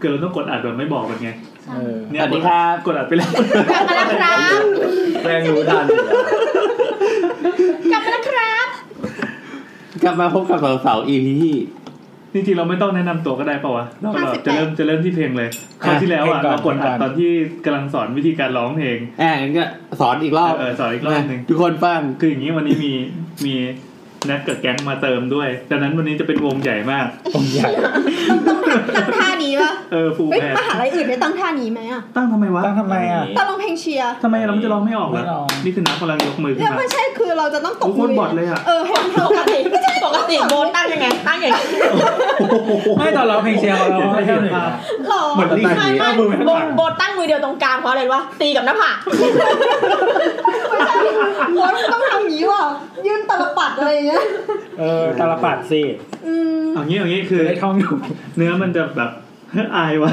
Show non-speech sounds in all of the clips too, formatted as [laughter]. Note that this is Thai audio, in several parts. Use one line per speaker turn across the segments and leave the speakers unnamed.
คือเราต้องกดอัดแบบไม่บอกกันไง
ใช่
เออ
เนี่
ส
ย
วัสดีครับ
กดอัดไปแล้ว
กลับมาแล้วครับ
แม่งรู้ทันอยู่แล้ว
กลับมาแล้วครับ
กลับมาพบกับสาวๆ EP ที่
จริงๆเราไม่ต้องแนะนำตัวก็ได้ปะวะเราเรา
58
จะเริ่มจะเริ่มที่เพลงเลยคราวที่แล้วอ่ะ
เพลงก่อน
เรากดอัด
เพลงก่อน
ตอนที่กำลังสอนวิธีการร้องเพลง
อ่ะงั้นก็สอนอีกรอบ
เออสอนอีกรอบหนึ่ง
ทุกคนฟัง
คืออย่างนี้วันนี้มีมีนัดกับแก๊งมาเติมด้วย ดังนั้นวันนี้จะเป็นวงใหญ่มาก
ผมใหญ่
ตั้งท่านี้ปะ
เออฟูล
เฮ้ย
แพน
มหาลัยอื่นได้ตั้งท่านี้ไหมอ่ะ
ตั้งทำไมวะ
ตั้งทำไมอ่ะ
ตอนร้องเพลงเชียร์
ทำไมเราจะร้องไม่ออกวะ
ไม่ร้อง
นี่คือน้ำกำลังยกมือขึ้
เนี่
น
ย
มา
ไม่ใช่คือเราจะต้องต
โอ้
ก
โหโคตรบอดเลยอ่ะ
เออให้มันเท่ากันไม่ใช่
ปกติโบนตั้งยังไง ตั้งอย่างนี้
ไม่ตอนเราเพลงเชียร์ของเราไม่เท่าหนึ่งนะ
หรอ
เหมือน
ไม่
ตั้งอ
ไม่
ย่างนี้เอามือไปข้าง
โบ
หลั
น
ง
โบนตั้งมือเดียวตรงกลางเพราะอะไรวะตีกับหน้าผาก
ไม่ใช่โบนต้องทำอย่างนี้ว่ะยื่นตลปัดอะไรอย่างเงี้ย
เออตาลปัดสิ
อืม
เอางี้เอางี้คือ
ได้ท่องอยู่
เนื้อมันจะแบบ [laughs] อายวะ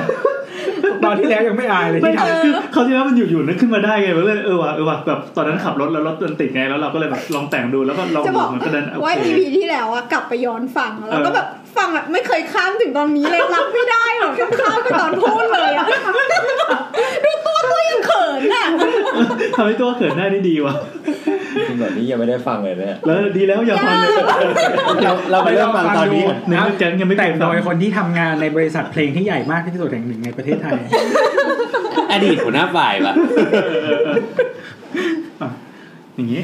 ตอนที่แล้วยังไม่อายเลย
ไม่
ที่ท
ทันคือเขาวที่แล้วมันอยู่ๆนึกขึ้นมาได้ไงมันเลยเออว่ะเออว่ะแบบตอนนั้นขับรถแล้วรถมันติดไงแล้วเราก็เลยแบบลองแต่งดูแล้วก็ลอง
จะ
ดู
บอก
มันก็เดินโอ
ว่า
เค
EP ที่แล้วอะกลับไปย้อนฟังแล้วก็
เออ
แบบฟังแบบไม่เคยข้ามถึงตอนนี้เลยรับไม่ได้หรอกต้องข้ามไปตอนพูดเลย
[laughs]
อะดูตัวตัวยังเขินอ่ะ
[laughs] ทำให้ตัวเขินหน้าได้ดีว่ะ
จริงแบบนี้ยังไม่ได้ฟังเลยเนี่ย
แล้วดีแล้วอย่าฟั
[laughs]
งเลย
เราเราไปเริ่มฟังตอนนี้ก่อน
เนื้อแก๊งยังไม่
ำแต่
เค
ง
ย
โด
ฟัง
ยคนที่ทำงานในบริษัทเพลงที่ใหญ่มากที่สุดแห่งหนึ่งในประเทศไทย
อดีตหัวหน้าฝ่าย
[laughs]
ป่ะ
อย่างนี้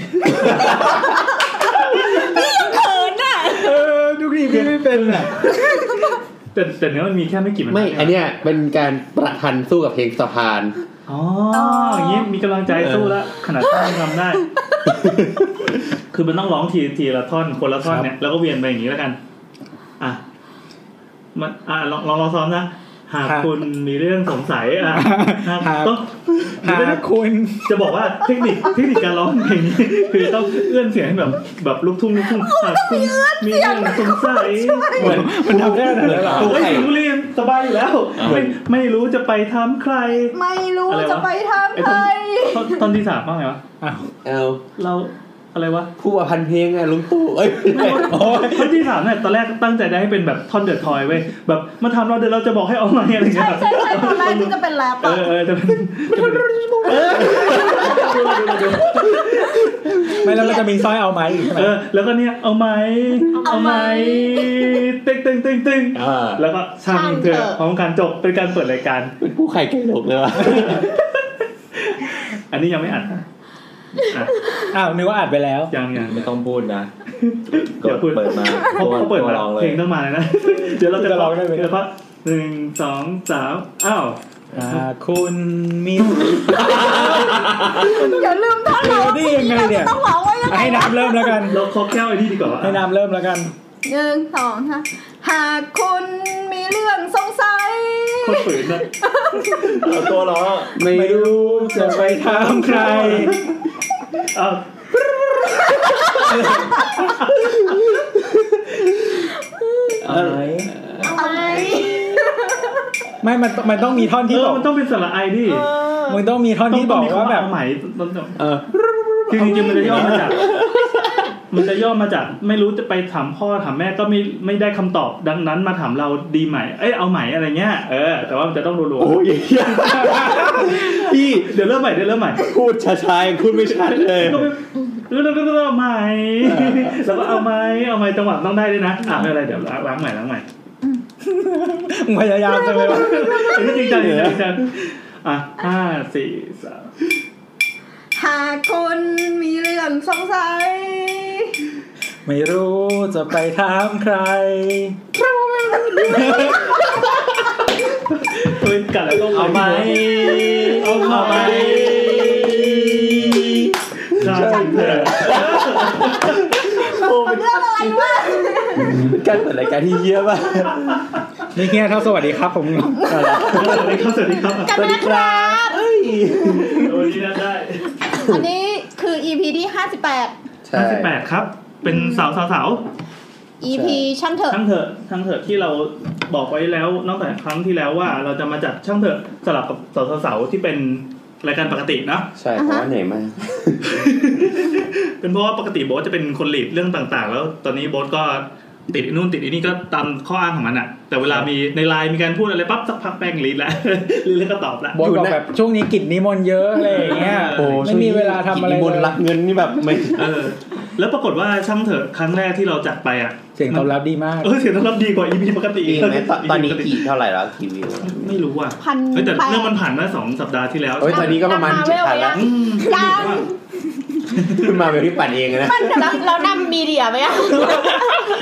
เขินอ่ะ
เออดูดีพี่ไม่เป็นอ่ะ
แต่แต่เนื้อมันมีแค่ไม่กี่มัน
ไม่ อันเนี้ยเป็นการประทันสู้กับเพลงสะพาน
อ๋ออย่างนี้มีกำลังใจสู้ละขนาดท่อนทำได้ [laughs] คือมันต้องร้องทีทีละท่อนคนละท่อนเนี่ยแล้วก็เวียนไปอย่างนี้แล้วกัน อ่ะมันอ่ะลองลองลองซ้อมนะหากคุณมีเรื่องสงสัยอ่ะหากต้องหรือ
หา
ไม่ต้อง
คุณ
จะบอกว่าเทคนิคเทคนิคการร้องเพลงนี้คือต้องเอื้อนเสียงให้แบบแบบลูกทุ่งลูกทุ่งหากคุณมีเรื่องสงสัย
เหมือนมันทำได้ขนาดนั้นเหรอ
ผมไม่รู้เรียนสบายอยู่แล้ว
เอา
ไม่ไม่รู้จะไปทำใคร
ไม่รู้
อะไรวะ
จะไปทำ
ไอ้
ใค
ต
ร
อนตอนตอนที่สามว่าไงวะ
อ้าว
เอา
เราอะไรวะ
คู่ประพันธ์เพลงอะลุงตู่เอ้ย
ตอนที่สามเนี่ยตอนแรกตั้งใจได้ให้เป็นแบบท่อนเดือดทอยเว้ยแบบมาทำเราเดี๋ยวเราจะบอกให้เอามาอะไรอย่างเงี้
ใช่
ย
ใช่ใช่ตอนแรกที่จะเป็นแรป
เอ
อะ
อเออจะเป็นจะเป็นเออ
ไม่แล้วมันจะมีสร้อยเอาไหมอีกใช่ไหม [laughs]
เออแล้วก็เนี่ยเอาไหมเอาไหมตึ้งตึ้งตึ้งตึ้ง
อ่า
แล้วก็ช่างเถอะพร้อมการจบเป็นการเปิดรายการ
เป็นผู้ไข่ไก่หลงเลยวะ
อันนี้ยังไม่อัดนะอ่ะ
อ้าวนึกว่าอัดไปแล้ว
ยังยัง
ไม่ต้องพูดนะ
[laughs] อย่าพูด
เปิดมา
เขาเขาเปิดมา
ลองเล
เพล
ย
งต้องมาเลยนะ เดี๋ยวเราจะ
จะร้องได้ไหม
เดี๋ยวพักหนึ่งสองสามอ้าว
อ่าคุณมี
อย่าลืมท่อนเรา
เออได้ยังไงเนี่ย
ต้องบอกว่ายังไง
ให้น้ำเริ่มแล้วกัน
เราขอแก้วไอ้นี่ดีกว่าวะ
ให้น้ำเริ่มแล้วกัน
หนึ่งสองฮะหากคุณมีเรื่องสงสัย
คนฝืนนะ
เอาตัวร้อง
ไม่
ไม่
รู้
รู้จะไปถามใคร
อ้าว
เอาไหม
เอาไหม
ไม่มันมันต้องมีท่อน
เอ
ที่บ
อ
อก
มันต้องเป็นสระไอดิ
มึงต้องมีท่อนที่บอกว่าแบบ
ใหม่ต้น
เออ
คือจริงๆมันจะย่อมา [laughs] จาก มันจะย่อมาจาก ไม่รู้จะไปถามพ่อถามแม่ก็ไม่ไม่ได้คำตอบดังนั้นมาถามเราดีไหมเอ้ยเอาไหมอะไรเงี้ยเออแต่ว่ามันจะต้องรัว
โอ้ยเหี้ยพี่
ๆเดี๋ยวเริ่มใหม่เดี๋ยวเริ่มใหม่
พูดช้าๆยังพูดไม่ชัดเลย
ก็ไม่แล้วเราก็เอาไหมแล้วก็เอาไหมเอาไหมจังหวะต้องได้ด้วยนะอ่ะไม่เป็นไรเดี๋ยวล้างล้างใหม่ล้างใหม่
มึงพยายามจังเลยวะ
เดี๋ยวจริงจังจริงจังจริงจังอ่ะห้าสี่สาม
หากคุณมีเรื่องสงสัย
ไม่รู้จะไปถามใคร
เฮ้ยกัดแล้วก็
เอาไหม
เอาไหมเอาไหมช่างเถอะ
โอ้ย
เรื่องอะไรวะ
เป็นการเปิดรายการที่เยี่ยมมาก
นี่แค่เท่าสวัสดีครับผม
สวัสดีครับสวัสดีครับ
กันนะครับ
เอ้ย
วันนี้นะได้
อันนี้คือ EP ที่
ใช่
สิบแปดครับ เป็นสาวสาวสาว
58 EP ช่างเถอะ
ช่างเถอะช่างเถอะที่เราบอกไว้แล้วนอกจากครั้งที่แล้วว่า เราจะมาจัดช่างเถอะสลับกับสาวสาวสาวที่เป็นรายการปกตินะ
ใช่เพราะว่าเหนื่อยมาก
เป็นเพราะว่าปกติโบ๊ทจะเป็นคนลีดเรื่องต่างๆ แล้วตอนนี้โบ๊ทก็ ติดไอ้นู่นติดไอ้นี่ก็ตามข้ออ้างของมันอะแต่เวลามีในไลน์มีการพูดอะไรปั๊บสักพักแป้งรีดละ รีดแล้วก็ [laughs] ตอบละ
บอสบอกแบบช่วงนี้กิจนิมนต์เยอะอะไรอย่างเงี้ย
โอ้
ไม่มีเวลาทำอะไร
กิจนิมน
เล
ต์
ย
รับเงินนี่แบบไม่
เออ แล้วปรากฏว่าช่างเถอะครั้งแรกที่เราจัดไปอะ
เสียงตอบรับดีมาก
เออเสียงตอบรับดีกว่าอีพีปกติ
จริงไหมตอนตอนนี้
ปก
กี่เท่าไหร่แล้วกี่วิวแล้ว
ไม่รู้อ่ะ
พัน
เฮ้ยแต่
แปด
เรื่องมันผ่านมาสองสัปดาห์ที่แล้ว
เฮ้ยตอนนี้ก็ประมาณ
ตามมา
เจ็ดพัน
เวล
แล้ว
อืม
ยัง
ขึ้นมาเวลที่ปั่นเองนะ
แล้วแล้วนำมีเดียไหมอะ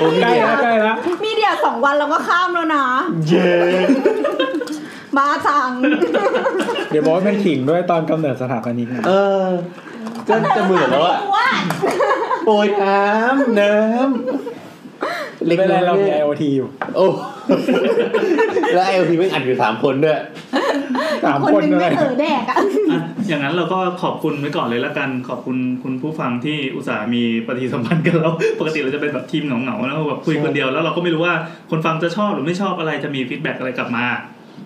โอ้ใกล้แล้วใกล้แล้ว
มีเดียสองวันเราก็ข้ามแล้วนะ
เย้
บ้าจัง
เดี๋ยวบอสมันขิงด้วยตอนกำเนิดสถาปนิกนะ
เออจนจะเหมือนแล้วอะ
ว่า
โอ้ยน้ำน้ำ
ไม่เป็นไรเรามี
ย
IoT อยู่
โอ้ แล้วไอโอพีไม่งอัดอยู่สามคนด้วย
สาม
คน
คน
หนึง
เล
ไม่
ย
เออแดกอะ
อ่ะอย่างนั้นเราก็ขอบคุณไว้ก่อนเลยละกันขอบคุณคุณผู้ฟังที่อุตส่าห์มีปฏิสัมพันธ์กับเรา ปกติเราจะเป็นแบบทีมเหงาๆแล้วแบบคุยคนเดียวแล้วเราก็ไม่รู้ว่าคนฟังจะชอบหรือไม่ชอบอะไรจะมีฟีดแบ็กอะไรกลับมา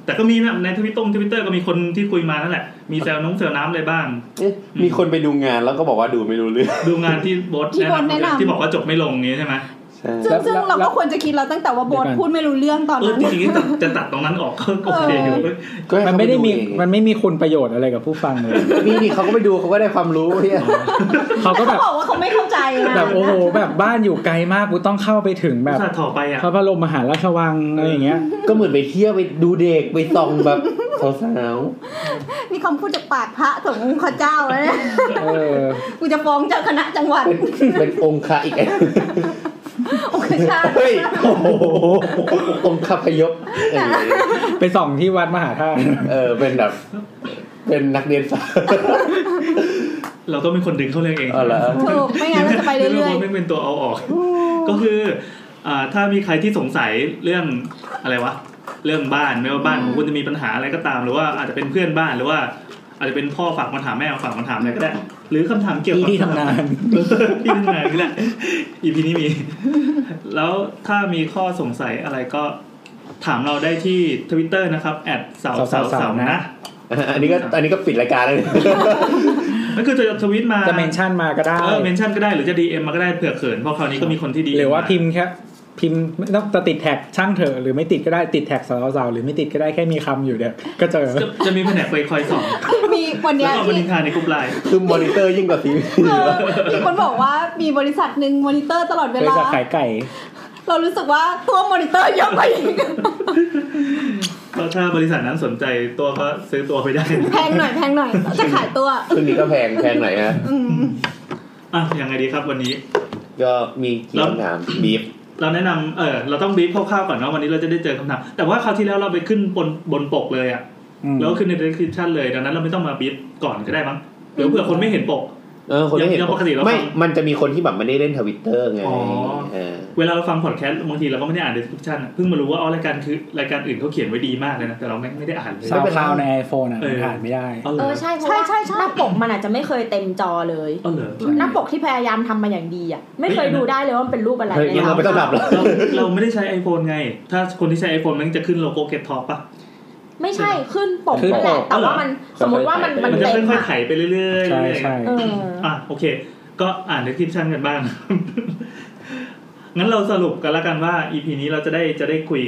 แต่ก็มีนะในทวิตตงทวิตเตอร์ก็มีคนที่คุยมานั่นแหละมีแซวน้องแซวน้ำอะไรบ้าง
เอ๊ะมีคนไปดูงานแล้วก็บอกว่าดูไม่รู้เรื่อง
ดูงานที่โบทที่บอกว่าจบไม่ลงอย่างงี้ใช่ไหม
ใช่
ซึ่งซึ่งเราก็ควรจะคิดแล้วตั้งแต่ว่าโบทพูดไม่รู้เรื่องตอน
เออ
นั้น
จริงๆจะตัดตรงนั้นออกก็โอเคอยู่เว้ย
ก็ให้
มั
เขา
นไม่ได้มี
ปเอง
มันไม่มีคุณประโยชน์อะไรกับผู้ฟังเลย
นี่นี่เขาก็ไปดูเขาก็ได้ความรู้เนี่ย
เขาก็
แต่
แบ
เขาบ
บ
อกว่าเขาไม่เข้าใจนะ
แบบโอ้โหแบบบ้านอยู่ไกลมากกูต้องเข้าไปถึงแบบ
อุตส่าห์ถอไปอ่ะ
พระบรมมหาราชวังอะไรอย่างเงี้ย
ก็เหมือนไปเที่ยวไปดูเด็กไปส่อง
[laughs]
แบบสาว
นี่คำพูดจากปากพระสงฆ์ข้าเจ้าเลยนะ
เออ
กูจะฟ้องเจ้าคณะจังหวัด
ๆเป็นเป็นองค์คา
[laughs]
อีกไอ้
โอ้ยใช่
เฮ้ยโอ้โหองค์คาพยพเออ
ไปส่องที่วัดมหาธาตุ
เออเป็นแบบ เป็นนักเรียนสาว [laughs]
เราต้องเป็นคนดึงเข้าเรื่องเอง
เอาละ
ถูกไม่งั้นเราจะไป
ดี๋ว
เรื่อย
ราไม่เป็นตัวเอาออก ก็คืออ่าถ้ามีใครที่สงสัยเรื่องอะไรวะเรื่องบ้านไม่ว่าบ้านของคุณจะมีปัญหาอะไรก็ตาม หรือว่าอาจจะเป็นเพื่อนบ้านหรือว่า อาจจะเป็นพ่อฝากมาถามแม่ฝากมาถามอะไรก็ได้ หรือคำถามเกี่ยว
ที่
กับ
ที่ทำงาน
เออ [laughs] พี่ทำงานก็แหละอีพีนี้มี [laughs] แล้วถ้ามีข้อสงสัยอะไรก็ถามเราได้ที่ทวิตเตอร์นะครับแอดสาวสาวสาว
นะ
นะ
อันนี้ก็อันนี้ก็ปิดรายการเลย
ก็คือจะทวิตมา
จะเมนชั่นมาก็ได้
เออเมนชั่นก็ได้หรือจะดีเอ็มมาก็ได้เผื่อเขิน เพราะคราวนี้ก็มีคนที่ดี
หรือว่าพิมพ์แค่พิมพ์ไม่ต้องจะติดแท็กช่างเถอะหรือไม่ติดก็ได้ติดแท็กสาวๆหรือไม่ติดก็ได้แค่มีคำอยู่เดี๋ยวก็เจอ
จะจะมีแผนกไปคอยส่อง
ๆมีวัน
แล้
เนี้
วย ก็มา
ที่
นินทาในกลุ่มไลน์
[laughs] คือมอนิเตอร์ยิ่งกว่าทีวี
เออมีคนบอกว่ามีบริษัทหนึ่งมอนิเตอร์ตลอดเว
บริ
ลา
ษัทขายไก่
เรารู้สึกว่าตัวมอนิเตอร์เยอะไปอีก
ก็ถ้าบริษัทนั้นสนใจตัวก็ซื้อตัวไปได้ [laughs]
แพงหน่อยแพงหน่อยจะขายตัว
ซึ่งนี้ก็แพงแพงไหนอยฮะ
อืม
อ่ะยังไงดีครับวันนี้
ก็มีกี่คำ
[coughs]
ถามบีฟ
เราแนะนำเออเราต้องบีบคร่าวๆก่อนเนาะวันนี้เราจะได้เจอคำถามแต่ว่าคราวที่แล้วเราไปขึ้นบนบนปกเลยอะ
อืม
แล้วก็ขึ้นใน description เลย ดังนั้นเราไม่ต้องมาบีบก่อนก็ได้มั้งหรือเผื่อคนไม่เห็นปก
เออคนไม่เห็น
อย่างปกติเราฟัง
ไม่ มันจะมีคนที่แบบไม่ได้เล่นทวิตเตอร์ไง
อ๋อ
เออ
เวลาเราฟังพอดแคสต์บางทีเราก็ไม่ได้อ่าน description อะเพิ่งมารู้ว่าอ๋อรายการคือรายการอื่นเขาเขียนไว้ดีมากเลยนะ แต่เราไม่ไม่ได้อ่านเลย
สาวคลาวในไอโฟนอ่ะมันอ่านไม่ได้
เอาเหร
เอ
อ
อใช่เพราะว่าหน้าปกมันอาจจะไม่เคยเต็มจอเลย
เอาเหรอ
หน้าปกที่พยายามทำมาอย่างดีอ่ะ ไม่เคยดูได้เลยว่ามันเป็นรูปอะไร
เฮ้ยงั้นเราไม่ต้องหลับแล้ว
เราเราไม่ได้ใช้ iPhone ไง ถ้าคนที่ใช้ iPhone มันจะขึ้นโลโก้ Get Top ปะ
ไม่ใช่ขึ้นปก
ขึ้นปก
นั่นแหละแต่ว่ามันสมมติว่ามันมัน
มันจะ
เต็ม
ค่อย
อะ
ๆไถไปเรื่อยๆเรื่อยๆ
ใช่ใช่
เออ
อ่ะโอเค ก็อ่าน description กันบ้าง [laughs] งั้นเราสรุปกันละกันว่า EP นี้เราจะได้จะได้คุย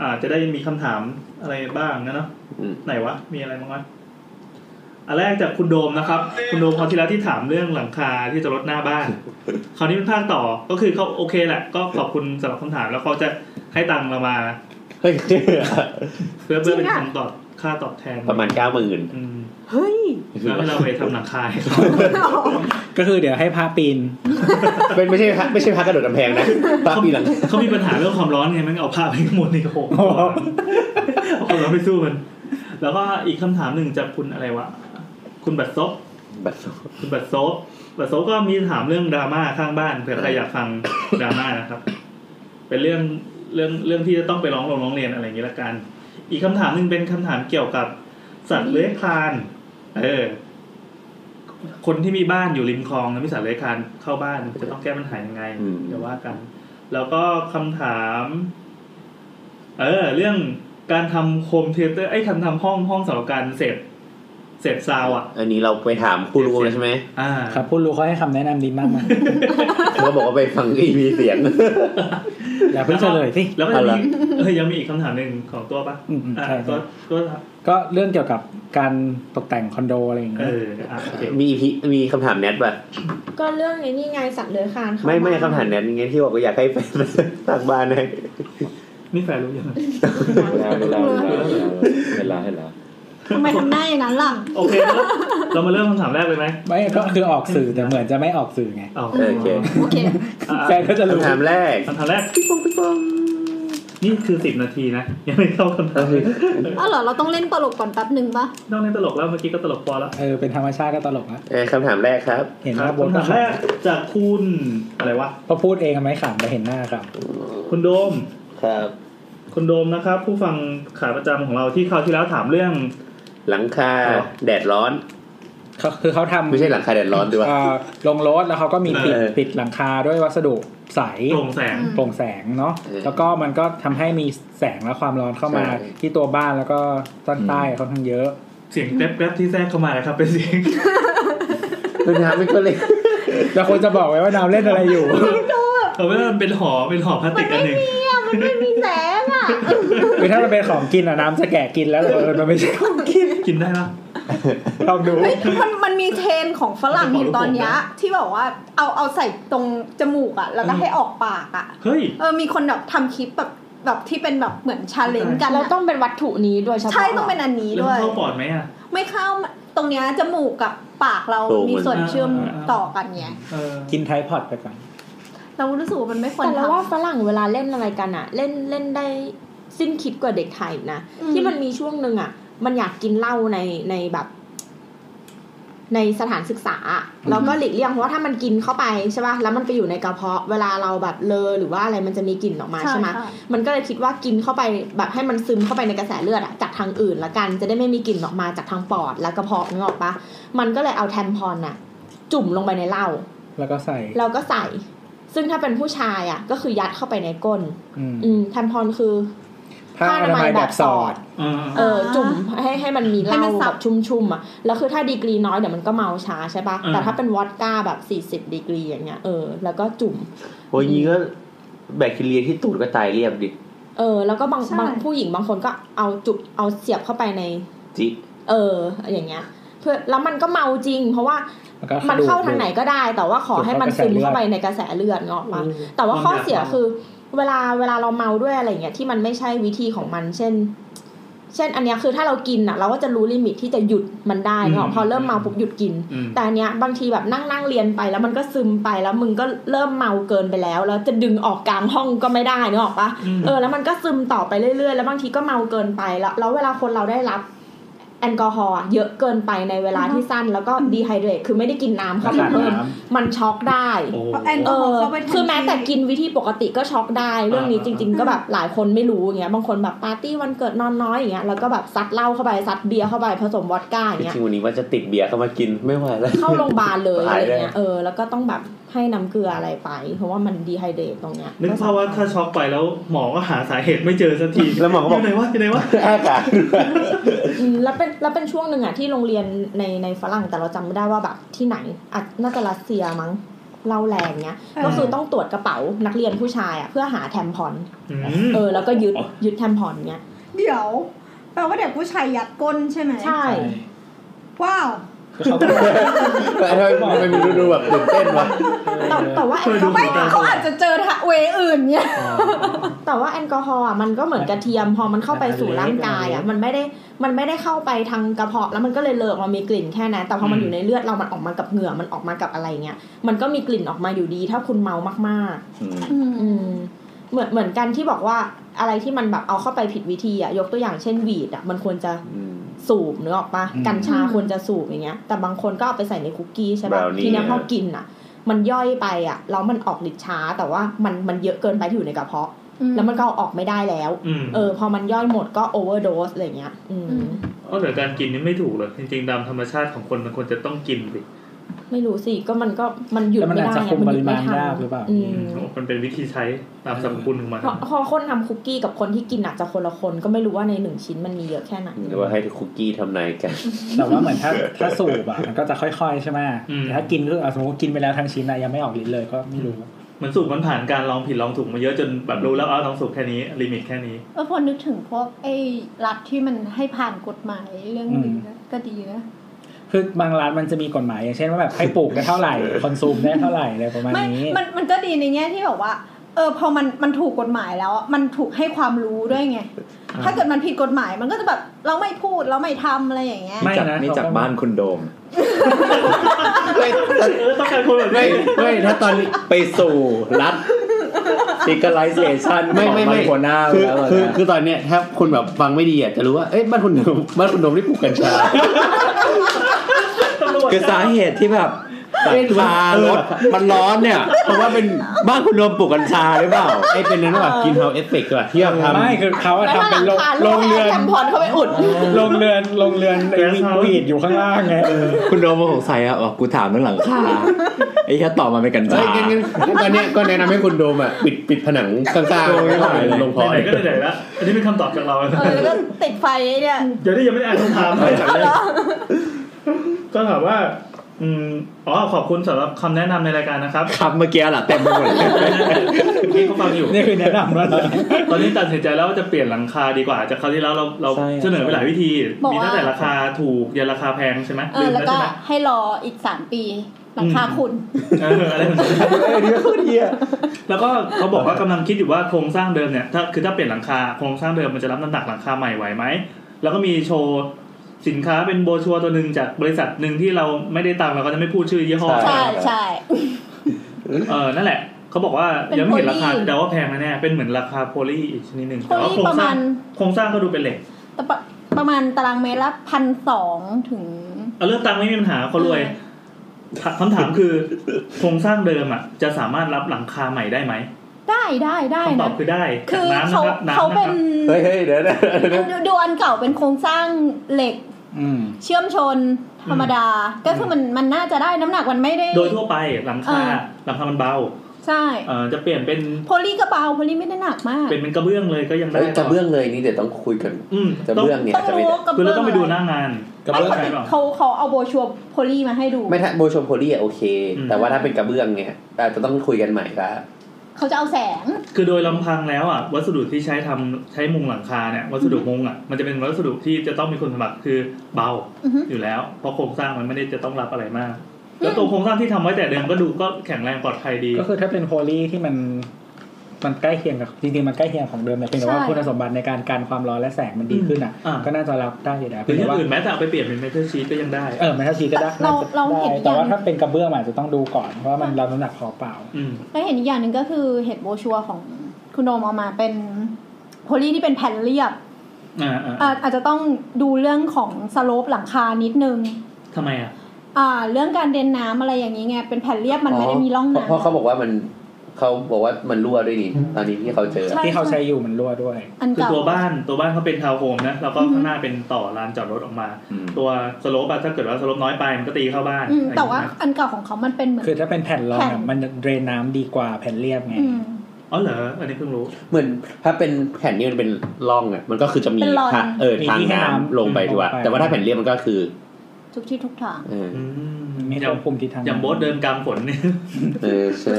อ่าจะได้มีคำถามอะไรบ้างนะเนาะ
อืม
ไหนวะ มีอะไรบ้างวะอันแรกจากคุณโดมนะครับ คุณโดมคราวที่แล้วที่ถามเรื่องหลังคาที่จะลดหน้า
[laughs]
บ้าน คราวนี้เป็นภาคต่อ ก็คือเขาโอเคแหละ ก็ขอบคุณสำหรับคำถามแล้วเขาจะให้ตังค์เรามา
เฮ้ย [laughs]
เพื่อเพื่อเป็น
จริงอะ
คำตอบค่าตอบแทน
ประมาณเก้าหมื่น
อืม
เฮ้ย
แล้วให้เราไปทำหลังคาให้เขา
ก็คือเดี๋ยวให้พาปีน
เป็นไม่ใช่พระไม่ใช่พักกระโดดกำแพงนะพักปีหลัง
[laughs] เขามีปัญหาเรื่องความร้อนไงแมันเอาผ้าไปข้างบนนี่โอ้โห
อ๋อ
เอาความร้อนไปสู้มัน แล้วก็อีกคำถามหนึ่งจากคุณอะไรวะ คุณบัตซบ
บัตรสอง
คุณบัตโซฟบัตโซฟก็มีถามเรื่องดราม่าข้างบ้านเผื่อใครอยาก
[coughs]
ฟัง ดราม่านะครับ เป็นเรื่องเรื่องเรื่องที่จะต้องไปร้องโรงร้องเรียนอะไรอย่างนี้ละกัน อีกคำถามหนึ่งเป็นคำถามเกี่ยวกับสัตว์เลื้อยคลาน เออ คนที่มีบ้านอยู่ริมคลองแล้วมีสัตว์เลื้อยคลานเข้าบ้านจะต้องแก้ปัญหายังไงเดี๋ยวว่ากัน แล้วก็คำถาม เออ เรื่องการทำโฮมเทเตอร์ไอ้ยทำทำห้องห้องสำหรับการเสพเสพซาวด์อ่ะ
[laughs] อันนี้เราไปถามผู้รู้แล้วใช่ไหม
อ่า
ครับผู้รู้เขาให้คำแนะนำดีมากนะ
เขาบอกว่าไปฟังอีพีเสียง
อย่าเพิ่งเฉลยสิ
แล้วก็จะ
เอา
มี
ละ
เอ้ยยังมีอีกคำถามหนึ่งของตัวปะ
อืมอืม
อ่ะ
ใช่ใช่
ตัวตัว
ก็เรื่องเกี่ยวกับการตกแต่งคอนโดอะไรอย่าง
เอ
เงี้ย
ออ่ะโอเค
มีพีมีคำถามแนทป่ะ
ก็เรื่องไอ้นี่ไงสัตว์เลื้อยคลานเข้า
ไม่ไม่คำถามแนทอย่างเงี้ยที่บอกว่าอยากให้แฟน [laughs] ตักบ้านให้
นี่แฟนรู้ยัง
เวลาเวลาเวลาเวลาเวลาเวลา
ทำไมทำหน้าอย่างนั้นล่ะ
โอเคแล้วเรามาเริ่มคำถามแรกเลยไหม
ไม่ก็คือออกสื่อแต่เหมือนจะไม่ออกสื่อไง
เอา
เออโอเค
โอเค
อ่ะ
แฟนก็จะรู้
คำถามแรก
คำถามแรก
ปิ๊งปองปิ๊งปอง
นี่คือสิบนาทีนะยังไม่เข้าคำถามเลย
อ้าวเหรอ เราต้องเล่นตลกก่อนแป๊บหนึ่งปะ
นอกนั้นตลกแล้วเมื่อกี้ก็ตลกพอแล้ว
เออเป็นธรรมชาติก็ตลกละ
เออคำถามแรกครับ
เห็นห
ครั
น้า
บบ
น
คำ
ก็
ถาม
ข
แรกจากคุณอะไรวะ
ำพอพูดเองทำไมขำไปเห็นหน้าครับ
คุณโดม
ครับ
คุณโดมนะครับ ผู้ฟังขาประจำของเราที่คราวที่แล้วถามเรื่อง
หลังคา
ครับ
แดดร้อน
เขาคือเขาทำ
ไม่ใช่หลังคาแดดร้อนด้วย
เอ่อลงรถแล้วเขาก็มีปิด
เออ
ปิดหลังคาด้วยวัสดุใส
โปร่งแสง
โปร่งแสงเนาะ
เออ
แล้วก็มันก็ทำให้มีแสงและความร้อนเข้ามา
ใช่
ที่ตัวบ้านแล้วก็ต้นใต้ค่อนข้างเยอะ
เสียงแกร็บๆที่แทรกเข้ามานะครับ เป็นเสียง
คุณถามไม่ก็เลย
แล้วคนจะบอกไว้ว่าน้ำเล่นอะไรอยู่ [laughs]
เอาไว้ว่ามันเป็นหอเป็นหอพลาสติกอันหนึ่ง
เนี่ยมันไม่มีแสงอ่ะ
คือถ้ามันเป็นของกินอะน้ำจะแกะกินแล้วเออมันไม่ใช่ของกิน
กินได้ปะ
ลองดู
เฮ้ยมันมันมีเทรนด์ของฝรั่งอยู่ตอนเนี้ยที่บอกว่าเอาเอาใส่ตรงจมูกอ่ะ แล้วก็ให้ออกปากอ่ะ
เฮ้ย
เออมีคนแบบทำคลิปแบบแบบที่เป็นแบบเหมือนชาเลนจ์กัน
เรา
อะ
ต้องเป็นวัตถุนี้ด้วยเฉพาะ
ใช่ต้องเป็นอันนี้
แล้ว
ด้
มั
วน ย
เข้าปอดไหมอ่ะ
ไม่เข้าตรงเนี้ยจมูกกับปากเรามีส่วนเชื่อมต่อกันไง
เออ
กินไทยพอดไปก่อน
เรารู้สึกว่ามันไม่ควร
แต่เรา
ทำ
ว่าฝรั่งเวลาเล่นอะไรกันอะเล่นเล่นได้สิ้นคิดกว่าเด็กไทยนะ
อืม
ที่มันมีช่วงหนึ่งอะมันอยากกินเหล้าในในแบบ ในสถานศึกษาอะแล้วก็หลีกเลี่ยงเพราะว่าถ้ามันกินเข้าไปใช่ป่ะแล้วมันไปอยู่ในกระเพาะ เวลาเราแบบเลอหรือว่าอะไรมันจะมีกลิ่นออกมาใช่ไหม มันก็เลยคิดว่ากินเข้าไปแบบให้มันซึมเข้าไปในกระแสเลือดอะจากทางอื่นละกันจะได้ไม่มีกลิ่นออกมาจากทางปอดและกระเพาะนึกออกปะมันก็เลยเอาแทมพอนอะจุ่มลงไปในเหล้า
แล้วก็ใส่
เราก็ใส่ ซึ่งถ้าเป็นผู้ชายอะก็คือยัดเข้าไปในก้น
อืม
อืมแทมพอนคือ
ผ้าอนามัยแบบสอด
เออ
เออจุ่มให้ให้มันมีเหล้า
ให้มันซั
แบบ บชุ่มๆอ่ะแล้วคือถ้าดีกรีน้อยเดี๋ยวมันก็เมาช้าใช่ปะแต่ถ้าเป็นวอดก้าแบบสี่สิบ40ดีกรีอย่างเงี้ยเออแล้วก็จุ่ม
[laughs] โอ้ยอยางงี้ก็แบคทีเรียที่ตูดก็ตายเรียบดิ
เออ แล้วก็บาง
ใช่
บางผู้หญิงบางคนก็เอาจุเอาเสียบเข้าไปใน
จิ
เอออย่างเงี้ยเพื่อแล้วมันก็เมาจริง เพราะว่า
แล้วก็
มันเข้าทางไหนก็ได้ แต่ว่าขอให้มันซึมเข้าไปในกระแสเลือดเนาะปะแต่ว่าข้อเสียคือ เวลาเวลาเราเมาด้วยอะไรเงี้ยที่มันไม่ใช่วิธีของมัน เช่น เช่น อันเนี้ยคือถ้าเรากินอ่ะ เราก็จะรู้ลิมิตที่จะหยุดมันได้เนาะพอเริ่มเมาปุ๊บหยุดกิน
อืม
แต่อันเนี้ยบางทีแบบนั่งนั่งเรียนไปแล้วมันก็ซึมไปแล้วมึงก็เริ่มเมาเกินไปแล้ว แล้วจะดึงออกกลางห้องก็ไม่ได้นึกออกปะเออแล้วมันก็ซึมต่อไปเรื่อยๆ แล้วบางทีก็เมาเกินไปแล้วแล้วเวลาคนเราได้รับแอลกอฮอล์อะเยอะเกินไปในเวลาที่สั้น แล้วก็ดีไฮเดรตคือไม่ได้กินน้ำเข้าไป
ขาด
เพิ่ม
น้
มันช็อกได้
โอ้
เพราะแอน
เออ
เข้าไปทันที
คือแม้แต่กินวิธีปกติก็ช็อกได้ เรื่องนี้จริง ๆ ก็แบบหลายคนไม่รู้อย่างเงี้ยบางคนแบบปาร์ตี้วันเกิดนอนน้อยอย่างเงี้ยแล้วก็แบบซัดเหล้าเข้าไปซัดเบียร์เข้าไปผสมวอดก้าอย่าง
จ
เงี้ย
ริงๆวันนี้ว่าจะติดเบียร์เข้ามากินไม่ไหวแล้ว
เข้าโรงพยาบาลเลยอะ
หา
ไร
ยเลย
เงี้ยเออแล้วก็ต้องแบบให้น้ำเกลืออะไรไป เพราะว่ามันดีไฮเดรตตรงเนี้ย
นึกภาพว่าถ้าช็อกไปแล้วหมอก็หาสาเหตุไม่เจอสักที
แล้วหมอก็บอก
ยู่ไหนวะอยู่ไหนวะ
อากาศด้วย [laughs]
อืมแล้วเป็นแล้วเป็นช่วงหนึ่งอ่ะที่โรงเรียนในในฝรั่งแต่เราจำไม่ได้ว่าแบบที่ไหนอ่ะน่าจะรัสเซียมั้งเล่าแรงเงี้ยก็คือต้องตรวจกระเป๋านักเรียนผู้ชายอ่ะเพื่อหาแทมพอน
อืม
เออแล้วก็ยึดยึดแทมพอนเงี้ย
เดี๋ยวแปลว่าเด็กผู้ชายยัดก้นใช่ไหม
ใช่
ใช่
ว้าว
ก็เขาก็
แล้วทำไมมันดูดูแบบตื่นเต้นวะ
แต่แต่ว่าแอลกอฮอ
ไม่
ล์
เขาอาจจะเจอทะเวอื่นเนี่ย
แต่ว่าแอลกอฮอล์อ่ะมันก็เหมือนกระเทียม พอมันเข้าไปสู่ร่างกายอ่ะมันไม่ได้มันไม่ได้เข้าไปทางกระเพาะแล้วมันก็เลยเลอะออกมามีกลิ่นแค่นั้นแต่พอมันอยู่ในเลือดเรามันออกมากับเหงื่อมันออกมากับอะไรเงี้ยมันก็มีกลิ่นออกมาอยู่ดี ถ้าคุณเมามากๆ อืมเหมือนเหมือนกันที่บอกว่าอะไรที่มันแบบเอาเข้าไปผิดวิธีอ่ะยกตัวอย่างเช่นหวีดอ่ะมันควรจะ
อืม
สูบเนื้อออกปะกัญชาควรจะสูบอย่างเงี้ย แต่บางคนก็เอาไปใส่ในคุกกี้ใช่ปะ
Brownie
ทีเนี้ยพอ
นะ
กินอ่ะ มันย่อยไปอ่ะแล้วมันออกฤทธิ์ช้า แต่ว่ามันมันเยอะเกินไปที่อยู่ในกระเพาะ แล้วมันก็เอาออกไม่ได้แล้ว
อืม
เออ พอมันย่อยหมดก็โอเวอร์โดสอะไรเงี้ย อืม
ก็เหลือการกินนี่ไม่ถูกเลยจริงๆตามธรรมชาติของคนมันควรจะต้องกินสิ
ไม่รู้สิ ก็มันก็มันหยุด
แล้วมัน
ไม่ได้
อาจจะ
ไง
คุมป
หยุ
ริ
ด
มา
ไม่
ณ
ทัน
ยากหรือเปล่า
อืม
มันเป็นวิธีใช้ตามสมคุณของมัน
พอพอคนทำคุกกี้กับคนที่กินอาจจะคนละคนก็ไม่รู้ว่าในหนึ่งชิ้นมันมีเยอะแค่ไหน
หรือว่าให้คุกกี้ทำนายกัน
แต่ว่าเหมือนถ้าถ้าสูบอะมันก็จะค่อยๆใช่ไหม
อืม
แต่ถ้ากินก็คืออ่ะสมมติกินไปแล้วทั้งชิ้นอะยังไม่ออกลิ้นเลยก็ไม่รู้
เหมือนสูบมันผ่านการลองผิดลองถูกมาเยอะจนแบบรู้แล้วเอาต้องสูบแค่นี้ลิมิตแค่นี้
เออพอนึกถึงพวกไอ้รัฐที่มันให้ผ่านกฎหมายเรื่องนี้นะก็ดีนะ
คือบางร้านมันจะมีกฎหมายอย่างเช่นว่าแบบให้ปลูกได้เท่าไหร่คอนซูมได้เท่าไหร่อะไรประมาณ
ไม่
นี้
มันมันก็ดีในแง่ที่แบบว่า เออพอมันมันถูกกฎหมายแล้วอะมันถูกให้ความรู้ด้วยไง
อ่า
ถ้าเกิดมันผิดกฎหมายมันก็จะแบบเราไม่พูดเราไม่ทำอะไรอย่างเงี้ย
ไม่
จาก
นะ
นี่จาก
เขาก็
บ้านคุณโดมไม่ถ้า
เออต้องการคนแบบ
ไม่
นี้
ไม่ถ้าตอนนี้ไปสู่รัฐ legalization
ไม่ไม่ไม่
ของนหัวหน้า
คือ
แล้วะ
คือ
นะ
คือตอนเนี้ยถ้าคุณแบบฟังไม่ดีอ่ะจะรู้ว่าเอ้ยบ้านคุณโดมบ้านคุณโดมได้ปลูกกัญชา
ตำรวจ
คือสาเหตุที่แบบตัดคารถมันร้อนเนี่ย เพราะว่าเป็นบ้านคุณโดมปลูกกัญชาหรือเปล่า
ไอ้เป็นนั้นว่ากินเฮาเอฟเฟกต์ว่ะที่แบบทำ
ไม่คือเขาอะ
แล้วถ้า
ทำ
ห
เป็
ลั
น
ง
โรง
คาลูก
โรง
ให้
เรือน
แจมพรเข้าไปอุด
โรงเรือนโรงเรือนไอ้วิวีดอยู่ข้างล่ [laughs] างไง
คุณโดมมาสงสัยอ่ะบอกกูถามเรื่องหลังคาไอ้แค่ตอบมาเป็นกัญชา
เอ้ยงั้นงั้นงั้นตอนเนี้ยก็แนะนำให้คุณโดมอ่ะปิดปิดผนังข้างๆแล้วก็ไปลงพอ
ไหนๆก็ไหนๆแล้วอันนี้เป็นคำตอบจากเรา
เออแล้วก็ติดไฟไอ้เนี่ย
เดี๋ยวนี้ยังไม่ได้อ่านคำถามเลยก็ถามว่า อืมอ๋อขอบคุณสำหรับคำแนะนำในรายการนะครับ
ครับเมื่อกี้แหละเต็มไปหมดเลย
ที่เขาฟังอยู่
นี่คือแนะนำว่า
ตอนนี้ตัดสินใจแล้วว่าจะเปลี่ยนหลังคาดีกว่า จากคราวที่แล้วเราเราเสนอไปหลายวิธี
บอก
มี
ว่า
ตั้งแต่ราคาถูกยันราคาแพงใช่ไหม
เออแล้ว
ม
ก็
ใช่ไหม
ให้รออีกสามปีหลังคาคุณ
เอออะไรแบบนั้นแล้วก็เขาบอกว่ากำลังคิดอยู่ว่าโครงสร้างเดิมเนี่ยถ้าคือถ้าเปลี่ยนหลังคาโครงสร้างเดิมมันจะรับน้ำหนักหลังคาใหม่ไหวไหมแล้วก็มีโชว์สินค้าเป็นโบรชัวร์ตัวหนึ่งจากบริษัทหนึ่งที่เราไม่ได้ตังค์เราก็จะไม่พูดชื่อยี่ห้อ
ใช่ใช่
เออนั่นแหละเขาบอกว่า
เป็น
ยังไม่เห็นราคา
poly
แต่ว่าแพงแน่ๆเป็นเหมือนราคาโพลีอีกชนิดหนึ่งแต่ว่า
poly
โครงสร้าง
ประมาณ
โครงสร้างก็ดูเป็นเหล็ก
แต่ประประมาณตารางเมตรละพันสองถึง
เอาเรื่องตังค์ไม่มีปัญหาเขารวยถ
[laughs]
คำถามคือ โครงสร้างเดิมอ่ะ จะสามารถรับหลังคาใหม่ได้ไหม
ได้ได้ได้
คำตอ
นะ
บคือได้
คือ
จากน้ำ
เขา
นะครับน้ำ
เขา
นะค
เป็
รับ
น
เฮ้ยเฮ้ยเดี๋ยวนะเดี๋ยว
ดู
นะ
ดูดูอันเก่าเป็นโครงสร้างเหล็ก
อืม
เชื่อมชนธรรมดา ก็คือมันมันน่าจะได้น้ำหนักมันไม่ได้
โดยทั่วไปหลังคา
เออ
หลังคามันเบา
ใช่
เอ่อจะเปลี่ยนเป็น
โพลีกระเบาโพลีไม่ได้หนักมาก
เป็นเป็นกระเบื้องเลยก็ยังได้
เฮ้ยกระเบื้องเลยนี่เดี๋ยวต้องคุยกัน
อืม
กระ
ต้อง
เบื้องเนี่ย
ต้อง
จะไม่
รู้กระ
คือ
เบื้
เรา
อง
ต้องไปดูหน้างาน
กระ
ไม่
เบื้อง
เขา
ใช่หรอ
เขาเขาเอาโบรชัวร์โพลีมาให้ดู
ไม่ถ้าโบชมโพลี่อะโอเค
อืม
แต่ว่าถ้าเป็นกระเบื้องเนี่ยอาจจะต้องคุยกันใหม่ละ
เขาจะเอาแสง
คือโดยลำพังแล้วอ่ะวัสดุที่ใช้ทำใช้มุงหลังคาเนี่ยวัสดุมุงอ่ะมันจะเป็นวัสดุที่จะต้องมีคุณสมบัติคือเบา
อือฮึ
อยู่แล้ว เพราะโครงสร้างมันไม่ได้จะต้องรับอะไรมาก แล้วตัวโครงสร้างที่ทำไว้แต่เดิมก็ดูก็แข็งแรงปลอดภัยดี
ก็คือถ้าเป็นโพลีที่มันมันใกล้เคียงกับจริงๆมันใกล้เคียงของเดิมแต่เพียงแต่ว่า
ใช่
คุณสมบัติในการการความร้อนและแสงมันดีขึ้นอ่ะ
อ่า
ก็น่าจะรับได้อยู่แล้ว
หรื
เพี
อง อ
ยแต่
ย่าง
ว่า
อื่นแม้แต่เอาไปเปลี่ยนเป็นเมทัลชีตก็ยังได้
เออแมทัลชีก็ได้
เราเราเห็น
ได้แต่
อ
ว่า
ย่าง
ถ้าเป็นกระเบื้องอาจจะต้องดูก่อนเพราะว่ามันรับน้ำหนักพอเปล่า
อืม
แล้วเห็นอีกอย่างหนึ่งก็คือเห็ดโบรชัวร์ของคุณโดมเอามาเป็นโพลีที่เป็นแผ่นเรียบ
อ่า
อ่ะ
อ่า
อาจจะต้องดูเรื่องของสโลปหลังคานิดนึง
ทำไมอ่ะ
อ่า เรื่องการเดินน้ำอะไรอย่างนี้ไง เป็นแผ่นเรียบมันไม่ได้มีร่อง
เพราะเขา
น้ำ
บอกว่ามันเขาบอกว่ามันรั่วด้วยนี่ตอนนี้ที่เขาเจอ
ใช่
ที่เขาใช้อยู่มันรั่วด้วย
อัน
คือ
เก่า
ตัวบ้านตัวบ้านเขาเป็นทาวน์โฮมนะ แล้วก็
อือฮึ
ข้างหน้าเป็นต่อลานจอดรถออกมา ตัวสโลปอะถ้าเกิดว่าสโลปน้อยไปมันก็ตีเข้าบ้าน
อืมแต่ว่า
อะไรอย่งเงี้ย
อันเก่าของเขามันเป็นเหมือน
คือถ้าเป็นแผ่นรอง
แผ่
อะ
น
มันเดรนน้ำดีกว่าแผ่นเรียบไง
อืม
อ๋อเหรอ อันนี้เพิ่งรู้
เหมือนถ้าเป็นแผ่นนี้มันเป็นร่องอ่ะมันก็คือจะมี
เป็นรอย
ทางเออ
มี
ทาง
ที่
น้ำ
น้ำ
ลงไป
ลงไป
ดีกว่าแต่ว่าถ้าแผ่นเรียบมันก็คือ
ทุกที่ทุกทาง
เออ
อืม
ไม่
อ
ต้
ย่า
อง งคุมทิศทาง
อย่างโบ๊ทเดินกลางฝนเนี่ย
เออใช่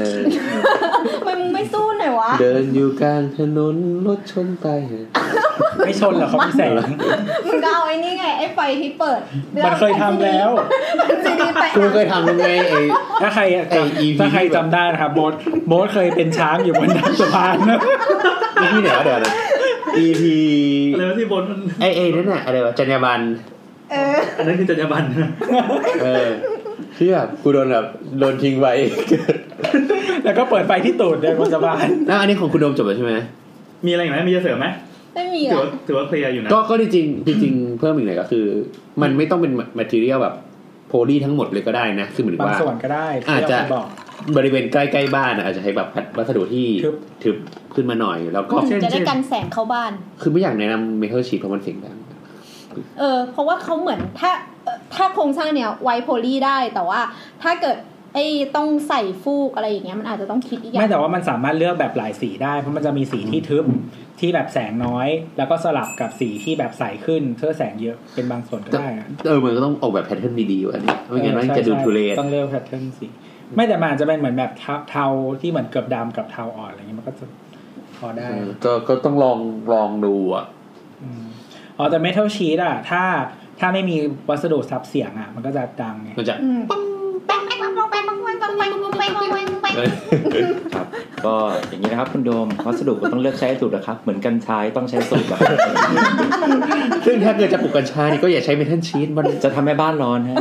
ทำไมมึงไม่สู้หน่อยวะ
เดินอยู่กลางถนนรถชนตาย
ไม่ชนหรอกเขามีแสง
มึงก็เอาไอ้นี่ไง ไอ้ไฟที่เปิด
มันเคยทำแล้ว
มันซีดีไป
กูเคยทำยังไงไอ้
ถ้าใครอะ
ไอ้ EP
ถ้าใคร
ที่แบบ
จำได้นะครับโบ๊ทโบ๊ทเคยเป็นช้างอยู่บนทางสะพาน [laughs] นะ
ไอ้ที่ไหนวะเดี๋ยวนะ EP
[laughs] แล้วที่บนมัน
ไอ้ไอ้นั่นน่ะอะไรวะจรรยาบรรณ
เออ
อันนั้นคือจรรยาบรรณ [laughs] นะ
เออที่แบบกูโดนแบบโดนทิ้งไว้ [laughs]
แล้วก็เปิดไฟที่ตูดเดินบนสะพาน
แล้วอันนี้ของคุณโดมจบแล้วใช่ไหม
มีอะไรอีกไหมมีจะเสริมไหม
ไม่มี
ถือ
อ่ะ
ว่าถือว่าเคลียร์อยู่นะ
ก็ก็จริงๆจริงๆเพิ่มอีกหน่อยก็คือ มันไม่ต้องเป็นแมทเทียลแบบโพลีทั้งหมดเลยก็ได้นะคือเหมือน
บาง
ว่า
ส่วนก็ได้
อาจจะ
ที่เรเคยบอก
บริเวณใกล้ๆบ้านน่ะอาจจะใช้แบบวัสดุที่
ทึบ
ทึบขึ้นมาหน่อย แล้วก็
เช่น
จะ
เช่
ได้
น
กันแสงเข้าบ้าน
คือไม่อยากแนะนำเมทัลชีทเพราะมันเสียงดัง
เออ เพราะว่าเขาเหมือนถ้าเอ่อถ้าโครงสร้างเนี่ยไวโพลีได้ แต่ว่าถ้าเกิดไอ้ต้องใส่ฟูกอะไรอย่างเงี้ย มันอาจจะต้องคิดอีกอย่า
ไม่
ง
แต่ว่ามันสามารถเลือกแบบหลายสีได้ เพราะมันจะมีสีที่ทึบที่แบบแสงน้อย แล้วก็สลับกับสีที่แบบใสขึ้นเพื่อแสงเยอะเป็นบางส่วนก็ได้อะ
เออมันก็ต้องออกแบบแพทเทิร์นดีๆอันนี้ไม่งั้นมันจะดูทุเรศ
ต้องเลือกแพทเทิร์นสี ไม่แต่มันอาจจะเป็นเหมือนแบบเทาเทาที่เหมือนเกือบดำกับเทาอ่อนอะไรเงี้ยมันก็จะพอได้
ก็ก็ต้องลองลองดูอ่ะ
อืมอ๋อแต่เมทัลชีตอะถ้าถ้าไม่มีวัสดุซับเสียงอะมันก็จะดังไง
มันจะ
อืม
เอ้ย
ครับ ก็อย่างนี้นะครับคุณโดมวัสดุก็ต้องเลือกใช้ให้ถูกนะครับ เหมือนกันใช้ต้องใช้สูตรแบบ
ซึ่งถ้าเกิดจะปลูกกัญชานี่ก็อย่าใช้เมทัลชีตมัน
จะทำให้บ้านร้อนฮะ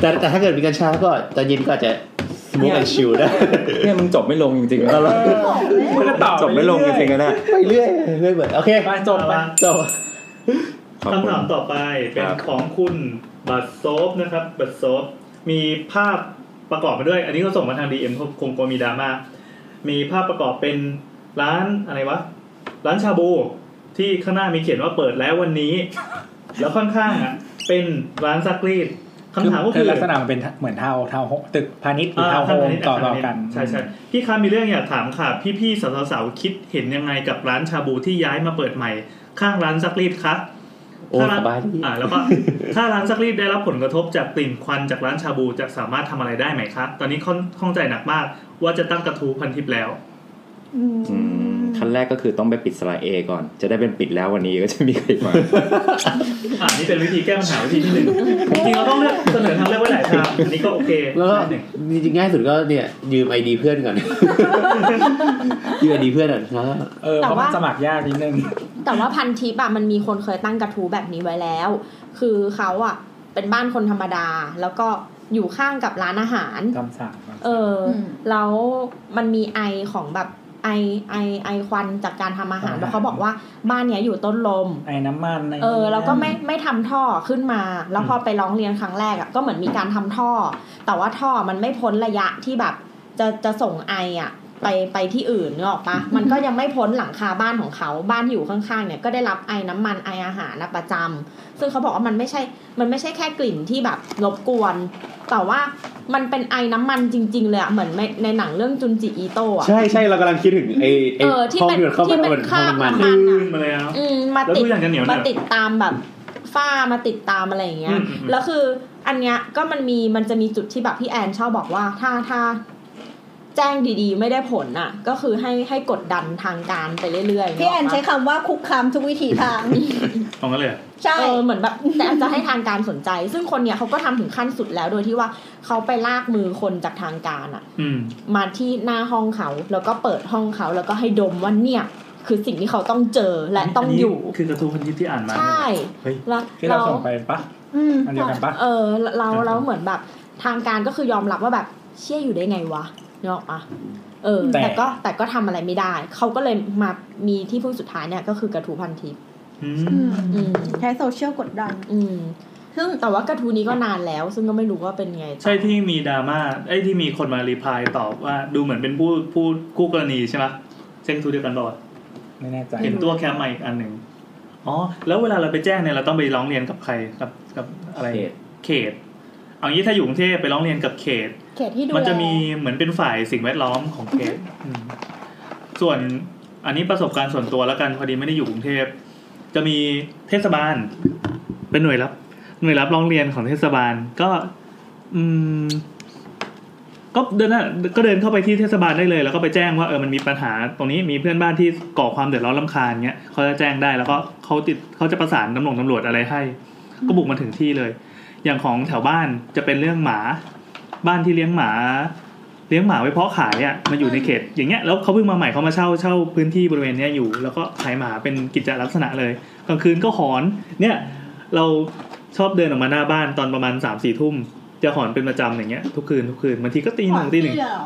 แต่แต่ถ้าเกิดมีกัญชาก็ตอนเย็นก็อาจจะสมูทแอนชิลได้
เนี่ยมึงจบไม่ลงจริงๆ
[laughs]
นะ
มันก็ต่อ
จบไม่ลงจริงๆนะเนี่ย
ไปเรื่อยเรื่อยเหมือนโอเค
ไปจบไป
จบ
ขอบ
คำ
คุณ
ถามต่อไปเป็น
ครับ
ของคุณบัตโซฟนะครับบัตโซฟมีภาพประกอบมาด้วย อันนี้ก็ส่งมาทางดีเอ็มคงกลัวมีดราม่ามีภาพประกอบเป็นร้านอะไรวะ ร้านชาบู ที่ข้างหน้ามีเขียนว่าเปิดแล้ววันนี้ แล้วข้างๆอ่ะ เป็นร้านซักรีดคำถามก็
คื
คืออ
ลักษณะมันเป็นเหมือนเทาเทาโฮตึกพาณิชย์หรือ
อ่า
เทาโฮ
ท่าน
ม
นี้
ต่อต่อ
ท่านนี้
กัน
ใช่ใช่พี่คะมีเรื่องอยากถามค่ะ พี่ๆสาวๆคิดเห็นยังไงกับร้านชาบูที่ย้ายมาเปิดใหม่ ข้างร้านซักรีดคะ
โอ้
ถ้าร้า
ส
น
บายดี
อ่าแล้วก็ [laughs] ถ้าร้านซักรีดได้รับผลกระทบจากกลิ่นควันจากร้านชาบูจะสามารถทำอะไรได้ไหมครับ ตอนนี้ค่อนข้องใจหนักมาก ว่าจะตั้งกระทู้พันทิปแล้ว
อืม
อืมขั้นแรกก็คือต้องไปปิดสไลด์เอก่อน จะได้เป็นปิดแล้ววันนี้ก็จะมีใครมา
อ่านี่เป็นวิธีแก้ปัญหาวิธีที่หนึ่งจริงๆเราต้องเลือกเสนอทางเลือกไว้หลายทางอันนี้ก็โอเค
แล้วก็
ได้หนึ่ง
จริงๆง่ายสุดก็เนี่ย ยืมไอดีเพื่อน [laughs] ก่อน ยืมไอดีเพื่อนก่อนครับ
เออเพราะมันสมัครยากนิดนึง [laughs]
แต่ว่าพันทิปอะมันมีคนเคยตั้งกระทู้แบบนี้ไว้แล้ว คือเขาอะเป็นบ้านคนธรรมดา แล้วก็อยู่ข้างกับร้านอาหาร
คำสั่ง
เอออแล้วมันมีไอของแบบไอไอไอควันจากการทำอาหารแล้วเขาบอกว่าบ้านเนี้ยอยู่ต้นลม
ไอ้น้ำมันไ
เออแล้วก็ไม่ไม่ทำท่อขึ้นมา แล้วพอไปร้องเรียนครั้งแรกอะก็เหมือนมีการทำท่อ แต่ว่าท่อมันไม่พ้นระยะที่แบบจะจะส่งไออะไปไปที่อื่นนึกออกปะมันก็ยังไม่พ้นหลังคาบ้านของเขาบ้านที่อยู่ข้างๆเนี่ยก็ได้รับไอน้ำมันไออาหารนะประจำซึ่งเขาบอกว่ามันไม่ใช่มันไม่ใช่แค่กลิ่นที่แบบรบกวน แต่ว่ามันเป็นไอน้ำมันจริง ๆ เลยอะเหมือนในในหนังเรื่องจุนจิอีโตะอะ
ใช่ใช่เรากำลังคิดถึงไอ้ไอ้
เออที่
ห้อง
เป็น
ที่มันเข้าไป
ที่เป็น
มันห้อง
คราบ
น้ำมัน
ลืมมาแล้ว
อืมมา
แล้ว
ติด
ทุกอย่างจะเหนียวเนี่ย
มาติดตามแบบฝ้ามาติดตามอะไรอย่างเงี้
อื
ย
มอืมอืม
แล้วคืออันเนี้ยก็มันมีมันจะมีจุดที่แบบพี่แอนชอบบอกว่าถ้าถ้าแจ้งดีๆ ไม่ได้ผลอ่ะ ก็คือให้ให้กดดันทางการไปเรื่อยๆ
พี่แอน
กกปะ
ใช้คำว่าคุกคามทุกวิถีทาง
ของกันเลยเหรอ
ใช่
เออเหมือนแบบแต่อาจจะให้ทางการสนใจ ซึ่งคนเนี้ยเขาก็ทำถึงขั้นสุดแล้วโดยที่ว่าเขาไปลากมือคนจากทางการอ่ะ
อืม
มาที่หน้าห้องเขาแล้วก็เปิดห้องเขาแล้วก็ให้ดมว่าเนี่ย คือสิ่งที่เขาต้องเจอและต้องอยู่
นนี้คือกระทู้พันทิปที่อ่านมา
ใช่
เฮ้ย
แล้ว
ที่เราส่งไปปะ
อืม
อันเดียวกันปะ
เออเราเราเหมือนแบบทางการก็คือยอมรับว่าแบบเชื่ออยู่ได้ไงวะเนาะอ่ะเออ
แต่
แต่ก็แต่ก็ทำอะไรไม่ได้ เขาก็เลยมามีที่พึ่งสุดท้ายเนี่ยก็คือกระทูพันทิพย์
อืม
อืม
อืม
ใช้โซเชียลกดดัน
อืมซึ่งแต่ว่ากระทูนี้ก็นานแล้ว ซึ่งก็ไม่รู้ว่าเป็นไงต่อ
ใช่ที่มีดราม่าไอ้ยที่มีคนมารีพลายตอบว่าดูเหมือนเป็นผู้ผู้คู่กรณีใช่ไหมเช่นกระทู้เดียวกันบอก
ไม่แน่ใจ
เห็นตัวแคมมาอีกอันหนึ่ง อ๋อ แล้วเวลาเราไปแจ้งเนี่ยเราต้องไปร้องเรียนกับใคร กับกับอะไร
เขต
เขต เอางี้ถ้าอยู่กรุงเทพไปร้องเรียนกับเขต
เขตที่ดู
มัน
แล
จะมีเหมือนเป็นฝ่ายสิ่งแวดล้อมของเขตมส่วนอันนี้ประสบการณ์ส่วนตัวแล้วกันพอดีไม่ได้อยู่กรุงเทพ จะมีเทศบาล เป็นหน่วยรับ หน่วยรับร้องเรียนของเทศบาลก็ อืม ก็เดินหน้าก็เดินเข้าไปที่เทศบาลได้เลย แล้วก็ไปแจ้งว่าเออมันมีปัญหาตรงนี้มีเพื่อนบ้านที่ก่อความเดือดร้อนรำคาญเงี้ยเขาจะแจ้งได้แล้วก็เขาติดเขาจะประสานตำรวจตำรวจอะไรให้ ก็บุกมาถึงที่เลย อย่างของแถวบ้านจะเป็นเรื่องหมา บ้านที่เลี้ยงหมา เลี้ยงหมาไว้เพาะขายอ่ะมันอยู่ในเขต อย่างเงี้ยแล้วเขาเพิ่งมาใหม่เขามาเช่าเช่าพื้นที่บริเวณเนี้ยอยู่ แล้วก็ขายหมาเป็นกิจลักษณะเลยกลางคืนก็หอน เนี่ย เราชอบเดินออกมาหน้าบ้านตอนประมาณสามสี่ทุ่มจะหอนเป็นประจำอย่างเงี้ยทุกคืนทุกคืนบางทีก็ตีหนึ่งตีหนึ่ง
เรอ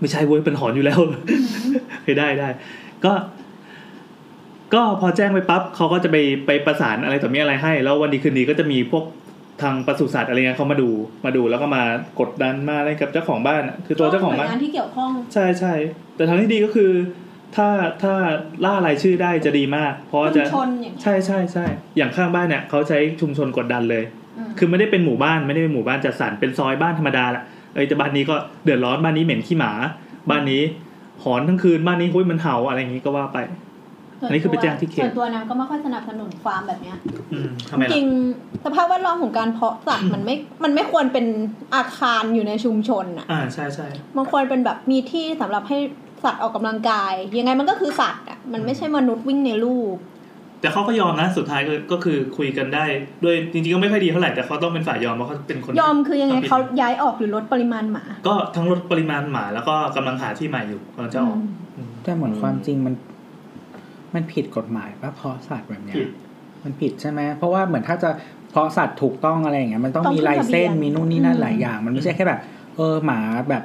ไม่ใช่เว้ยเป็นหอนอยู่ [laughs] แล้วเฮ้ยได้ได้ ก็ ก็พอแจ้งไปปั๊บเขาก็จะไปไปประสานอะไรต่อมีอะไรให้ แล้ววันดีคืนดีก็จะมีพวกทางปศุสัตว์อะไรเงี้ยเขามาดูมาดูแล้วก็มากดดันมาอะไรกับเจ้าของบ้านอะคือตัวเจ้าของ
หน่ว
บ้าย น
งานที่เกี่ยวข้อง
ใช่ใช่แต่ทางที่ดีก็คือ ถ้าถ้าล่ารายชื่อได้จะดีมาก เพราะว่าจะ
ชุมชนอย่างเงี้ย
ใช่ใช่ใช่อย่างข้างบ้านเนี่ยเขาใช้ชุมชนกดดันเลย คือไม่ได้เป็นหมู่บ้านไม่ได้เป็นหมู่บ้านจัดสรรเป็นซอยบ้านธรรมดาแหละเอ้ยแต่บ้านนี้ก็เดือดร้อนบ้านนี้เหม็นขี้หมา บ้านนี้หอนทั้งคืนบ้านนี้หุ้ยมันเห่าอะไรอย่างนี้ก็ว่าไป อันนี้คือไปแจ้งที่เขต
ส่วนตัวนะก็ไม่ค่อยสนับสนุนฟาร์มแบบเนี้ย
อืมทำไม
จ
ล่ะ
ริงสภาพแวดล้อมของการเพาะสัตว์มันไม่ มันไม่ควรเป็นอาคารอยู่ในชุมชนอ่ะ
อ่าใช่ใช่
มันควรเป็นแบบมีที่สำหรับให้สัตว์ออกกำลังกาย ยังไงมันก็คือสัตว์อ่ะ มันไม่ใช่มนุษย์วิ่งในลูก
แต่เขาก็ยอมนะ สุดท้ายก็ก็คือคุยกันได้ด้วยจริงๆก็ไม่ค่อยดีเท่าไหร่แต่เขาต้องเป็นฝ่ายยอมเพราะเขาเป็นคน
ยอมคือยังไงเขาย้ายออกหรือลดปริมาณหมา
ก็ทั้งลดปริมาณหมาแล้วก็กำลังหาที่ใหม่อยู่กำลังจะออก
แต่เหมือนความจริงมัน มันผิดกฎหมายปะเพาะสัตว์แบบเนี้ย
ผิด
มันผิดใช่ไหมเพราะว่าเหมือนถ้าจะเพาะสัตว์ถูกต้องอะไรอย่างเงี้ยมันต้อง
ต้อง
มี
ขึ้น
ลายเส้น
ทะเบียน
มีนู่นนี่นั่น
อืม
หลายอย่าง มันไม่ใช่แค่แบบ เออหมาแบบ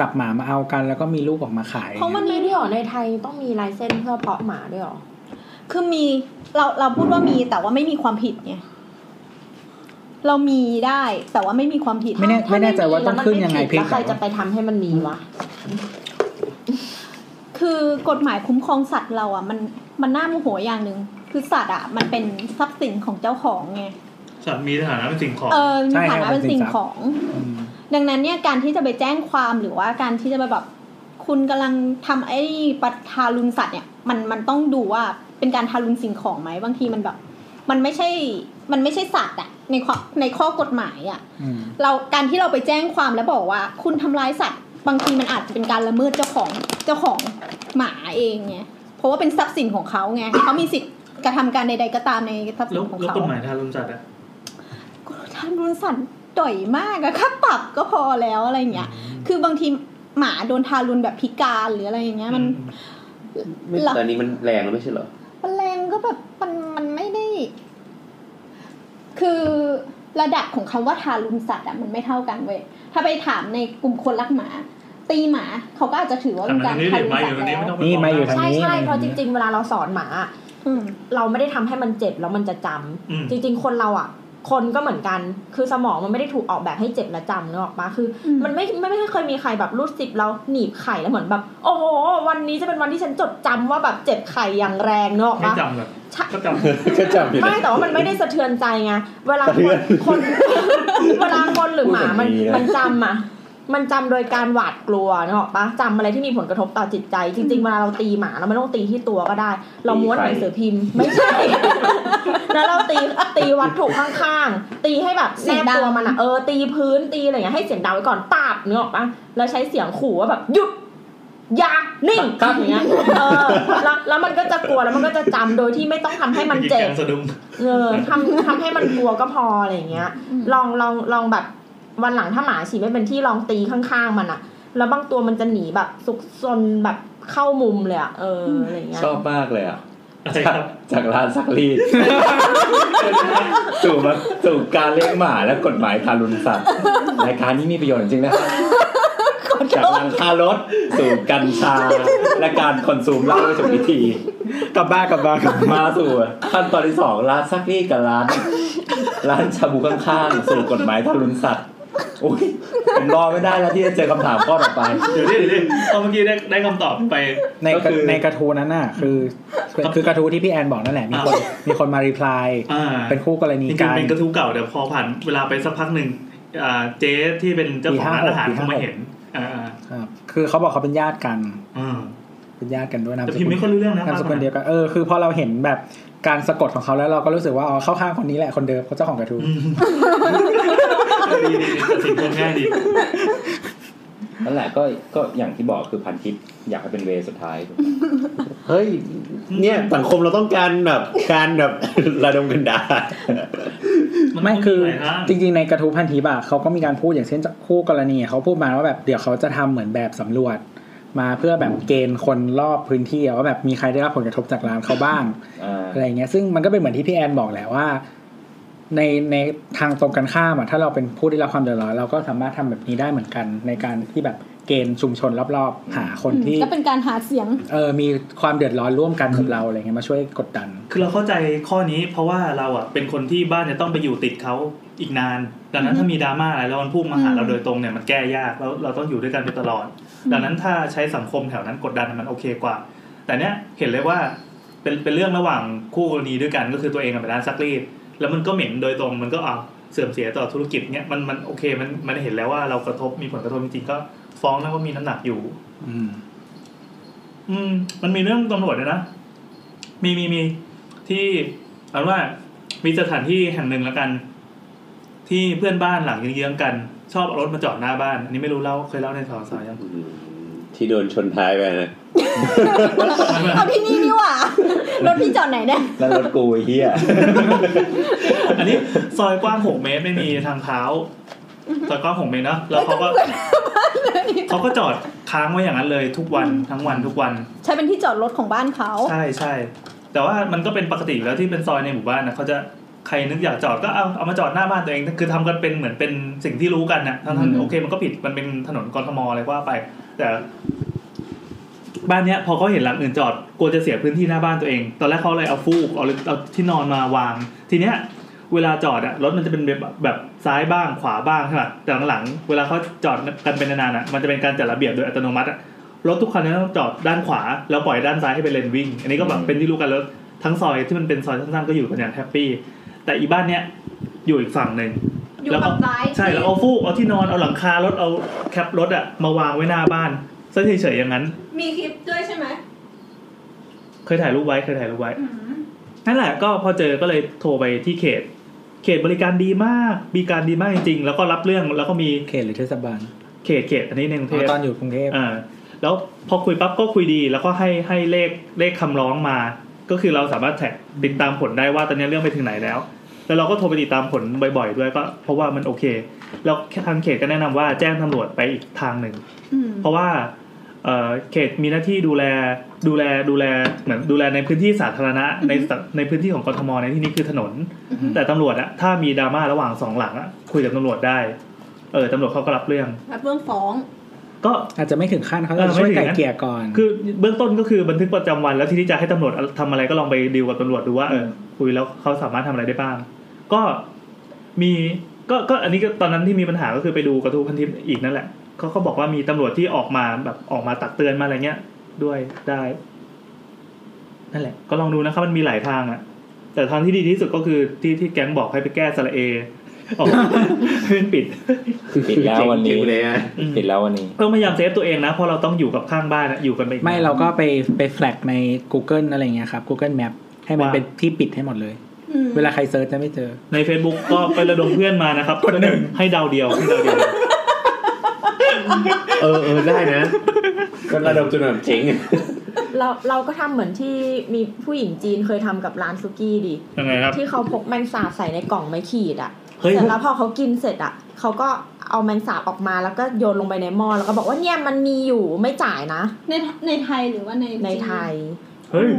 จับหมามาเอากัน แล้วก็มีลูกออกมาขาย
เพราะมัน
มี
มี
ด้วยเหรอในไทยต้องมีลายเส้นเพื่อเพาะหมาด้วยเหรอ
คือมี เรา เราพูดว่ามีแต่ว่าไม่มีความผิดไง เรามีได้แต่ว่าไม่มีความผิด
ไม่แน่ไม่แน่ใจว่าต้องขึ้นยังไงเพียง
แล้วใค
แต่
รจะ
ว่า
ไปทำให้มันมีวะ
คือกฎหมายคุ้มครองสัตว์เราอ่ะมันมันน่าโมโหอย่างหนึ่งคือสัตว์อ่ะมันเป็นทรัพย์สินของเจ้าของไง
สัตว์มีสถานะเป็นสิ่งของ
เออในฐานะเป็นสิ่งของ
อืม
ดังนั้นเนี่ยการที่จะไปแจ้งความหรือว่าการที่จะไปแบบคุณกำลังทำไอ้ปัทารุณสัตว์เนี่ยมันมันต้องดูว่าเป็นการทารุณสิ่งของไหมบางทีมันแบบ มันไม่ใช่มันไม่ใช่สัตว์อ่ะในข้อในข้อกฎหมายอ่ะ
อืม
เราการที่เราไปแจ้งความแล้วบอกว่า คุณทำร้ายสัตว์บางทีมันอาจจะเป็นการละเมิดเจ้าของเจ้าของหมาเองไงเพราะว่าเป็นทรัพย์สินของเขาไง เขามีสิทธิ์กระทำการใดๆก็ตามในทรัพย์สิ
แล้ว
นของ
แล้ว
เขา
กฎหมายทารุณสัตว์อะ
ทารุณสัตว์ต่อยมากอะค่าปรับก็พอแล้วอะไรอย่างเงี้ย คือบางทีหมาโดนทารุณแบบพิการหรืออะไรอย่างเงี้ยมัน
ไม่
หรอ
ตอนนี้มันแรงแล้วไม่ใช่เหรอ
มันแรงก็แบบมันมันไม่ได้ คือระดับของคำว่าทารุณสัตว์อะมันไม่เท่ากันเว้ยถ้าไปถามในกลุ่มคนรักหมา ตีหมาเขาก็อาจจะถือว่า
แต่
เป็น
มัน
การ
อันนี้
ทา
เด็ก
รุณ
มาอยู่ตรงนี้
สัตว์แล้
ไม่ต้องไปฟ้อง
ว
นี่มาอยู่
นะ
ทาง
ใช่
นี้
ใช่
มอยู่
เพราะจ
ทงนี้
ริง ๆ เวลาเราสอนหมาอะ
อืม
เราไม่ได้ทำให้มันเจ็บแล้วมันจะจำ
อืม
จริง ๆ คนเราอ่ะ คนก็เหมือนกัน คือสมองมันไม่ได้ถูกออกแบบให้เจ็บและจำเนกออกปะคืออ
ม
มันไม่ไม่ไม่เคยมีใครแบบรูดสิบเราหนีบไข่แล้วเหมือนแบบ โอ้โห วันนี้จะเป็นวันที่ฉันจดจำว่าแบบเจ็บไข่อย่างแรงเนกออก
ไม่
ปะ
จำหรอก
ใช่
ก็จำ
ก็จำอยู่
ไม่
[laughs] นะ
แต่ว่ามันไม่ได้สะเทือนใจไงเวลาค
สะเทือน น
คนเวลาคนหรือหมามัน
พูดแบบนี้นะ
มันจำอ่ะมันจำโดยการหวาดกลัวเนกออกปะจำอะไรที่มีผลกระทบต่อจิตใจ จริงๆเวลาเราตีหมาเราไม่ต้องตีที่ตัวก็ได้ เราม้วนหนังสือพิมพ์ไม่ใช่ แล้วเราตีตีวัตถุข้างๆ ตีให้แบบ
เสี
แน
ยง
บ
ดัง
ตัวมันอะเออตีพื้นตีอะไรอย่างเงี้ยให้เสียงดังไว้ก่อนปาบนึกออกปะแล้วใช้เสียงขู่ว่าแบบหยุดอย่านิ่ง
ครับ
อย่างเงี้ยเออแล้วแล้วมันก็จะกลัวแล้วมันก็จะจำโดยที่ไม่ต้องทำให้มันเจ็บ
แกงสะดุ้ง
เออทำทำให้มันกลัวก็พออะไรอย่างเงี้ย ลองลองลองแบบวันหลังถ้าหมาฉี่ไม่เป็นที่ลองตีข้างๆมันอะแล้วบางตัวมันจะหนีแบบซุกซนแบบเข้ามุมเลยอะเอออะไรอย่างเงี้ย
ชอบมากเลยอ่ะ
อะไรค
จาก
รับ
จากร้านซักรีด [laughs] สู่มาสู่การเลี้ยงหมาและกฎหมายทารุณสัตว์รายการนี้มีประโยชน์จริงๆนะครับจากหลังคารถสู่กัญชา และการคอนซูมเหล้าโดยสุวิธี
กลับบ้านกลับบ้านกลับบ้าน
มาสู่ขั้นตอนที่สองร้านซักรีดกับร้าน ร้านชาบูข้างๆ สู่กฎหมายทารุณสัตว์โอ้ยผมรอไม่ได้แล้วที่จะเจอคำถามข้อต่อไป
เดี๋ยวดิเดี๋ยวดิเอาเมื่อกี้ได้ได้คำตอบไป
ใน
ก็คือ
ในกระทูนั้นน่ะ คือคือคือกระทูที่พี่แอนบอกนั่นแหละมีคน
อ่ะ
มีคนมารีพลาย
อ่า
เป็นคู่กรณี
จริง
กั
ๆ
น
เป็นกระทู้เก่าเดี๋ยวพอผ่านเวลาไปสักพักหนึ่งอ่าเจ๊ที่เป็นเจ้าของร้านอาหาร
ปี
เขา
ห้าหก
มาเห็นอ่าอ่า
ครับคือเขาบอกเขาเป็นญาติกัน
อ่า
เป็นญาติกันด้วยนาม
แต่
ส
พิมพ์
กุ
ไม่
ล
ค่อยรู้เรื่องนะ
นามสกุลเดียวกันเออคือพอเราเห็นแบบการสะกดของเขาแล้วเราก็รู้สึกว่าอ๋อเข้าข้างคนนี้แหละคนเดิมเขาเจ้าของกระทู
อืม [laughs] ดีดีดีตัดสินคนง่ายดี
นั่นแหละก็ก็อย่างที่บอกคือพันทิปอยากให้เป็นเวย์สุดท้าย
เฮ้ย เนี่ยสังคมเราต้องการแบบการแบบ [laughs] ระดมกันด่า
ไม่คือ
มันมีหลายร่าง
จริงๆในกระทูพันธีบะเขาก็มีการพูดอย่างเช่นคู่กรณีเขาพูดมาว่าแบบเดี๋ยวเขาจะทำเหมือนแบบสำรวจ มาเพื่อแบบเกณฑ์คนรอบพื้นที่อะว่าแบบมีใครได้รับผลกระทบจากร้านเขาบ้าง
อ่า
อะไรอย่างเงี้ยซึ่งมันก็เป็นเหมือนที่พี่แอนบอกแหละว่า ในในทางตรงกันข้ามอะถ้าเราเป็นผู้ได้รับความเดือดร้อนเราก็สามารถทำแบบนี้ได้เหมือนกัน ในการที่แบบเกณฑ์ชุมชนรอบๆ หาคนที่
ก็เป็นการหาเสี
[laughs]
ยง
เออมีความเดือดร้อนร่วมกันกับเราอะไรเงี้ยมาช่วยกดดัน
คือเราเข้าใจข้อนี้เพราะว่าเราอ่ะเป็นคนที่บ้านจะต้องไปอยู่ติดเขาอีกนาน ดังนั้นถ้ามีดราม่าอะไรแล้วมันพุ่งมาหา
อืม
เราโดยตรงเนี่ยมันแก้ยากแล้วเราต้องอยู่ด้วยกันไปตลอด ดังนั้นถ้าใช้สังคมแถวนั้นกดดันมันโอเคกว่า แต่เนี้ยเห็นเลยว่าเป็นเป็นเรื่องระหว่างคู่กรณีด้วยกันก็คือตัวเองกับร้านซักรีดแล้วมันก็เหม็นโดยตรงมันก็เอาเสื่อมเสียต่อธุรกิจเนี้ยมันมันโอเคมันมันเห็นแล้วว่าเรากระทบมีผลกระทบจริงๆก็ฟ้องแล้วก็มีน้ำหนักอยู่
อืม
อืมมันมีเรื่องตำรวจด้วยนะ มีมีมีที่เอาว่ามีสถานที่แห่งหนึ่งแล้วกัน ที่เพื่อนบ้านหลังเยื้องๆกัน ชอบเอารถมาจอดหน้าบ้าน อันนี้ไม่รู้เล่าเคยเล่าในสาวสาวยัง
อืมที่โดนชนท้ายไปนะ
เอาที่นี่นี่
[laughs]
หว่ารถพี่จอดไหนเนี่ย
แล้วรถกูไอ้เฮีย
อันนี้ซอยกว้างหกเมตรไม่มีทางเท้าซอยกว้างหกเมตรเนาะแล้วเขาก็เขาก็จอดค้างไว้อย่างนั้นเลยทุกวันทั้งวันทุกวัน
ใช้เป็นที่จอดรถของบ้านเขา
ใช่ใช่แต่ว่ามันก็เป็นปกติอยู่แล้วที่เป็นซอยในหมู่บ้านนะเขาจะใครนึกอยากจอดก็เอาเอามาจอดหน้าบ้านตัวเองคือทำกันเป็นเหมือนเป็นสิ่งที่รู้กันนะทั้งทั้งโอเคมันก็ผิดมันเป็นถนนกรทมอะไรก็ว่าไป แต่ บ้านเนี้ยพอเขาเห็นหลังอื่นจอดกลัวจะเสียพื้นที่หน้าบ้านตัวเอง ตอนแรกเขาเลยเอาฟูกเอาเอาที่นอนมาวาง ทีเนี้ย เวลาจอดอะรถมันจะเป็นแบบแบบซ้ายบ้างขวาบ้างใช่ไหมแต่หลังๆเวลาเขาจอดกันเป็นนานๆอะมันจะเป็นการจัดระเบียบโดยอัตโนมัติอะ รถทุกคันเนี่ยต้องจอดด้านขวา แล้วปล่อยด้านซ้ายให้เป็นเลนวิ่ง อันนี้ก็แบบเป็นที่รู้กันแล้วทั้งซอยที่มันเป็นซอยสั้นๆก็อยู่กันอย่างแฮปปี้แต่อีบ้านเนี้ยอยู่อีกฝั่งหนึ่งแล้วก็ใช่แล้วเอาฟูกเอาที่นอนเอาหลังคารถเอาแคปรถอะมาวางไว้หน้าบ้านซะเฉยๆอย่างนั้น
มีคลิปด้วยใช่ไหม
เคยถ่ายรูปไว้เคยถ่ายรูปไว้นั่นแหละก็พอเจอก็เลยโทรไปที่เขต เขตบริการดีมากบริการดีมากจริงๆแล้วก็รับเรื่องแล้วก็มี
เขตหรือเทศบาล
เขตเขตอันนี้ในกรุงเท
อ๋อ
พ
ตอนอยู่กรุงเทพ
อ่าแล้วพอคุยปั๊บก็คุยดีแล้วก็ให้ให้เลขเลขคำร้องมา ก็คือเราสามารถแท็กติดตามผลได้ว่าตอนนี้เรื่องไปถึงไหนแล้ว แล้วเราก็โทรไปติดตามผลบ่อยๆ ด้วยก็ เพราะว่ามันโอเค แล้วทางเขตก็แนะนำว่าแจ้งตำรวจไปอีกทางหนึ่ง เพราะว่าเอ่อเขตมีหน้าที่ดูแลดูแลดูแลเหมือนดูแลในพื้นที่สาธารณะในสาในพื้นที่ของกทมในที่นี้คือถนน แต่ตำรวจอะถ้ามีดราม่าระหว่างสองหลังอะคุยกับตำรวจได้เออตำรวจเขาก็รับเรื่อง
รับเรื่องฟ้อง
ก็
อาจจะไม่ถึงขั้นเขา
เออ
จะช่วย
ไม่ถึงนะ
ไก่เกลี่ยก่อน
คือเบื้องต้นก็คือบันทึกประจำวันแล้วที่ที่จะให้ตำรวจทำอะไรก็ลองไปดีลกับตำรวจดูว่าเออคุยแล้วเขาสามารถทำอะไรได้บ้าง ก็มีก็ก็อันนี้ก็ตอนนั้นที่มีปัญหาก็คือไปดูกระทู้พันทิปอีกนั่นแหละเขาเขาบอกว่ามีตำรวจที่ออกมาแบบออกมาตักเตือนมาอะไรเงี้ย ด้วยได้ นั่นแหละ ก็ลองดูนะครับมันมีหลายทางอะแต่ทางที่ดีที่สุดก็คือที่ที่แก๊งบอกให้ไปแก้สระเอออก [laughs] ให้มันปิด
ปิดแล้ววันนี้
เจ๋งเลยอะ
ปิดแล้ววันนี้
ก็พยายามเซฟตัวเองนะเพราะเราต้องอยู่กับข้างบ้านอะอยู่กันไปอีก
ไม่เราก็ไปไปแฟลกใน Google อะไรเงี้ยครับ Google Map ให้มัน
ว่า
เป็นที่ปิดให้หมดเลย เวลาใครเซิร์ชจะไม่เจอ
ใน Facebook ก็ไประดมเพื่อนมานะครับกดหนึ่งให้ดาวเดียวให้ดาวเดียว
เออเออได้นะก็ระดมจนแบบเจ๋ง
เราเราก็ทำเหมือนที่มีผู้หญิงจีนเคยทำกับร้านซุกี้ดิ
ยังไงครับ
ที่เขาพกแมงสาบใส่ในกล่องไม้ขีดอะ
เฮ้ย
เสร็จแล้วพอเขากินเสร็จอะเขาก็เอาแมงสาบออกมาแล้วก็โยนลงไปในหม้อแล้วก็บอกว่าเนี่ยมันมีอยู่ไม่จ่ายนะ
ในในไทยหรือว่าใน
ในไทย
เฮ้ย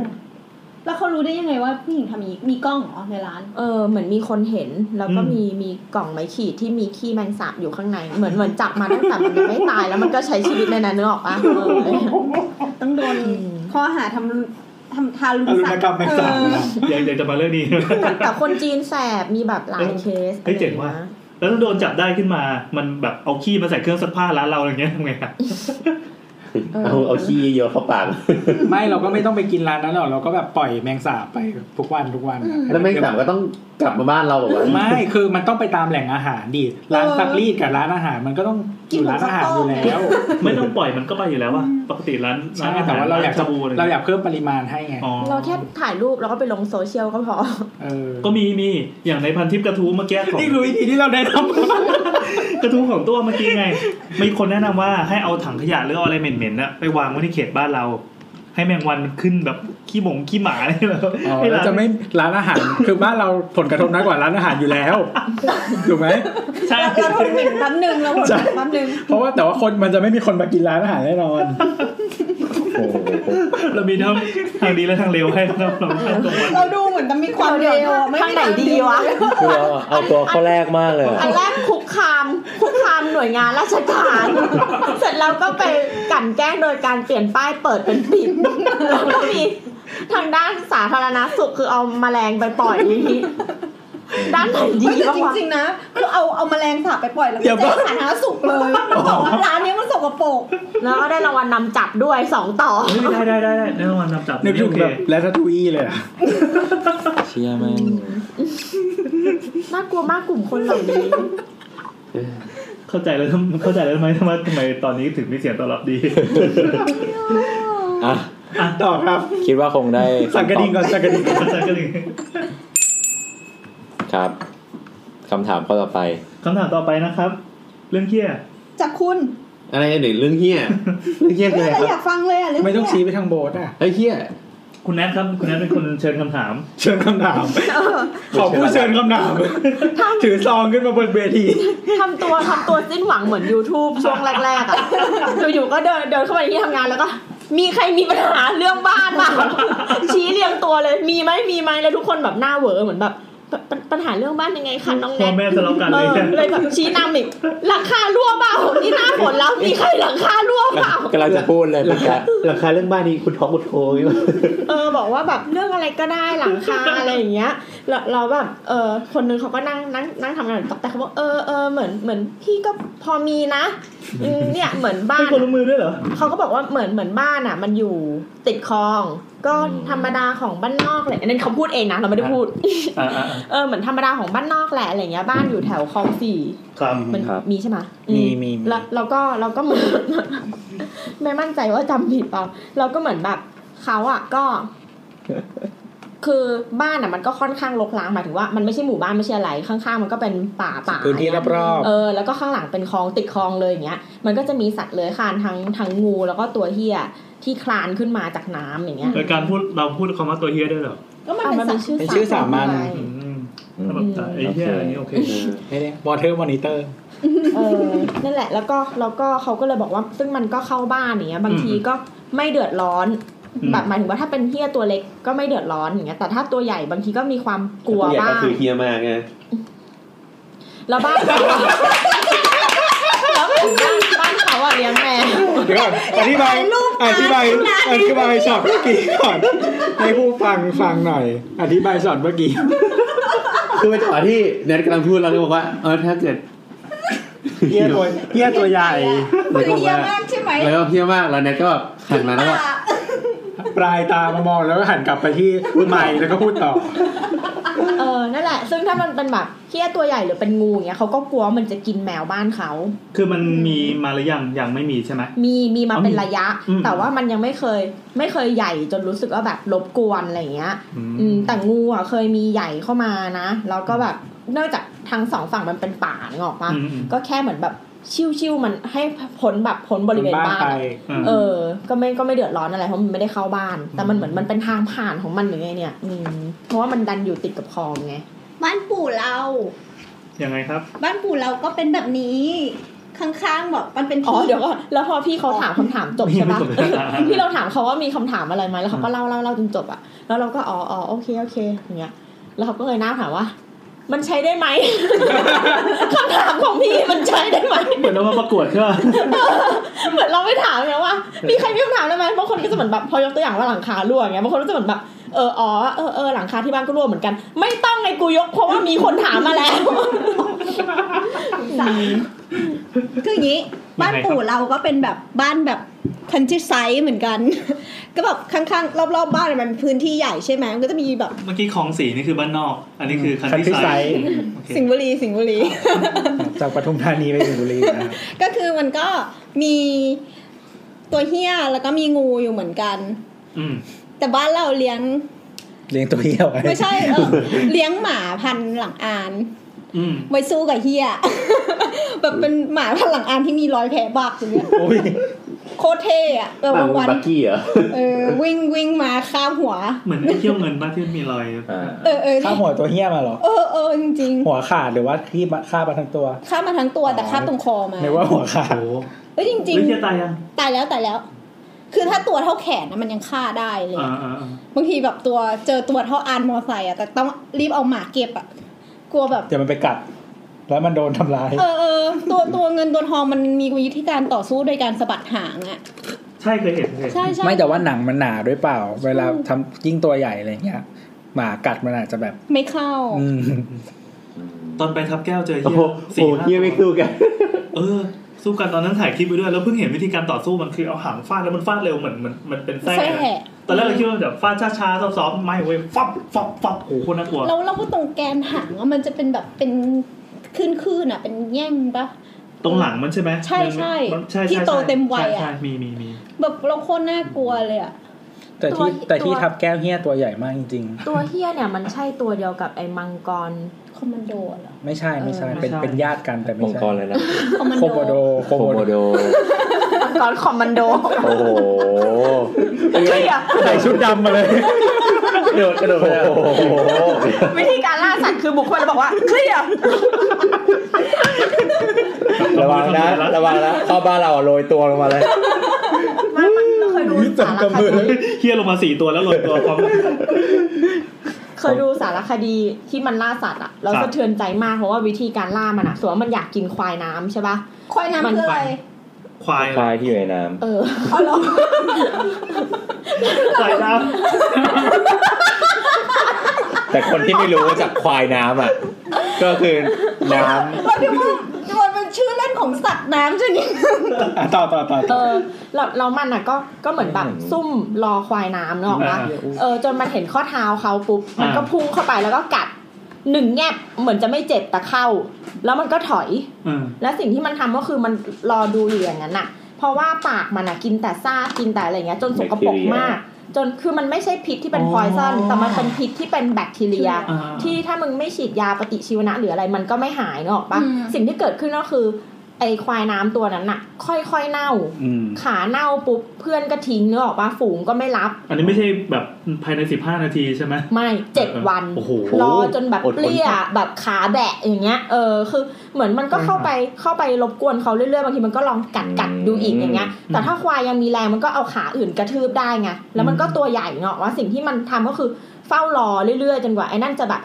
แล้วเขารู้ได้ยังไงว่าผู้หญิงทำอย่างนี้มีกล้องเหรอในร้าน
เออเหมือนมีคนเห็นแล้วก็
อืม
มีมีกล่องไม้ขีดที่มีขี้แมงสาบอยู่ข้างใน เหมือนเหมือนจับมาตั้งแต่มันยังไม่ตายแล้วมันก็ใช้ชีวิตในนั้นนึกออกปะเออ
ต้องโดน
อืม
ข้อหาทำทำทารุณสัตว์เออ
อยากอยากจะมาเรื่องนี้ [laughs]
แต่แต่คนจีนแสบมีแบบหลายเคส
เฮ้ยเจ๋งว่ะ แล้วถ้าโดนจับได้ขึ้นมา มันแบบเอาขี้มาใส่เครื่องซักผ้าร้านเราอะไรเงี้ยทำไงอะ
เอาเอาขี้โยนเข้าปาก
ไม่เราก็ไม่ต้องไปกินร้านนั้นหรอกเราก็แบบปล่อยแมงสาบไปทุกวันทุกวัน
แล้วแม่งสามก็ต้องกลับมาบ้านเราแบบว่า
ไม่คือมันต้องไปตามแหล่งอาหารดิร้านซักรีดกับร้านอาหาร มันก็ต้องอยู่ร้านอาหารอยู่แล้ว
ไม่ต้องปล่อยมันก็ไปอยู่แล้วว่ะปกติร้าน [laughs] ร้าน
ใช่
อาหาร
แต่ว่าเราอยาก
จะ
จะ
บูอะไร
เราอยากเพิ่มปริมาณให้ไง
อ๋อ
เราแค่ถ่ายรูปแล้วก็ไปลงโซเชียลก็พอ
เออ
ก็มีมีอย่างในพันทิปกระทู้เมื่อกี้ของ
นี่คือวิธีที่เราได้ท
กระทู้ของตัวเมื่อกี้ไง มีคนแนะนำว่าให้เอาถังขยะหรือเอาอะไรเหม็นๆน่ะไปวางไว้ในเขตบ้านเรา ให้แมงวันมันขึ้นแบบขี้หมงขี้หมาอะไรแล้วให้
ำเรา
ร้าน
จะไม่ร้านอาหารคือบ้านเราผลกระทบน้อยกว่าร้านอาหารอยู่แล้วถูกไหม
ใช่
เราเราทนหมิ่นแป๊บหนึ่งเราทนหมิ่นแป๊บหนึ่ง
เพราะว่าแต่ว่าคนมันจะไม่มีคนมากินร้านอาหารแน่นอน
โอ้โห
เรามีทั้งทางดีและทางเลวให้ครับเราทำตรงกัน
เราดูเหมือนจะมีความเร็วอะม่
ทาง
มี
ไหนดีวะ
คือเราเอาตัวเข้าแรกมากเลยอะ
อันแรกคุกคามคุกคามหน่วยงานราชการ เสร็จแล้วก็ไปกลั่นแกล้งโดยการเปลี่ยนป้ายเปิดเป็นปิดแล้วก็มีทางด้านสาธารณสุขคือเอาแมลงไปปล่อยอย่างนี้ ด้านไหนดี
เฮ้ยแต่
บ้าง
จ
วะ
ริงๆนะคือเอาเอาแมลงสาบไปปล่อยแล้ว
เดี๋ยว
ก็
ก่อน
แจ้งสาธารณสุขเลยบอกว่าร้านนี้มันสกปรก
แล้วก็ได้รางวัลนำจับด้วยสองต่อ
ได้ได้ได้ได้ได้รางวัลนำจับ
นึกถึ
โอง เค
แบบแลททูอีเลยอะ
เชื่อแม่ง
น่ากลัวมากกลุ่มคนเหล่านี้
เข้าใจแล้วทำเข้าใจแล้วทำไมทำไมทำไมตอนนี้ถึงมีเสียงตอบรับดี
อ่ะ
อ่ะ
ต่อครับ
คิดว่าคงได้คำตอบ
สั่งกระดิ่งก่อนสั่งกระดิ่งก่อน
ใส่กระดิ่ง
ครับคำถามข้อต่อไป
คำถามต่อไปนะครับ เรื่องเที่ย
จากคุณ
อะไรอันไหนเรื่องเฮี้ยเรื่องเฮี้ยคือ
เฮ้ยเราอ
อะไรครับ
ยากฟังเลยอ่ะเรื่อง
ไม่ต้อง
เนี้ย
ชี้ไปทางโบสอ่ะ
เฮ้ยเฮี้ย
คุณแนทครับ คุณแนทเป็นคนเชิญคำถาม
เชิญคำถาม ขอผู้เชิญคำถาม ถือซองขึ้นมาบนเวที
ทำตัวทำตัวสิ้นหวังเหมือน YouTube ช่วงแรก ๆอ่ะ อยู่ๆก็เดินเดินเข้าไปในที่ทำงานแล้วก็ มีใครมีปัญหาเรื่องบ้านบ้างชี้เรียงตัวเลย มีไหมมีไหมแล้วทุกคนแบบหน้าเหวอเหมือนแบบปปปัญหาเรื่องบ้านยังไงคะน้อง
พ่
แน็
อแม่ทะเลาะกัน
เอ
เลย
อเลยแบบชี้นำอีกหลังคารั่วเปล่านี่หน้าฝนแล้วมีใครหลังคารั่วเปล่า
กำลังจะพูดเลยเป็นการ
ราคาเรื่องบ้านนี้คุณท็อกคุณโทย
เออบอกว่าแบบเรื่องอะไรก็ได้หลังคาอะไรอย่างเงี้ยเราเราแบบเออคนนึงเขาก็นั่งนั่งนั่งทำงานอยู่แต่เขาบอกเออเออเหมือนเหมือนพี่ก็พอมีนะอืมเนี่ยเหมือนบ้า
เป็น
น
คนลงมือด้วยเหรอ
เขาก็บอกว่าเหมือนเหมือนบ้านอ่ะ มันอยู่ติดคลอง ก็ธรรมดาของบ้านนอกเลยอันนั้นเขาพูดเองนะเราไม่ได้พูด
อ่าอ่า
เออเหมือนธรรมดาของบ้านนอกแหละอะไรเงี้ยบ้านอยู่แถวคลองสี่
ครับ
มัน
ครับ
มีใช่ไหม
มี
อื
มีมี
แล้วเราก็เราก็เหมือน [laughs] ไม่มั่นใจว่าจำผิดเปล่าเราก็เหมือนแบบเขาอ่ะก็ คือบ้านอ่ะมันก็ค่อนข้างรกร้างหมายถึงว่ามันไม่ใช่หมู่บ้านไม่ใช่อะไรข้างๆมันก็เป็นป่าป่า
พื้นที่รอบ
เออแล้วก็ข้างหลังเป็นคลองติดคลองเลยอย่างเงี้ย มันก็จะมีสัตว์เลื้อยคลานทั้งทั้งงูแล้วก็ตัวเหี้ยที่คลานขึ้นมาจากน้ำอย่างเงี้ย
โดยการพูดเราพูดคำว่าตัวเฮียด้วยเหรอ
ก็มันเป็นสัตว์
ๆ เป็นชื่อสามัญ
อะไร
อืมถ้าแบบอ่ะไอ้เฮียอันนี้โอเค
ไม่ได้วอเทอร์มอนิเตอร์
เออนั่นแหละ แล้วก็แล้วก็เขาก็เลยบอกว่า ซึ่งมันก็เข้าบ้านอย่างเงี้ย บางที
อืม
ก็ไม่เดือดร้อน
อืม
แบบหมายถึงว่าถ้าเป็นเฮี้ยตัวเล็กก็ไม่เดือดร้อนอย่างเงี้ยแต่ถ้าตัวใหญ่บางทีก็มีความกลัว
ผู้ใหญ่
บ้า
ก็
ง
คือเฮี้ยมากไง
แล้วบ้านเขาอะแล้วถึงบ้านบ้านเขาอะเลี้ยงแมว
เดี๋ยวก่อนอธิบายอธิบายอธิบายช็อตเมื่อกี้ก่อน ให้ผู้ฟังฟังหน่อย อธิบายช็อตเมื่อกี้
คือเป็นจังหวะที่แนทกำลังพูดแล้วก็บอกว่าเออถ้าเกิด
เหี้ยตัวเหี้ยตัวใหญ่
แล้วก็
คื
บอ
อ
ก
เยี่ย
ว่าม
มากใช่ไหม
แล้วก็เฮี้ยมากแล้วแนทก็แบบหันมาแล้วก็
ปลายตามามองแล้วก็หันกลับไปที่ไมค์แล้วก็พูดต่อ
เออนั่นแหละ ซึ่งถ้ามันเป็นแบบเฮี้ยตัวใหญ่หรือเป็นงูอย่างเงี้ยเขาก็กลัวมันจะกินแมวบ้านเขา
คือมันมีมาหรือยังยังไม่มีใช่ไหม
มีมีมา
อ๋อ
เป็นระยะ
อืม
แต่ว่ามันยังไม่เคย ไม่เคยใหญ่จนรู้สึกว่าแบบรบกวนอะไรอย่างเงี้ย
อืม
อืมแต่งูอ่ะเคยมีใหญ่เข้ามานะแล้วก็แบบเนื่องจากทางสองฝั่งมันเป็นป่านึกออกปะ
อืมอืม
ก็แค่เหมือนแบบชิวๆมันให้พ้นแบบพ้นบริเวณบ้านอะ
อ่า
เออ ก็ไม่ก็ไม่เดือดร้อนอะไรเพราะมันไม่ได้เข้าบ้าน แต่มันเหมือนมันเป็นทางผ่านของมันหรือไงเนี่ยอืมเพราะว่ามันดันอยู่ติดกับคลองไง
บ้านปู่เรา
ยังไงครับ
บ้านปู่เราก็เป็นแบบนี้ ข้างๆแบบมันเป็น
อ๋อ
ที่
เดี๋ยวก็แล้วพอพี่เขาถามคำถามจบใช่ปะ
ไม่จบ
พี่เราถามเขาว่ามีคำถามอะไรไหมแล้วเขาก็เล่าเล่าเล่าจนจบอะแล้วเราก็อ๋ออ๋อโอเคโอเคอย่างเงี้ย แล้วเขาก็เลยหน้าถามว่า มันใช้ [laughs] ได้ไหม คำถามของพี่มันใช้ได้ไหม
เหมือนเรามาประกวดใช่ป่ะ
เหมือนเราไม่ถามไงว่ามีใครมีคำถามได้ไหมบางคนก็จะเหมือนแบบพอยกตัวอย่างว่าหลังคารั่วไงบางคนก็จะเหมือนแบบเอออ๋อเออเออหลังคาที่บ้านก็รั่วเหมือนกัน ไม่ต้องไงกูยกเพราะว่ามีคนถามมาแล้ว
คืออย่างนี้ บ้านปู่เราก็เป็นแบบบ้านแบบคันที่ไซส์เหมือน [laughs] กัน ก็แบบข้างๆ รอบๆ บ้านมันพื้นที่ใหญ่ใช่ไหมมันก็จะมีแบบ
เมื่อกี้ของสีนี่คือบ้านนอก อันนี้คือคันที่
countryside
ไซ
สิงห์บุรีสิงห์บุรี [laughs]
จากปทุมธานีไปสิงห์บุรีนะ
ก็คือมันก็มีตัวเหี้ยแล้วก็มีงูอยู่เหมือนกัน
อืม
แต่บ้านเราเลี้ยง
เลี้ยงตัวเหี้ยไว้
ไม่ใช่เอ
[laughs]
อเลี้ยงหมาพันธุ์หลังอาน
อืม
ไว้สู้กับเฮีย [laughs] แบบเป็นหมาพันหลังอานที่มีรอยแผลบากอย่างเงี้ย
โอ้ย
โคตรเท่อะเออ
หมา
บาง
มึง
วัน
บักกี้เหรอ
เออวิ่งวิ่งมาข้ามหัว
เหมือนไอ้เที่ยวเงินบ้านที่มีรอย
อ่า
เออเออ
ข้าหัวตัวเหี้ยมาเหรอ
เออเออจริง
หัวขาดหรือว่าที่ฆ่ามาทั้งตัว
ๆข้ามมาทั้งตัวแต่ข้ามตรงคอมา
ในว่าหัวขาด
โอ้
เอ้ยจริง
ไม่เที่ยวตายยัง
ๆ ตายแล้วตายแล้ว คือถ้าตัวเท่าแขนนะมันยังฆ่าได้เลย
อ่าอ่าอ่า
บางทีแบบตัวเจอตัวเท่าอานมอไซค์อะแต่ต้องรีบเอาหมาเก็บอะกลัวแบบ
เดี๋ยวมันไปกัด แล้วมันโดนทำร้าย
เออเออตัวตัวเงินตัวทองมันมีวิธีการต่อสู้โดยการสะบัดหางอะ
ใช่เคยเห็นเคยเห็น
ใช่ใช่
ไม่แต่ว่าหนังมันหนาด้วยเปล่า เวลาทำยิ่งตัวใหญ่อะไรเงี้ยหมากัดมันอาจจะแบบ
ไม่เข้า
อืม
ตอนไปทับแก้วเจอ
โอ้
เที่ยว
โห
สี่
โอ้
ห้า
เฮี้ยไม่
ตัว
สู้กัน
เออ สู้กันตอนนั้นถ่ายคลิปไปด้วยแล้วเพิ่งเห็นวิธีการต่อสู้มันคือเอาหางฟาดแล้วมันฟาดเร็วเหมือนมันมันเป็นแส้
แส้
ตอนแรกเราคิดว่าแบบฟาดช้าๆซอฟๆไม่เว้ยฟับฟับฟับโอ้โหโคนน่ากลัว
เราเราก็ตรงแกนหางอะมันจะเป็นแบบเป็นคลื่นคลื่นๆอ่ะ เป็นแง่งปะ
ตรงหลังมันใช่ไหม
ใช่ใช่
มันใช่
ที่
ใช่
โตเต็มวัย
ใช่
อะ
ใช่มีมีมี
แบบเราโคตรน่ากลัวเลยอ่ะ
แต่ที่แต่ที่ทับแก้วเฮี้ยตัวใหญ่มากจริง
ตัวเฮียเนี่ยมันใช่ตัวเดียวกับไอ้มังกร
คอมมานโดเหรอ
ๆ ไม่ใช่ไม่ใช่
เออ
เป็น
ไม่ใช่
เป็นญาติกันแต่ไม่
อง
ใช่
ค์กรเลยนะ
คอมมาน
โคโบโด
โด
โค
โค
โบ
โม
โด
โด
มังกรคอมมานโด
โอ้โห
เฮีย
ใส่ชุดดำมาเลย
กระโดดกระโดดโอ้โห
วิธีการล่าสัตว์คือบุกเข้าไปแล้วบอกว่าเคลียร์
ระวังนะระวังนะเข้าบ้านเราอะโรยตัวลงมาเลย
มันมันเคยดูสารคดี
เฮียลงมาสี่ตัวแล้วหล่นตัวพร้อมกัน
เคยดูสารคดีที่มันล่าสัตว์อะเราสะเทือนใจมากเพราะว่าวิธีการล่ามันอะสมมติว่ามันอยากกินควายน้ำใช่ปะ
ควายน้ำคืออะไร
ควาย
คลายที่อยู่ในน้
เออเ
ควายน้
แต่คนที่ไม่รู้จากควายน้ำอ่ะ ก็คือน้ำ
มันคือมันเป็นชื่อเล่นของสัตว์น้ำชนิดหนึ่ง
อ่ะต่อต่อต่อ
อ
ต่อ
อเราเรามันอ่ะก็ก็เหมือนแบบซุ่มรอควายน้ำเนกอะปะเออจนมันเห็นข้อเท้าเขาปุ๊บมันก็พุ่งเข้าไปแล้วก็กัดหนึ่งแงบเหมือนจะไม่เจ็บแต่เข้า แล้วมันก็ถอย
ำอืม
และสิ่งที่มันทำก็คือมันรอดูอยู่อย่างนั้นน่ะ เพราะว่าปากมันอ่ะกินแต่ซากกินแต่อะไรเงี้ยจนสกปรกมาก จนคือมันไม่ใช่พิษที่เป็นพอยซันแต่มันเป็นพิษที่เป็นแบคทีเรีย
อ่า
ที่ถ้ามึงไม่ฉีดยาปฏิชีวนะหรืออะไรมันก็ไม่หายเนกอะปะสิ่งที่เกิดขึ้นก็คือ ไอควายน้ำตัวนั้นน่ะ ค่อยๆเน่า
อืม
ขาเน่าปุ๊บเพื่อนก็ทิ้งเนกอะปะฝูงก็ไม่รับ
อันนี้ไม่ใช่แบบภายในสิบห้านาทีใช่ไหม
ไม่เจ็ดวัน
โอ้โห
รอจนแบบเปลี่ยแบบขาแบะอย่างเงี้ยเออคือเหมือนมันก็เข้าไปเข้าไปรบกวนเขาเรื่อยๆบางทีมันก็ลองกัดกัดดูอีกอย่างเงี้ย แต่ถ้าควายยังมีแรงมันก็เอาขาอื่นกระทืบได้ไงแล้วมันก็ตัวใหญ่เนาะว่าสิ่งที่มันทำก็คือเฝ้ารอเรื่อยๆ จนกว่าไอ้นั่นจะแบบ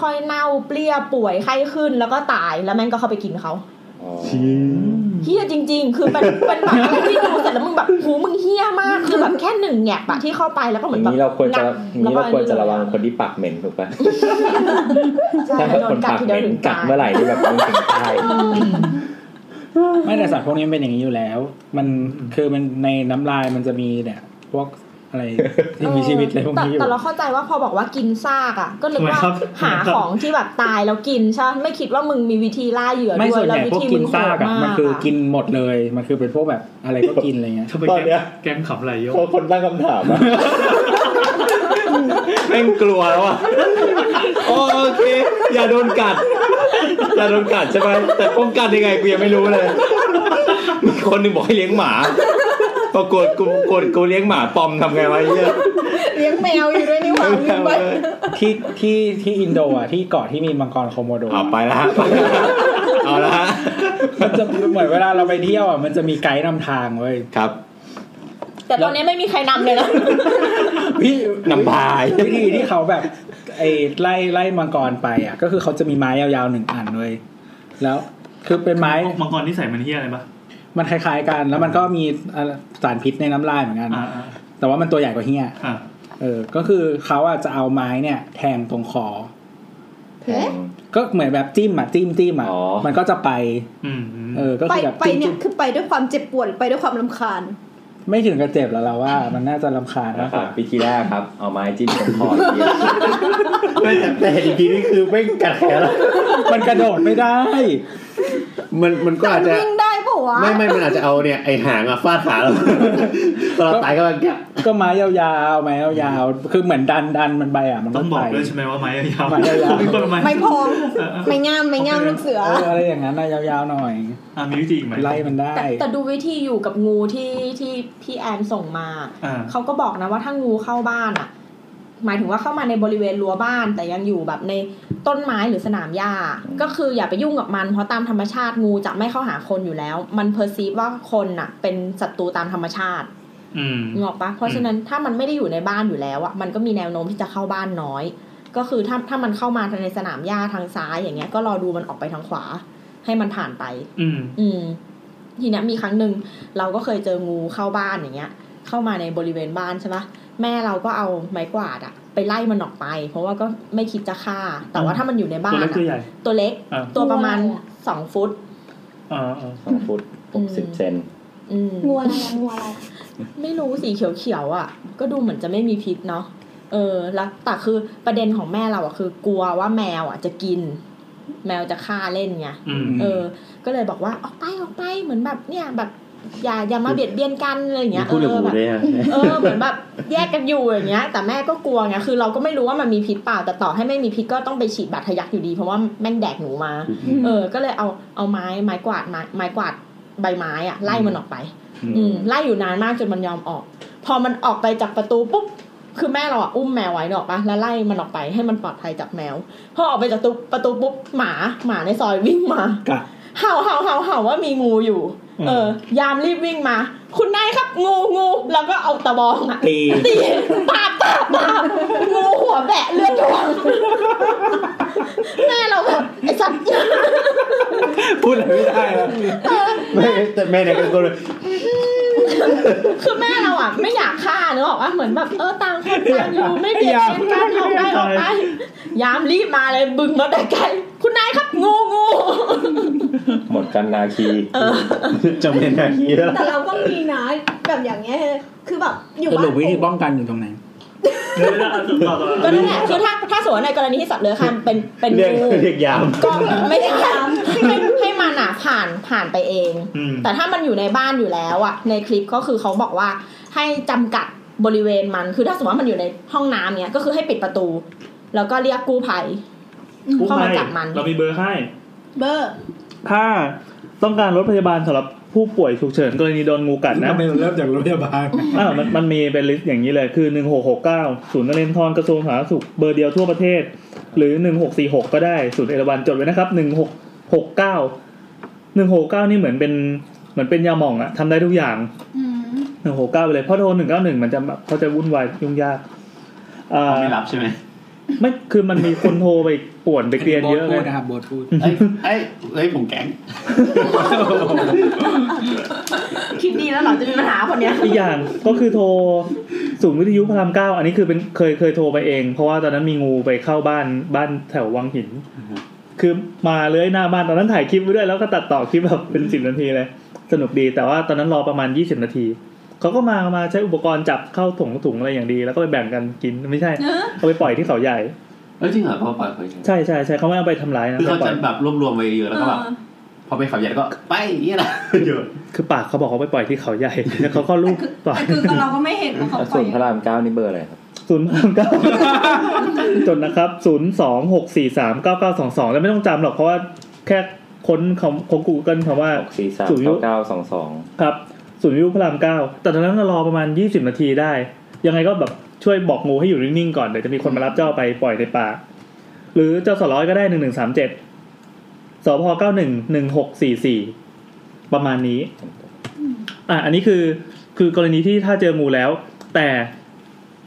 ค่อยๆเน่าเปลี้ยป่วยไข้ขึ้นแล้วก็ตายแล้วแม่งก็เข้าไปกินเขา
ำอ๋อ
เฮี้ยจริง ๆ คือเป็นเป็นแบบอะไรที่ดูเสร็จแล้วมึงแบบหูมึงเฮี้ยมากคือแบบแค่หนึ่งแงบอะที่เข้าไปแล้วก็เห
อ
มือน
ย่าง
แบบ
นี้เราควรจะ
งับ
อย่างนี้เราควรจะระวัง
แ
คนที่ปากเหม็นถูกปะ
ล้ว
ถ้า
ก็โด
คน
นกัด
ปาก
ที
เห
เดียว
ม็
น ถึง
กั
ตาย
ดเมื่อไหร่นี่แบบมึงถึงตาย
ไม่แต่สัตว์พวกนี้มันเป็นอย่างนี้อยู่แล้ว มันคือมันในน้ำลายมันจะมีเนี่ยพวก [laughs] อะไรที่มีชีวิตอะไรพวกนี้อยู่
แต่แต่เราเข้าใจว่าพอบอกว่ากินซากอ่ะ ก็นึกว่า
ทำไมครับ
หาของที่แบบตายแล้วกินใช่ไหมไม่คิดว่ามึงมีวิธีล่าเหยื่อ
ไม่
ด้ว
ส่วย น
แล้
ให
ว
ญ่
วิ
พวก
ธี
กิ
มึ
น
งโห
ซาก
ด
อ่ะ
มา
มัน
ก
คือ
อะ
กินหมดเลย มันคือเป็นพวกแบบอะไรก็กินอะไรเงี้ย
ทำไมแกล้งแกล้งขำไหลโย
พอคนตั้งคำถามอะ [laughs] แม่งกลัวแล้วอ่ะโอเค อย่าโดนกัด อย่าโดนกัดใช่ไหมแต่ป้องกันยังไงกูยังไม่รู้เลยมีคนหนึ่งบอกให้เลี้ยงหมาปรากฏกูกดกูเลี้ยงหมาปลอมทำไงวะไอ้เนี่ย
[laughs] เลี้ยงแมวอยู่ด้วยนี่หว่าลืมไป
ที่ที่ที่อินโดอ่ะที่เกาะที่มีมังกรโคโมโด
เอาไปแล้วฮะเอาละฮะ
มันจะเหมือนเวลาเราไปเที่ยวอ่ะมันจะมีไกด์นำทางเว้ย
ครับ
แต่ตอนนี้ไม่มีใครนำเลยนะ
วิ
นำพาย
วิธีที่เขาแบบไอ้ไล่ไล่มังกรไปอ่ะ ก็คือเขาจะมีไม้ยาวๆหนึ่งอันเว้ยแล้วคือเป็นไม้
มังกรที่ใส่มันเฮียอะไรปะ
มันคล้ายๆกัน แล้วมันก็มีอ่าสารพิษในน้ำลายเหมือนกัน
อ่าอ่า
แต่ว่ามันตัวใหญ่กว่าเฮีย
อ่า
เออ ก็คือเขาอ่ะจะเอาไม้เนี่ย แทงตรงคอ
แทง
ก็เหมือนแบบจิ้มอ่ะจิ้มจิ้มอ่ะ
อ๋อ
มันก็จะไป
อืมอืม
เออ ก็
ไป
คือแบบ
ไป
จิ้ม
เนี่ย
จิ้ม
คือไปด้วยความเจ็บปวดหรือไปด้วยความรำคาญ
ไม่ถึงกับเจ็บแล้วเราว่า มันน่าจะลำคาญ
นะ
มาก
ค
ก
รับ
ว่า
วิธีแรกครับ เอาไม้จิ้มตรงคอเหี้ย
ไม่แต่แต่เห็นอีกทีนี่คือไม่งกัดแขนแล้ว
มันกระโดดไม่ได้
มันมันก็อาจจะ
วิ่งได้ปะวะ
ไม่ไม่มันอาจจะเอาเนี่ยไอหางอะฟาดขาเราตอนเราตายก็แบบเนี่ย
ก็ไม้ยาวๆไม้ยาวๆคือเหมือนดันดันมันไปอ่ะ มัน
ต้องบอก
ไป
ด้วยใช่ไหมว่าไม้ยาว
ไม้ยาว
มีคนเอา
ไม่
ไม้
พอง
เออเออ
ไม่งามไม่งามลูกเสือ
เอออะไรอย่างนั้นนะยาวๆหน่อย
อ่ามีวิธีอีกไหม
ไล่มันได้
แต่แต่ดูวิธีอยู่กับงูที่ที่พี่แอนส่งมา
อ่า
เขาก็บอกนะว่าถ้างูเข้าบ้านอ่ะ หมายถึงว่าเข้ามาในบริเวณรั้วบ้าน แต่ยังอยู่แบบในต้นไม้หรือสนามหญ้า ก็คืออย่าไปยุ่งกับมัน เพราะตามธรรมชาติงูจะไม่เข้าหาคนอยู่แล้ว มันเพอร์ซีฟว่าคนน่ะ เป็นศัตรูตามธรรมชาติ
อืม
งอกปะเพราะฉะนั้นถ้ามันไม่ได้อยู่ในบ้านอยู่แล้วอ่ะมันก็มีแนวโน้มที่จะเข้าบ้านน้อย ก็คือถ้าถ้ามันเข้ามาทางในสนามหญ้าทางซ้ายอย่างเงี้ยก็รอดูมันออกไปทางขวา ให้มันผ่านไป
อืม
อืมทีเนี้ยมีครั้งหนึ่งเราก็เคยเจองูเข้าบ้านอย่างเงี้ย เข้ามาในบริเวณบ้านใช่ปะแม่เราก็เอาไม้กวาดอะไปไล่มันออกไป เพราะว่าก็ไม่คิดจะฆ่า แต่ว่า
อืม
ถ้ามันอยู่ในบ้า
ตัวน เล็ก
อะ
ตัวใหญ่
ตัวเล็ก
อ่า
ตัวประมาณสองฟุต
อ่าอ่า
สองฟุตหกสิบเซน
อืม
งูอะไรอะงูอะไร
ไม่รู้สีเขียวๆอะก็ดูเหมือนจะไม่มีพิษเนาะเออ แล้วแต่คือประเด็นของแม่เราอะคือกลัวว่าแมวอะจะกิน แมวจะฆ่าเล่นไง
อืม
เออ ก็เลยบอกว่าออกไปออกไปเหมือนแบบเนี่ยแบบ อย่าอย่ามาเบียดเบียนกันอะไรอย่าง
มี
เงี้ยเอ
พูดถึง
อ
หมู
แบบ
ด้วยอะ
เออเหมือนแบบแยกกันอยู่อย่างเงี้ย แต่แม่ก็กลัวไงคือเราก็ไม่รู้ว่ามันมีพิษเปล่าแต่ต่อให้ไม่มีพิษก็ต้องไปฉีดบาดทะยักอยู่ดี เพราะว่าแม่งแดกหนูมา
อืม
เออ ก็เลยเอาเอาไม้ไม้กวาดไม้ไม้กวาดใบไม้อะไล่มันออกไป อืมไล่อยู่นานมากจนมันยอมออก พอมันออกไปจากประตูปุ๊บคือแม่เราอะอุ้มแมวไว้เนกอะปะแล้วไล่มันออกไปให้มันปลอดภัยจากแมวพอออกไปจากประตูประตูปุ๊บหมาหมาในซอยวิ่งมา
กัด
เห่าเห่าเห่าเห่าว่ามีงูอยู่
อืม
เออ ยามรีบวิ่งมา คุณนายครับงูงูแล้วก็เอาตะบองอะ
ตี
ตีปาบปาบปาบงูหัวแบะเลือดหยด [laughs] แม่เราแบบไอ้สัตว์
พูดอะไรไม่ได้แล้ว
ไม่แต่แม่เนี่ยก็กลัวเลย
คือแม่เราอ่ะ ไม่อยากฆ่าเนอะบอกว่าเหมือนแบบเออต่างคนต่างอยู่ไม่เบียดเบียนกันออกได้ออกไปยามรีบมาเลยบึงมาแต่ไกลคุณนายครับงูงู [laughs]
หมดกันนาคี
จำเป็นอย่างนี้แล้ว
แต่เราก็มีนะแบบอย่างเงี้ยคือแบบอยู่
ส
บ้า
รุป
น
วิธี
ปู่
ป้องกันอยู่ตรงไหน
เดี๋ยวนะต่อต่อ
ก็นั่นแหละคือถ้าถ้าสมมติว่าในกรณีที่สัตว์เลื้อยคลานเป็นเป็น
เรียก
งู
เรียกยาม
ก็ไม่ได้ย้ำให้ให้มันอ่ะผ่านผ่านไปเอง
อืม
แต่ถ้ามันอยู่ในบ้านอยู่แล้วอ่ะในคลิปก็คือเขาบอกว่าให้จำกัดบริเวณมัน คือถ้าสมมติว่ามันอยู่ในห้องน้ำเนี้ยก็คือให้ปิดประตู แล้วก็เรียกกู้ภัย
กู้
เข้า
ภั
มาย จับมัน
เรามีเบอร์ให้
เบอร์
ถ้าต้องการรถพยาบาลสำหรับผู้ป่วยฉุกเฉินกรณีโดนงูกัดนะ
ทำไมเราเริ่มจากโรงพยาบาล
อ่ามันมันมีเป็นลิสต์อย่างนี้เลยคือหนึ่งหกหกเก้าศูนย์นเรนทรกระทรวงสาธารณสุขเบอร์เดียวทั่วประเทศ หรือหนึ่งหกสี่หกก็ได้ศูนย์เอราวันจดไว้นะครับหนึ่งหกหกเก้าหนึ่งหกเก้านี่เหมือนเป็นเหมือนเป็นยาหม่องอะทำได้ทุกอย่างหนึ่งหกเก้าไปเลยเพราะโทรหนึ่งเก้าหนึ่งมันจะแบบเขาจะวุ่นวายยุ่งยากอ่า
ไม่รับใช่ไหม
ไม่คือมันมีคนโทรไปป่วนไปเกลียนเยอะเล
โบ
ย
ทพูดนะครับโบทพูด
เอ้ยเอ้ยเฮ้ยผมแก๊ง
คลิปนี้แล้วหรอจะมีปัญหาคนเนี้ย
อีกอย่างก็คือโทรศูนย์วิทยุพระรามเก้าอันนี้คือเป็นเคยเคยโทรไปเอง เพราะว่าตอนนั้นมีงูไปเข้าบ้านบ้านแถววังหิน คือมาเลื้อยหน้าบ้านตอนนั้นถ่ายคลิปไว้ด้วยแล้วก็ตัดต่อคลิปแบบเป็นสิบนาทีเลย สนุกดีแต่ว่าตอนนั้นรอประมาณยี่สิบนาทีเขาก็มามาใช้อุปกรณ์จับเข้าถุงถุงอะไรอย่างดี แล้วก็ไปแบ่งกันกินไม่ใช่เอาไปปล่อยที่เขาใหญ่
เอ้ยจริงเหรอพ่อปล่อยเคย
ใช่ใช่ใช่เขาไม่เอาไปทำร้ายนะ
คือเขา
ไปปล่
จะ
อย
แบบรวบรวมไว้เยอะแล้วก็แบบพอไปขับใหญ่ก็ไปอย่างนี่นะ [laughs] เยอะ
คือปากเขาบอกเขาไปปล่อยที่เขาใหญ่แล้วเขาก็ลูกปล่อย
แต่คือเราก็ไม่เห็นว่าเขา
แล้ว
ปล่
ส่
อ
วย นพระรามเก้านี่เบอร์อะไรครับ
ศูนย์พันเก้าจนนะครับศูนย์สองหกสี่สามเก้าเก้าสองสองแล้วไม่ต้องจำหรอกเพราะว่าแค่ค้นคำของกูเกิลคำว่า
หกสี่สาม
จุดยุ
เก้าเก้าสองสอง
ครับศูนย์วิทยุพระรามเก้าแต่ตอนนั้นรอประมาณยี่สิบนาทีได้ ยังไงก็แบบช่วยบอกงูให้อยู่นิ่งๆก่อน เดี๋ยวจะมีคนมารับเจ้าไปปล่อยในป่า หรือเจ้าสร้อยก็ได้หนึ่งหนึ่งสามเจ็ดสพเก้าหนึ่งหนึ่งหกสี่สี่ประมาณนี้ อ่ะอันนี้คือคือกรณีที่ถ้าเจองูแล้ว แต่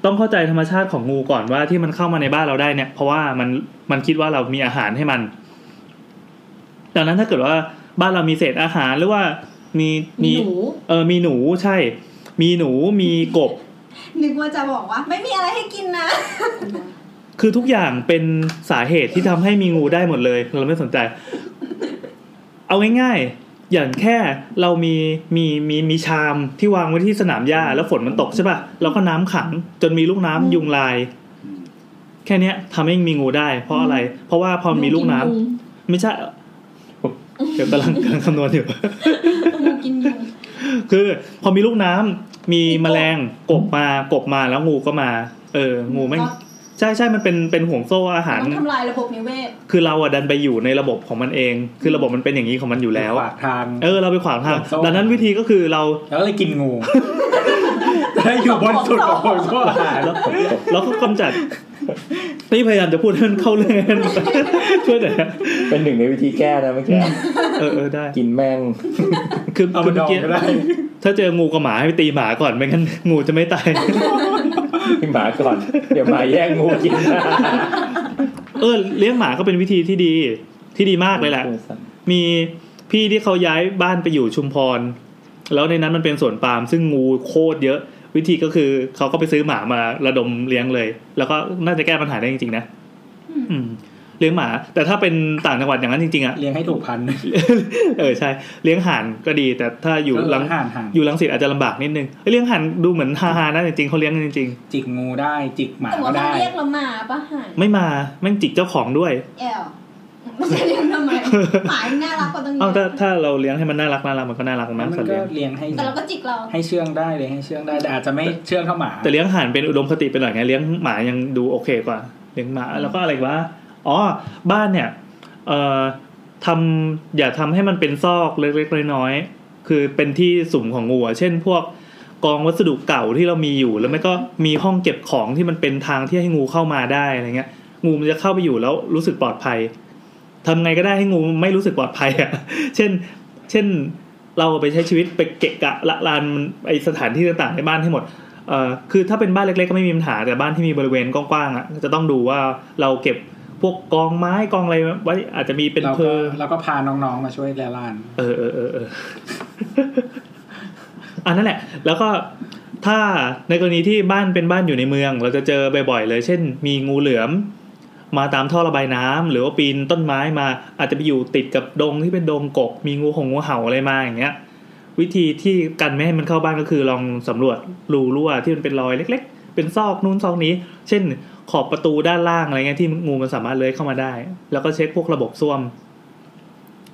ต้องเข้าใจธรรมชาติของงูก่อนว่าที่มันเข้ามาในบ้านเราได้เนี่ย เพราะว่ามันมันคิดว่าเรามีอาหารให้มัน ดังนั้นถ้าเกิดว่าบ้านเรามีเศษอาหารหรือว่ามีมี
หนู
เออมีหนูใช่ มีหนูมีกบ
นึกว่าจะบอกว่า ไม่มีอะไรให้กินนะ
คือทุกอย่างเป็นสาเหตุที่ทำให้มีงูได้หมดเลย เราไม่สนใจ เอาง่ายๆ อย่างแค่เรามีมีมีมีชามที่วางไว้ที่สนามหญ้าแล้วฝนมันตกใช่ป่ะเราก็น้ำขังจนมีลูกน้ำยุงลาย แค่เนี้ยทำให้มีงูได้ เพราะอะไร เพราะว่าพอมีลูกน้ำไม่ใช่เดี๋ยวกำลังกำลังคำนวณอยู่
งูกินยุง
คือพอมีลูกน้ำมีแมลงกบมากบมาแล้วงูก็มา เออ งูแม่งใช่ใช่มันเป็นเป็นห่วงโซ่อาหาร
ต้องทำลายระบบนิเวศ
คือเราอะดันไปอยู่ในระบบของมันเอง คือระบบมันเป็นอย่างนี้ของมันอยู่แล้ว
ปากทาง
เออเราไปขวางทาง
ห่วงโซ่
ดังนั้นวิธีก็คือเรา
แล้วก็เลยกิน
[laughs]
งู ได้อยู่บนสุดของโซ่อาหาร
เราเราก็กำจัดนี่พยายามจะพูดให้มันเข้าเรื่อง [laughs] ให้มันช่วยหน่อยนะ
เป็นหนึ่งในวิธีแก้นะเมื่อกี้
เออเออได้
กินแม่ง [laughs]
คือ
เอา
คือ
มาด
เมื่
อ
อง กี้
ก็ได้
ถ้าเจองูกับหมาให้ไปตีหมาก่อนไม่งั้น [laughs] งูจะไม่ตาย
กินหมาก่ [laughs] อน เดี๋ยวหมาแย่งงูกิน
เออเลี้ยงหมาก็เป็นวิธีที่ดีที่ดีมากเลยแหละ มีพี่ที่เขาย้ายบ้านไปอยู่ชุมพร แล้วในนั้นมันเป็นสวนปาล์มซึ่งงูโคตรเยอะ วิธีก็คือเขาก็ไปซื้อหมามาระดมเลี้ยงเลย แล้วก็น่าจะแก้ปัญหาได้จริงๆนะอืมเลี้ยงหมา แต่ถ้าเป็นต่างจังหวัดอย่างนั้นจริงๆอะ [laughs]
เลี้ยงให้ถูกพันธุ์
เออใช่ เลี้ยงห่านก็ดี แต่ถ้าอยู่
ก็
ลัง
ห่านห่าง
อยู่ลังสิตอาจจะลำบากนิดนึงเอ้ยเลี้ยงห่านดูเหมือนฮาฮาๆนะจริงๆเขาเลี้ยงกันจริง
จิกงูได้จิกหมา
แต่
ก็
ว่ามัน
ได้
เรียกเรามาปะหาย
ๆ ไม่มาแม่งจิกเจ้าของด้วย
แอล มันจะเลี้ยงทำไมหมายังน่ารักกว่าตั้งเย
เอาถ้า
อะ
ถ้าเราเลี้ยงให้มันน่ารักน่ารักมันก็น่ารัก
มั
นะ
น
สัตว์
ก็
เลี้ยง
เลี้ยงให้
แต่เราก็จิกเรา
ให้เชื่องได้เลี้ยงให้เชื่องได้แต่อาจจะไม่เชื่องเท่าหมา
แต่เลี้ยงห่านเป็นอุดมคติไปหน่อยไงเลี้ยงหมายังดูโอเคกว่า เลี้ยงหมาแล้วก็อะไรวะอ๋อบ้านเนี่ยเอ่อทำอย่าทำให้มันเป็นซอกเล็กๆน้อยๆคือเป็นที่สุ่มของงูอะเช่น พวกกองวัสดุเก่าที่เรามีอยู่ แล้วไม่ก็มีห้องเก็บของที่มันเป็นทางที่ให้งูเข้ามาได้อะไรเงี้ย งูมันจะเข้าไปอยู่แล้วรู้สึกปลอดภัย ทำไงก็ได้ให้งูไม่รู้สึกปลอดภัยอ่ะ [laughs] เช่น เช่น เราไปใช้ชีวิตไปเกะกะละลานมันไอสถานที่ต่างๆในบ้านให้หมด เอ่อ คือถ้าเป็นบ้านเล็กๆก็ไม่มีปัญหาแต่บ้านที่มีบริเวณกว้างๆอ่ะจะต้องดูว่าเราเก็บพวกกองไม้กองอะไรไว้อาจจะมีเป็น
เรา
เพ
ก็
อ
เราก็พาน้องๆมาช่วยแลลาน
เออเออเออเออ อันนั่นแหละ แล้วก็ถ้าในกรณีที่บ้านเป็นบ้านอยู่ในเมือง เราจะเจอบ่อยๆเลย เช่น มีงูเหลือม มาตามท่อระบายน้ำหรือว่าปีนต้นไม้มา อาจจะไปอยู่ติดกับดงที่เป็นดงกบ มีงูหงงูเห่าอะไรมาอย่างเงี้ย วิธีที่กันไม่ให้มันเข้าบ้านก็คือลองสำรวจรูรั่วที่มันเป็นรอยเล็ก ๆ เป็นซอกนู้นซอกนี้ เช่น ขอบประตูด้านล่างอะไรเงี้ยที่งูมันสามารถเลื้อยเข้ามาได้ แล้วก็เช็คพวกระบบส้วม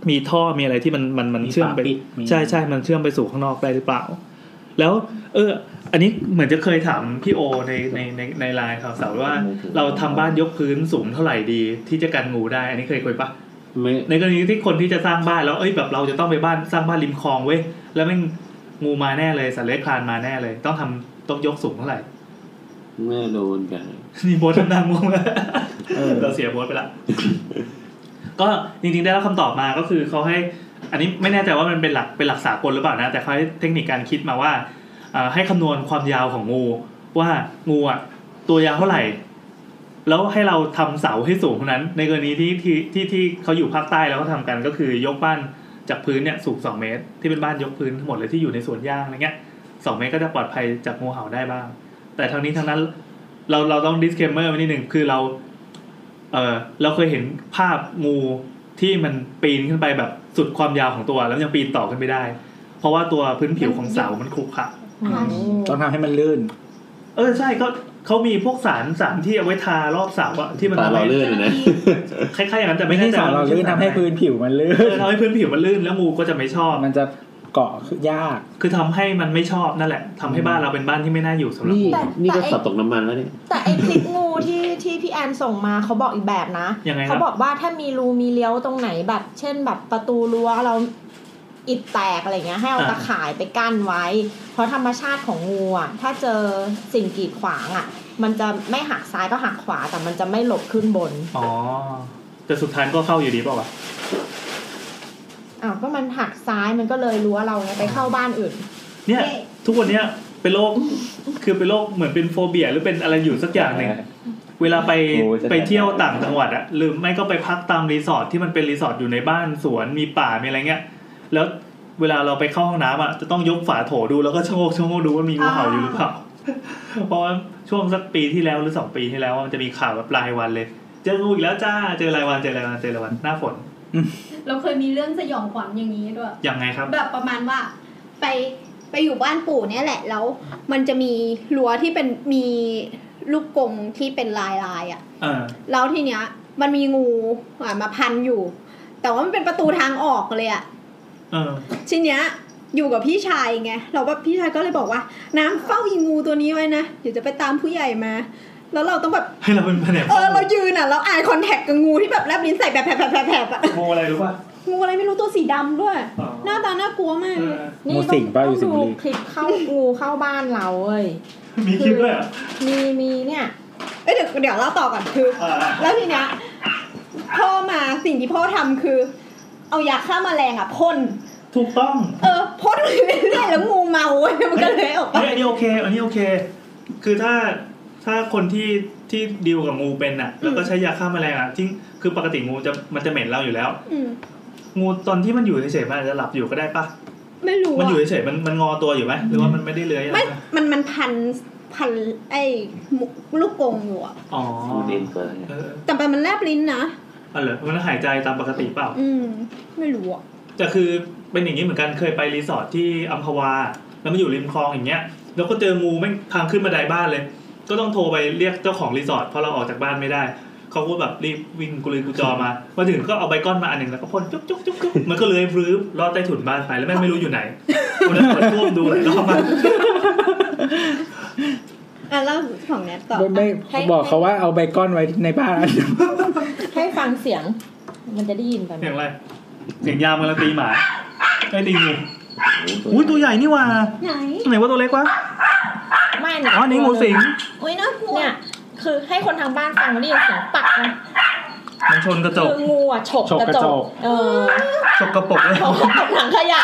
มีท่อมีอะไรที่มันมันมัน
มี
เชื่อมไป
ฝาปิดมี
ใช่ใช่มันเชื่อมไปสู่ข้างนอกได้หรือเปล่า แล้ว เออ อันนี้เหมือนจะเคยถามพี่โอในในในในไลน์ข่าวสารว่า เราทำบ้านยกพื้นสูงเท่าไหร่ดี ที่จะกันงูได้ อันนี้เคยคุยปะ
ไม่
ในกรณีที่คนที่จะสร้างบ้านแล้วเอ้ยแบบเราจะต้องไปบ้านสร้างบ้านริมคลองเว้ยแล้วแม่งงูมาแน่เลยสัตว์เลื้อยคลานมาแน่เลย ต้องทำต้องยกสูงเท่าไหร่
ไม่โดนกัน
นี่โบททำนางงงแล้ว
เออ
เราเสียโบทไปละ ก็จริงๆได้รับคำตอบมาก็คือเขาให้ อันนี้ไม่แน่ใจว่ามันเป็นหลักเป็นหลักสากลหรือเปล่านะ แต่เขาให้เทคนิคการคิดมาว่าเอ่อให้คำนวณความยาวของงู ว่างูอ่ะตัวยาวเท่าไหร่ แล้วให้เราทำเสาให้สูงเท่านั้น ในกรณีที่ที่ที่ที่เขาอยู่ภาคใต้แล้วเขาทำกันก็คือยกบ้านจากพื้นเนี่ยสูงสองเมตร ที่เป็นบ้านยกพื้นทั้งหมดเลยที่อยู่ในสวนยางอะไรเงี้ยสองเมตรก็จะปลอดภัยจากงูเห่าได้บ้าง แต่ทั้งนี้ทั้งนั้น เราเราต้อง disclaimer ไว้นิดหนึ่งคือเรา เออเราเคยเห็นภาพงูที่มันปีนขึ้นไปแบบสุดความยาวของตัว แล้วยังปีนต่อขึ้นไม่ได้ เพราะว่าตัวพื้นผิวของเสามันขรุขระ
ต้องทำให้มันลื่น
เออใช่ก็เขามีพวกสารสารที่เอาไว้ทารอบเสาอะที่มัน
ตา
ทำ
เรา
ให้
เลื่อนอะนะ
คล้ายๆอย่างนั้นแต่
ไม่
ไม่
ใช่
แน่ใจ
สาร
ว่
เรา
มั
ลื่นทำให้พื้นผิวมันลื่
เออน ทำให้พื้นผิวมันลื่นแล้วงูก็จะไม่ชอบ
มันจะเกาะคือยาก
คือทำให้มันไม่ชอบนั่นแหละทำให้บ้านเราเป็นบ้านที่ไม่น่าอยู่สำหรับ
นี่
แต่
นี่ก็
แต่ไอ้
สับตกน้ำมันแล้วเนี่ย
แต่ไอคลิปงูที่ที่พี่แอนส่งมาเขาบอกอีกแบบนะ
ยังไงค
เขา
รับ
บอกว่าถ้ามีรูมีเลี้ยวตรงไหนแบบ เช่นแบบประตูรั้วเราอิดแตกอะไรเงี้ย ให้เอา
อ่า
ตะข่ายไปกั้นไว้ เพราะธรรมชาติของงูอ่ะถ้าเจอสิ่งกีดขวางอ่ะ มันจะไม่หักซ้ายก็หักขวาแต่มันจะไม่หลบขึ้นบน
อ๋อแต่สุดท้ายก็เข้าอยู่ดีเปล่าวะ
อ้าวก็มันหักซ้ายมันก็เลยรั้วเราไงไปเข้าบ้านอื่น
เนี่ยทุกวันเนี้ยเป็นโรคคือเป็นโรคเหมือนเป็นโฟเบีย หรือเป็นอะไรอยู่สักอย่างหนึ่งเวลาไป
โอ้ยจะได้
ไปเที่ยวต่างจังหวัดอะหรือไม่ก็ไปพักตามรีสอร์ทที่มันเป็นรีสอร์ทอยู่ในบ้านสวนมีป่ามีอะไรเงี้ย แล้วเวลาเราไปเข้าห้องน้ำอะจะต้องยกฝาโถดูแล้วก็ชะโงกชะโงกดูว่ามีงูเห่าอยู่หรือเปล่าเพราะว่าช่วงสักปีที่แล้วหรือสองปีที่แล้วมันจะมีข่าวแบบรายวันเลย เจองูอีกแล้วจ้าเจอรายวันเจอรายวันเจอรายวันหน้าฝน
เราเคยมีเรื่องสยองขวัญอย่างนี้ด้วย
ยังไงครับ
แบบประมาณว่าไปไปอยู่บ้านปู่เนี่ยแหละ แล้วมันจะมีรั้วที่เป็นมีลูกกรงที่เป็นลายลายๆอะ่ะ
เออ
แล้วทีเนี้ย มันมีงูอ่ะมาพันอยู่ แต่ว่ามันเป็นประตูทางออกเลยอะ่ะ
เออ
ทีเนี้ยอยู่กับพี่ชายไงเราก็พี่ชายก็เลยบอกว่า น้ำเฝ้าอีงูตัวนี้ไว้นะเดี๋ยวจะไปตามผู้ใหญ่มา แล้วเราต้องแบบ
ให้เราเป็นแผนก
เออเรายืนอ่ะเราอายคอนแทคกับงูที่แบบแลบลิ้นใส่แบบแผลบแผลบแผลบแผลบอะ
งูอะไรรู้ป่ะ
งูอะไรไม่รู้ตัวสีดำด้วย
อ๋อ
หน้าตาน่ากลัวมาก
เอ
เลย
อ
นี่
งู
ต้
สิ
อง
งป่ะอยู่
ต้อง
สิง
ดู
ห์บุรี
คลิปเข้างูเข้าบ้านเราเว้ย
มีคลิปด้วยเหรอ
มีมีเนี่ย
เอ้ยเดี๋ยวเดี๋ยวเล่าต่อก่อนคือ
อ่ะ
แล้วทีเนี้ยพ่อมาสิ่งที่พ่อทำคือ เอายาฆ่าแมลงอ่ะพ่น
ถูกต้อง
เออพ่น [laughs] ไปเรื่อยๆแล้วงูเมาเว้ยมันก็เลยออกไป
เฮ้ยอันนี้โอเค อันนี้โอเค คือถ้าถ้าคนที่ที่ดีลกับงูเป็นอ่ะ แล้วก็ใช้ยาฆ่าแมลงอ่ะทิ้งคือปกติงูจะมันจะเหม็นเราอยู่แล้ว
อืม
งูตอนที่มันอยู่เฉยๆมันอาจจะหลับอยู่ก็ได้ปะ
ไม่รู้
มัน
อ่ะ
อยู่เฉยๆมันมันงอตัวอยู่ไหมหรือว่ามันไม่ได้เลื้อยอะไร
ไม่
นะ
มันมันพันพันไอ้หมูลูกกรงอยู่อ่ะ
อ๋อ
ดูเด่นเกิน
เออ
แต่มันแลบลิ้นนะ
อ๋อเหรอมันหายใจตามปกติเปล่า
อืม ไม่รู้อ่ะ
จะคือเป็นอย่างนี้เหมือนกันเคยไปรีสอร์ทที่อัมพวา แล้วมันอยู่ริมคลองอย่างเงี้ย แล้วก็เจองูแม่งทางขึ้นบันไดบ้านเลย ก็ต้องโทรไปเรียกเจ้าของรีสอร์ทเพราะเราออกจากบ้านไม่ได้ เขาก็แบบรีบวิ่งกุเลยกุจอมามาถึงก็เอาใบก้อนมาอันหนึ่งแล้วก็พ่นจุ๊บจุ๊บจุ๊บจุ๊บมันก็เลอยรื้อลอดใต้ถุนบ้านไปแล้วแม่งไม่รู้อยู่ไหนกูเลยเปิดตู้มดูเลยแล้วก็มา
อ่ะเล่าของแนทต่อ
ไม่ไม่
ให้
บอกเขาว่าเอาไบคอนไว้ในบ้าน
ให้ฟังเสียง มันจะได้ยินกัน
เสียงอะไรเสียงยามกำลังตีหมาไอ้ตีงู
โอ้โห
อุ้ยตัวใหญ่นี่หว่า
ไหน
ไหนว่าตัวเล็กวะ
ไม่ะ
อ๋อนี่งูสิง
โอ้ยน่ากลัว
เนี่ย คือให้คนทางบ้านฟังแล้วได้ยินเสียงปักนะ
มันชนกระจก
คืองูอ่ะฉก
ฉก
ก
ก
ระ
ระ
จ
จก
กเออ
ชกกระปกเลย
ฉกกระจกถังขยะ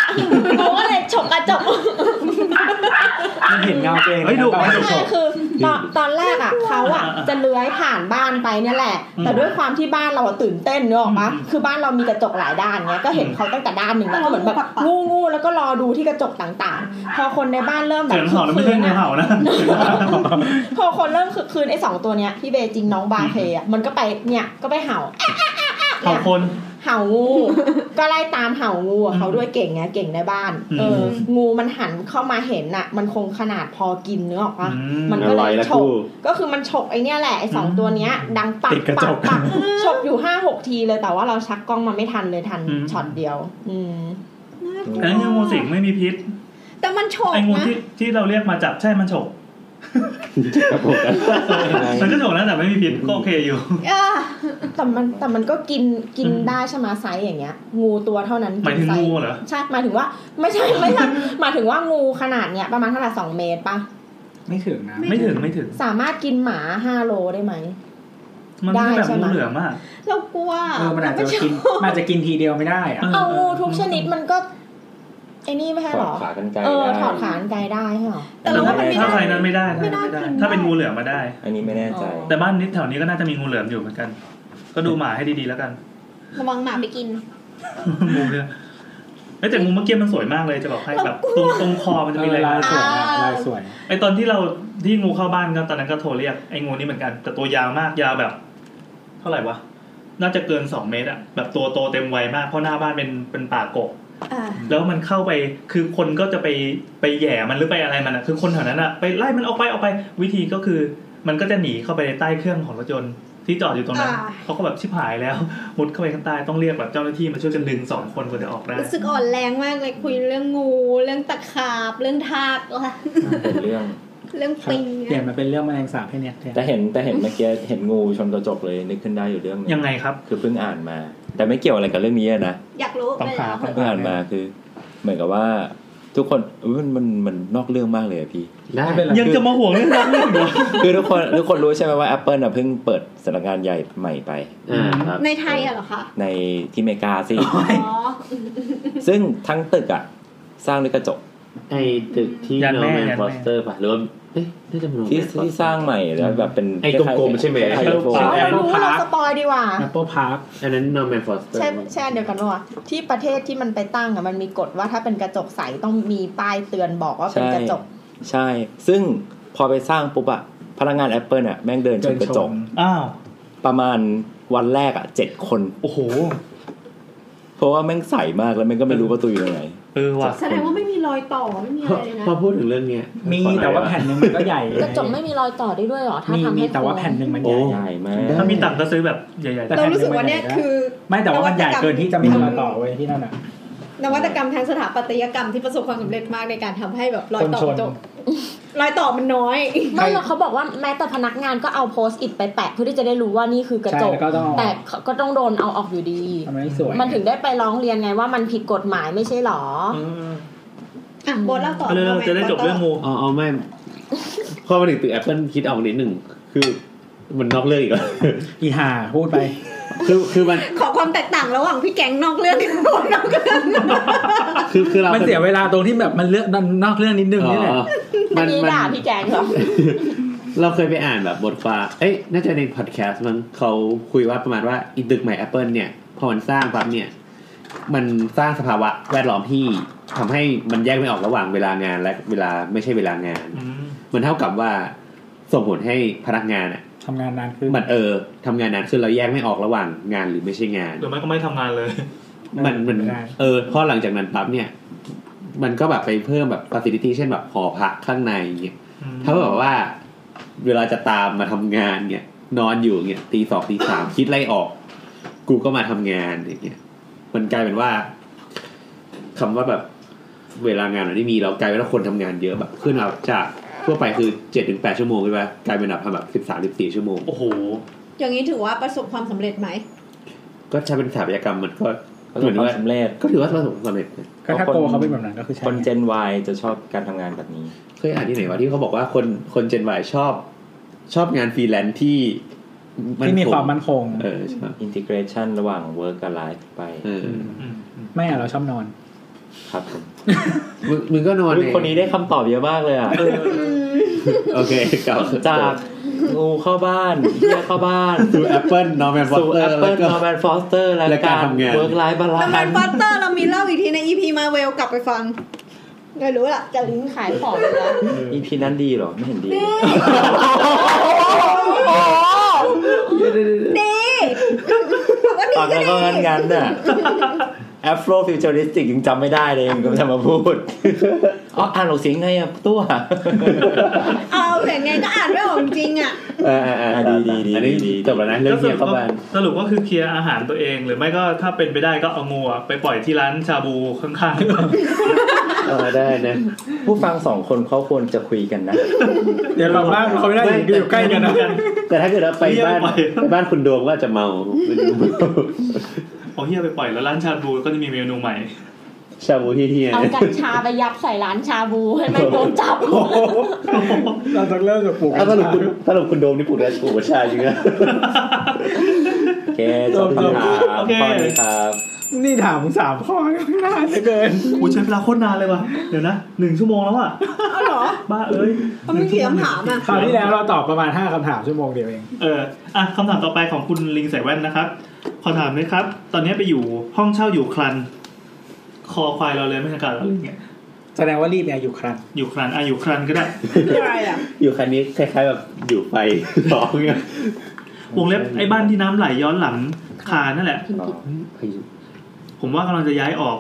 เขาก็เลยฉกกระจก
มันเห็นเงาตัวเอง
เฮ้ยดุไหม
ใช่คือตอนตอนแรกอ่ะเขาอ่ะจะเลื้อยผ่านบ้านไปเนี่ยแหละ
อืม
แต่ด้วยความที่บ้านเราอะตื่นเต้นเนกอะปะ
อืม
คือบ้านเรามีกระจกหลายด้านเนี้ยก็เห็นเขาตั้งแต่ด้านหนึ่งแล้วก็เหมือนแบบงูงูๆแล้วก็รอดูที่กระจกต่างๆ พอคนในบ้านเริ่มแบ
เสี
บ
ยงเห่านะไม่ใช่งูเห่านะเสียงเห่า
พอคนเริ่มคึกคืนไอ้สองตัวเนี้ยพี่เบจริงน้องบาเคอะมันก็ไปเนี่ยก็ไปเห่าแอะแอะแอะแอะ
เห่า
เนี่ย
คน
เห่างู ก็ไล่ตามเห่างูอะเขาด้วยเก่งไงเก่งในบ้าน
อืม
เออ งูมันหันเข้ามาเห็นน่ะ มันคงขนาดพอกินเนื้อออกปะ
อืม
มันก็
อ
เล
ร่อย
ย
ละ
ฉ
กู
กก็คือมันฉกไอเนี้ยแหละไอสอง
อืม
ตัวเนี้ย ดังปัก
ติดกระ
ปั
จ
ก
ก
ปักฉกอยู่ห้าหกทีเลยแต่ว่าเราชักกล้องมาไม่ทันเลยทัน
อืม
ช็อตเดียว อืม
น่ากลัว
อันนี้นคืองูสิงไม่มีพิษ
แต่มันโฉก
ไอ้งู
นะ
ที่ที่เราเรียกมาจับใช่มันฉก
ครับผมกัน
มันก็ฉกนะแต่ไม่มีพิษก็โอเคอยู่
เออ
แต่มันแต่มันก็กินกิน
อืม
ได้ใช่ไหมไซส์อย่างเงี้ย งูตัวเท่านั้น
หมายถึง
กินไซส์
งูเหรอ
ใช่หมายถึงว่าไม่ใช่ [laughs] ไม่ใช่หมายถึงว่างูขนาดเนี้ยประมาณขนาดสองเมตรปะ
ไม่ถึงนะ
ไม่ถึงไม่ถึง
สามารถกินหมาห้าโลได้ไหม
มันไม่
ได้
ใช่แบบ
ใช่ไหม
งูเหลือมอ่ะ
เรากลัว
เออมันอาจจะกินมันอาจจะกินทีเดียวไม่ได้อะ
เออ
เอางูทุกชนิดมันก็ไอ้นี่ไม่ใช่
ถ
เหร
อด
อ
ขากันไกล
เออ
ได้
ถอดขากรรไกลได้ใช่เหรอ
แต่เราว่ามันไม่
ถ้า
ได้
ใครนั้นไม่ได้
ไม่
ไม่
ได้
ได้
กินได้
ถ้าเป็นงูเหลือมมาได้
อันนี้ไม่แน่ใจ
อ๋อ
แต่บ้านนิดแถวนี้ก็น่าจะมีงูเหลือมอยู่เหมือนกัน ก็ดูหมาให้ดีๆแล้วกัน
ระวังหมาไปกิน
งูเนี่ยเอ้ยแต่งูเมื่อกี้มันสวยมากเลยจะบอกให้แบบตรงตรงคอมันจะ
เอ
มี
อ
ลา
ลาย ยสวยนะ
อ่า
ลายสวย
ไอตอนที่เราที่งูเข้าบ้านก็ตอนนั้นก็โทรเรียกไองูนี่เหมือนกัน แต่ตัวยาวมากยาวแบบ เท่าไหร่วะน่าจะเกินสองเมตรอะแบบตัวโตเต็มวัยมากเพราะหน้าบ้านเป็นเป็นป่ากก
อ่า
แล้วมันเข้าไปคือคนก็จะไปไปแหย่มันหรือไปอะไรมันอะคือคนแถวนั้นอะไปไล่มันออกไปออกไปวิธีก็คือ มันก็จะหนีเข้าไปในใต้เครื่องของรถยนต์ที่จอดอยู่ตรงนั้น
อ่า
เขาก็แบบชิบหายแล้ว [laughs] มุดเข้าไปข้างใต้ต้องเรียกแบบเจ้าหน้าที่มาช่วยกันดึงสองคนกว่าจะออกได้
รู้สึกอ่อนแรงมากเลยคุยเรื่องงู เรื่องตะขาบ เรื่องทาก [laughs] ละ
เป็นเรื่อง
เรื่อง
เ
ปิง
ปลี่ยนมาเป็นเรื่องแมลงสาบให้เนี่ยแทน
แต่เห็นแต่เห็นเมื่อกี้เห็นงูชนกระจกเลยนึกขึ้นได้อยู่เรื่องหนึง
ยังไงครับ
คือเพิ่งอ่านมา แต่ไม่เกี่ยวอะไรกับเรื่องนี้อะนะ
อยากรู้
ต้อง
ไป
หา
แล้ว
เพิ่งอ่านมาคือ เหมือนกับว่า ทุกคนอุ๊ยมันมันมันนอกเรื่องมากเลยอะพี่
ได้
ไม่เป็นไร
ยังจะมาห่วงเรื่องนั้นอีกเหรอ
คือทุกคนทุกคนรู้ใช่ไหมว่า Apple อ่ะเพิ่งเปิดสำนักงานใหญ่ใหม่ไป
อ่าครับ
ในไทยอะเหรอคะ
ในที่อเมริกา [laughs] สิ
อ๋อ
ซึ่งทั้งตึกอ่ะ สร้างด้วยกระจก
ไอ้ตึกที่
ยัน
โน
แม่
แมน
ยันแม่
ฟอสเตอร์ป่ะหรือว่าเอ๊ะน่าจะเป็น Norman
ที่
Foster
ที่สร้างใหม่แล้วแบบเป็น
ไอ้กลมๆใช่ไหม
คล้ายๆ UFO
ใช่
อ๋อเรารู้เราสปอยดีก
[laughs]
ว่า
แอปเปิลพาร์ค
อันนั้นโนแมนฟอสเตอร์
ใช่ใช่อันเดียวกันปะวะที่ประเทศที่มันไปตั้งอ่ะมันมีกฎว่าถ้าเป็นกระจกใสต้องมีป้ายเตือนบอกว่าเป็นกระจก
ใช่ ซึ่งพอไปสร้างปุ๊บอ่ะ พนักงาน Apple อ่ะ แม่งเดินช
เดิ
น
น
กระ
ช
จก
ม
อ้าว
ประมาณวันแรกอ่ะเจ็ดคน
โอ้โห
เพราะว่าแม่งใสมากแล้วแม่งก็ไม่รู้ประตูอยู่ตรงไหน
เออว่ะ
แสดงว่าไม่มีรอยต่อไม่มีอะไรเลยนะ
พอพูดถึงเรื่องเนี้ย
มีแต่ว่าแผ่นหนึ่งมันก็ใหญ่
กระจกไม่มีรอยต่อได้ด้วยเหรอถ้า
มี
ทำ
มี
ให้
แต่ว่าแผ่นหนึ่งมันใหญ่
ใหญ่มาก
ถ้ามีตังค์ก็ซื้อแบบใหญ่ๆ
แต่
แต่
เรารู้สึกว่าเนี่ยคือ
ไม่แต่ว่ามันใหญ่เกินที่จะมีมาต่อไว้ยที่นั่นอ่ะ
นวัตกรรมทางสถาปัตยกรรมที่ประสบความสำเร็จมากในการทำให้แบบรอยต่อ
คนชน
กระจบรอยต่อมันน้อย
ไม่หรอกเขาบอกว่าแม้แต่พนักงานก็เอาโพสต์อิดไปแปะเพื่อที่จะได้รู้ว่านี่คือกระ
ใช่
จก
แล้วก็ต้องเอา
แต่เขาก็ต้องโดนเอาออกอยู่ดี
ทำให้สวย
มันถึงได้ไปร้องเรียนไงว่ามันผิดกฎหมายไม่ใช่หรอ
เออ
อ่ะโบนเล่าต่อ
เอาเลยเราจะได้จบเรื่องงู
อ๋อเอาไม่พอมาถึงตึกแอปเปิลคิดออกนิดหนึ่งคือมันนอกเรื่องอีกแล้ว
อีห่าพูดไป
คือคือมัน
ขอความแตกต่างระหว่างพี่แก๊งนอกเรื่องกับโบนนอกเรื่อง
คือคือเรา
มันเสียเวลาตรงที่แบบมันเลือกนอกเรื่องนิดนึงนี่แหละ
อ๋อ
อั
มัน น
นี้
มัน
ด่าพี่แกงเหรอ
เราเคยไปอ่านแบบบทความ เอ้ย น่าจะในพอดแคสต์มั้งเขาคุยว่าประมาณว่าอีตึกใหม่ Apple เนี่ย พอมันสร้างปั๊บเนี่ย มันสร้างสภาวะแวดล้อมที่ทำให้มันแยกไม่ออกระหว่างเวลางานและเวลาไม่ใช่เวลางาน
อืม
มันเท่ากับว่าส่งผลให้พนักงานอ่ะ
ทำงานนานขึ้น
มันเออทำงานนานขึ้นแล้วแยกไม่ออกระหว่างงานหรือไม่ใช่งาน
หรือไม่ก็ไม่ทำงานเลย
มันมัน
ได้
เออพอหลังจากนั้นปั๊บเนี่ย มันก็แบบไปเพิ่มแบบฟ a c i l ิตี้เช่นแบบหอพักข้างในอย่างเงี้ย ถ้าแบบว่าเวลาจะตามมาทำงานเนี่ย นอนอยู่เงี้ยตีสองตีสามคิดไล่ออก กูก็มาทำงานอย่างเงี้ยมันกลายเป็นว่าคำว่าแบบเวลางานเราที่มีเรากลายเป็นว่าคนทำงานเยอะแบบขึ้นมาจากทั่วไปคือเจ็ดถึงแปดชั่วโมงใช่ปะกลายเป็นแบบทำแบบสิบสามสิบสี่ชั่วโมง
โอ้โห
อย่างนี้ถือว่าประสบความสำเร็จไหม
ก็ใช้เป็นสถาปัตยกรรมมันก็
ประสบความสำเร็จ
ก็ถือว่าประสบความสำเร็จนะ
ก็ถ้าโกเขาเป็นแบบนั้นก็คือใช่
คนเจนวายจะชอบการทำงานแบบนี้
เคยอ่านที่ไหนวะที่เขาบอกว่าคนคนเจนวายชอบ ชอบงานฟรีแลนซ์ที่น
ที่มีความมั่นคง
เออใช่
integration ระหว่าง work กับ life ไป
เออ
อืมอืม
ไม่อะเราชอบนอน
ครับผม
มึงมึงก็นอน
อุ๊ย
เอง
คนนี้ได้คำตอบเยอะมากเลยอ่ะ
โอเคเก่า
จากงูเข้าบ้านเหี้ยเข้าบ้าน
สู่แอปเปิลนอร์แมนฟอส
สู่
เตอ
แอ
ร์
ป
แล้
เปิ
ว
ล
ก็
นอร์แมนฟอสเตอร์และ
และกา
การ ร
ทำงาน
work life
น้ำมัน
balance
ฟอสเตอร์เรามีเล่าอีกทีใน EP มาเวลกลับไปฟังไม่รู้ล่ะจะลิงก์ขายของเลยนะ
EP นั้นดีเหรอ ไม่เห็นดี
ดีบอกว่าดี
ตอน
ก็
นั้น
ดี
ก็งั้นงั้นน่ะ Afro Futuristic ยังจำไม่ได้เลยมึงก็จะมาพูดอ๋ออ่านออกเสียงไงอ่ะตัว
เอาแต่ไงก็อ่านไม่ออกจริงๆอ่ะ
เออเออเออ
อ่ะดีดีดี
อันนี้
ดีดี
จบแล้วนะเรื่อง
ส
เกี่ย
รุป
วกับ
ก็
บ้าน
สรุปก็คือเคลียร์อาหารตัวเอง หรือไม่ก็ถ้าเป็นไปได้ก็เอางูอะไปปล่อยที่ร้านชาบูข้าง
เออได้นะ
ผู้ฟังสองคนเขาควรจะคุยกันนะ
เดี๋ยวเราบ้านเขาไม่ได้อยู่ใกล้กันนะ
แต่ถ้าเกิดเราไปบ้า
เรีย
น
กไป
ไปบ้านคุณโดมก็อาจจะเมา [laughs]
ๆเอาเฮียไปปล่อยแล้วร้านชาบูก็จะมีเมนู
[laughs]
ใหม่
ชาบูที่เที่ยง
เอากัญชาไปยัดใส่ร้านชาบูให้แม่งโดนจับ
โอ้โห
เราต้องเริ่มจากปลูก
อ่ะสรุปคุณสรุปคุณโดมนี่ปลูกได้ปลูกกัญชาจริงนะ
โอเคจบคำถาม
โอเค
ข้อนี้ครับ
นี่ถามสามข้อข้างหน้าเหลือเกิน
โอ้ใช้เวลาโคตรนานเลยว่ะเดี๋ยวนะหนึ่งชั่วโมงแล้วอ่ะ
เอาเหรอ
บ้าเอ้ย
มันไม่เขียนคำถามอ่ะ
คราวที่แล้วเราตอบประมาณห้าคำถามชั่วโมงเดียวเอง
เอออ่ะคำถามต่อไปของคุณลิงใส่แว่นนะครับ ขอถามเลยครับ ตอนนี้ไปอยู่ห้องเช่าอยู่คลัน คอควายเราเลยไม่ใช่การเราเลยเนี่ย
แสดงว่ารีบเนี่ยอยู่ครั้น
อยู่คลันอ่ะอยู่คลันก็ได้
อะไรอ่ะ
อยู่คันนี้คล้ายๆแบบอยู่ไฟ [laughs] ร้องเงี้ยว
งเล็บไอ้บ้านที่น้ำไหลย้อนหลังคานั่นแหละ
พายุ
ผมว่ากำลังจะย้ายออก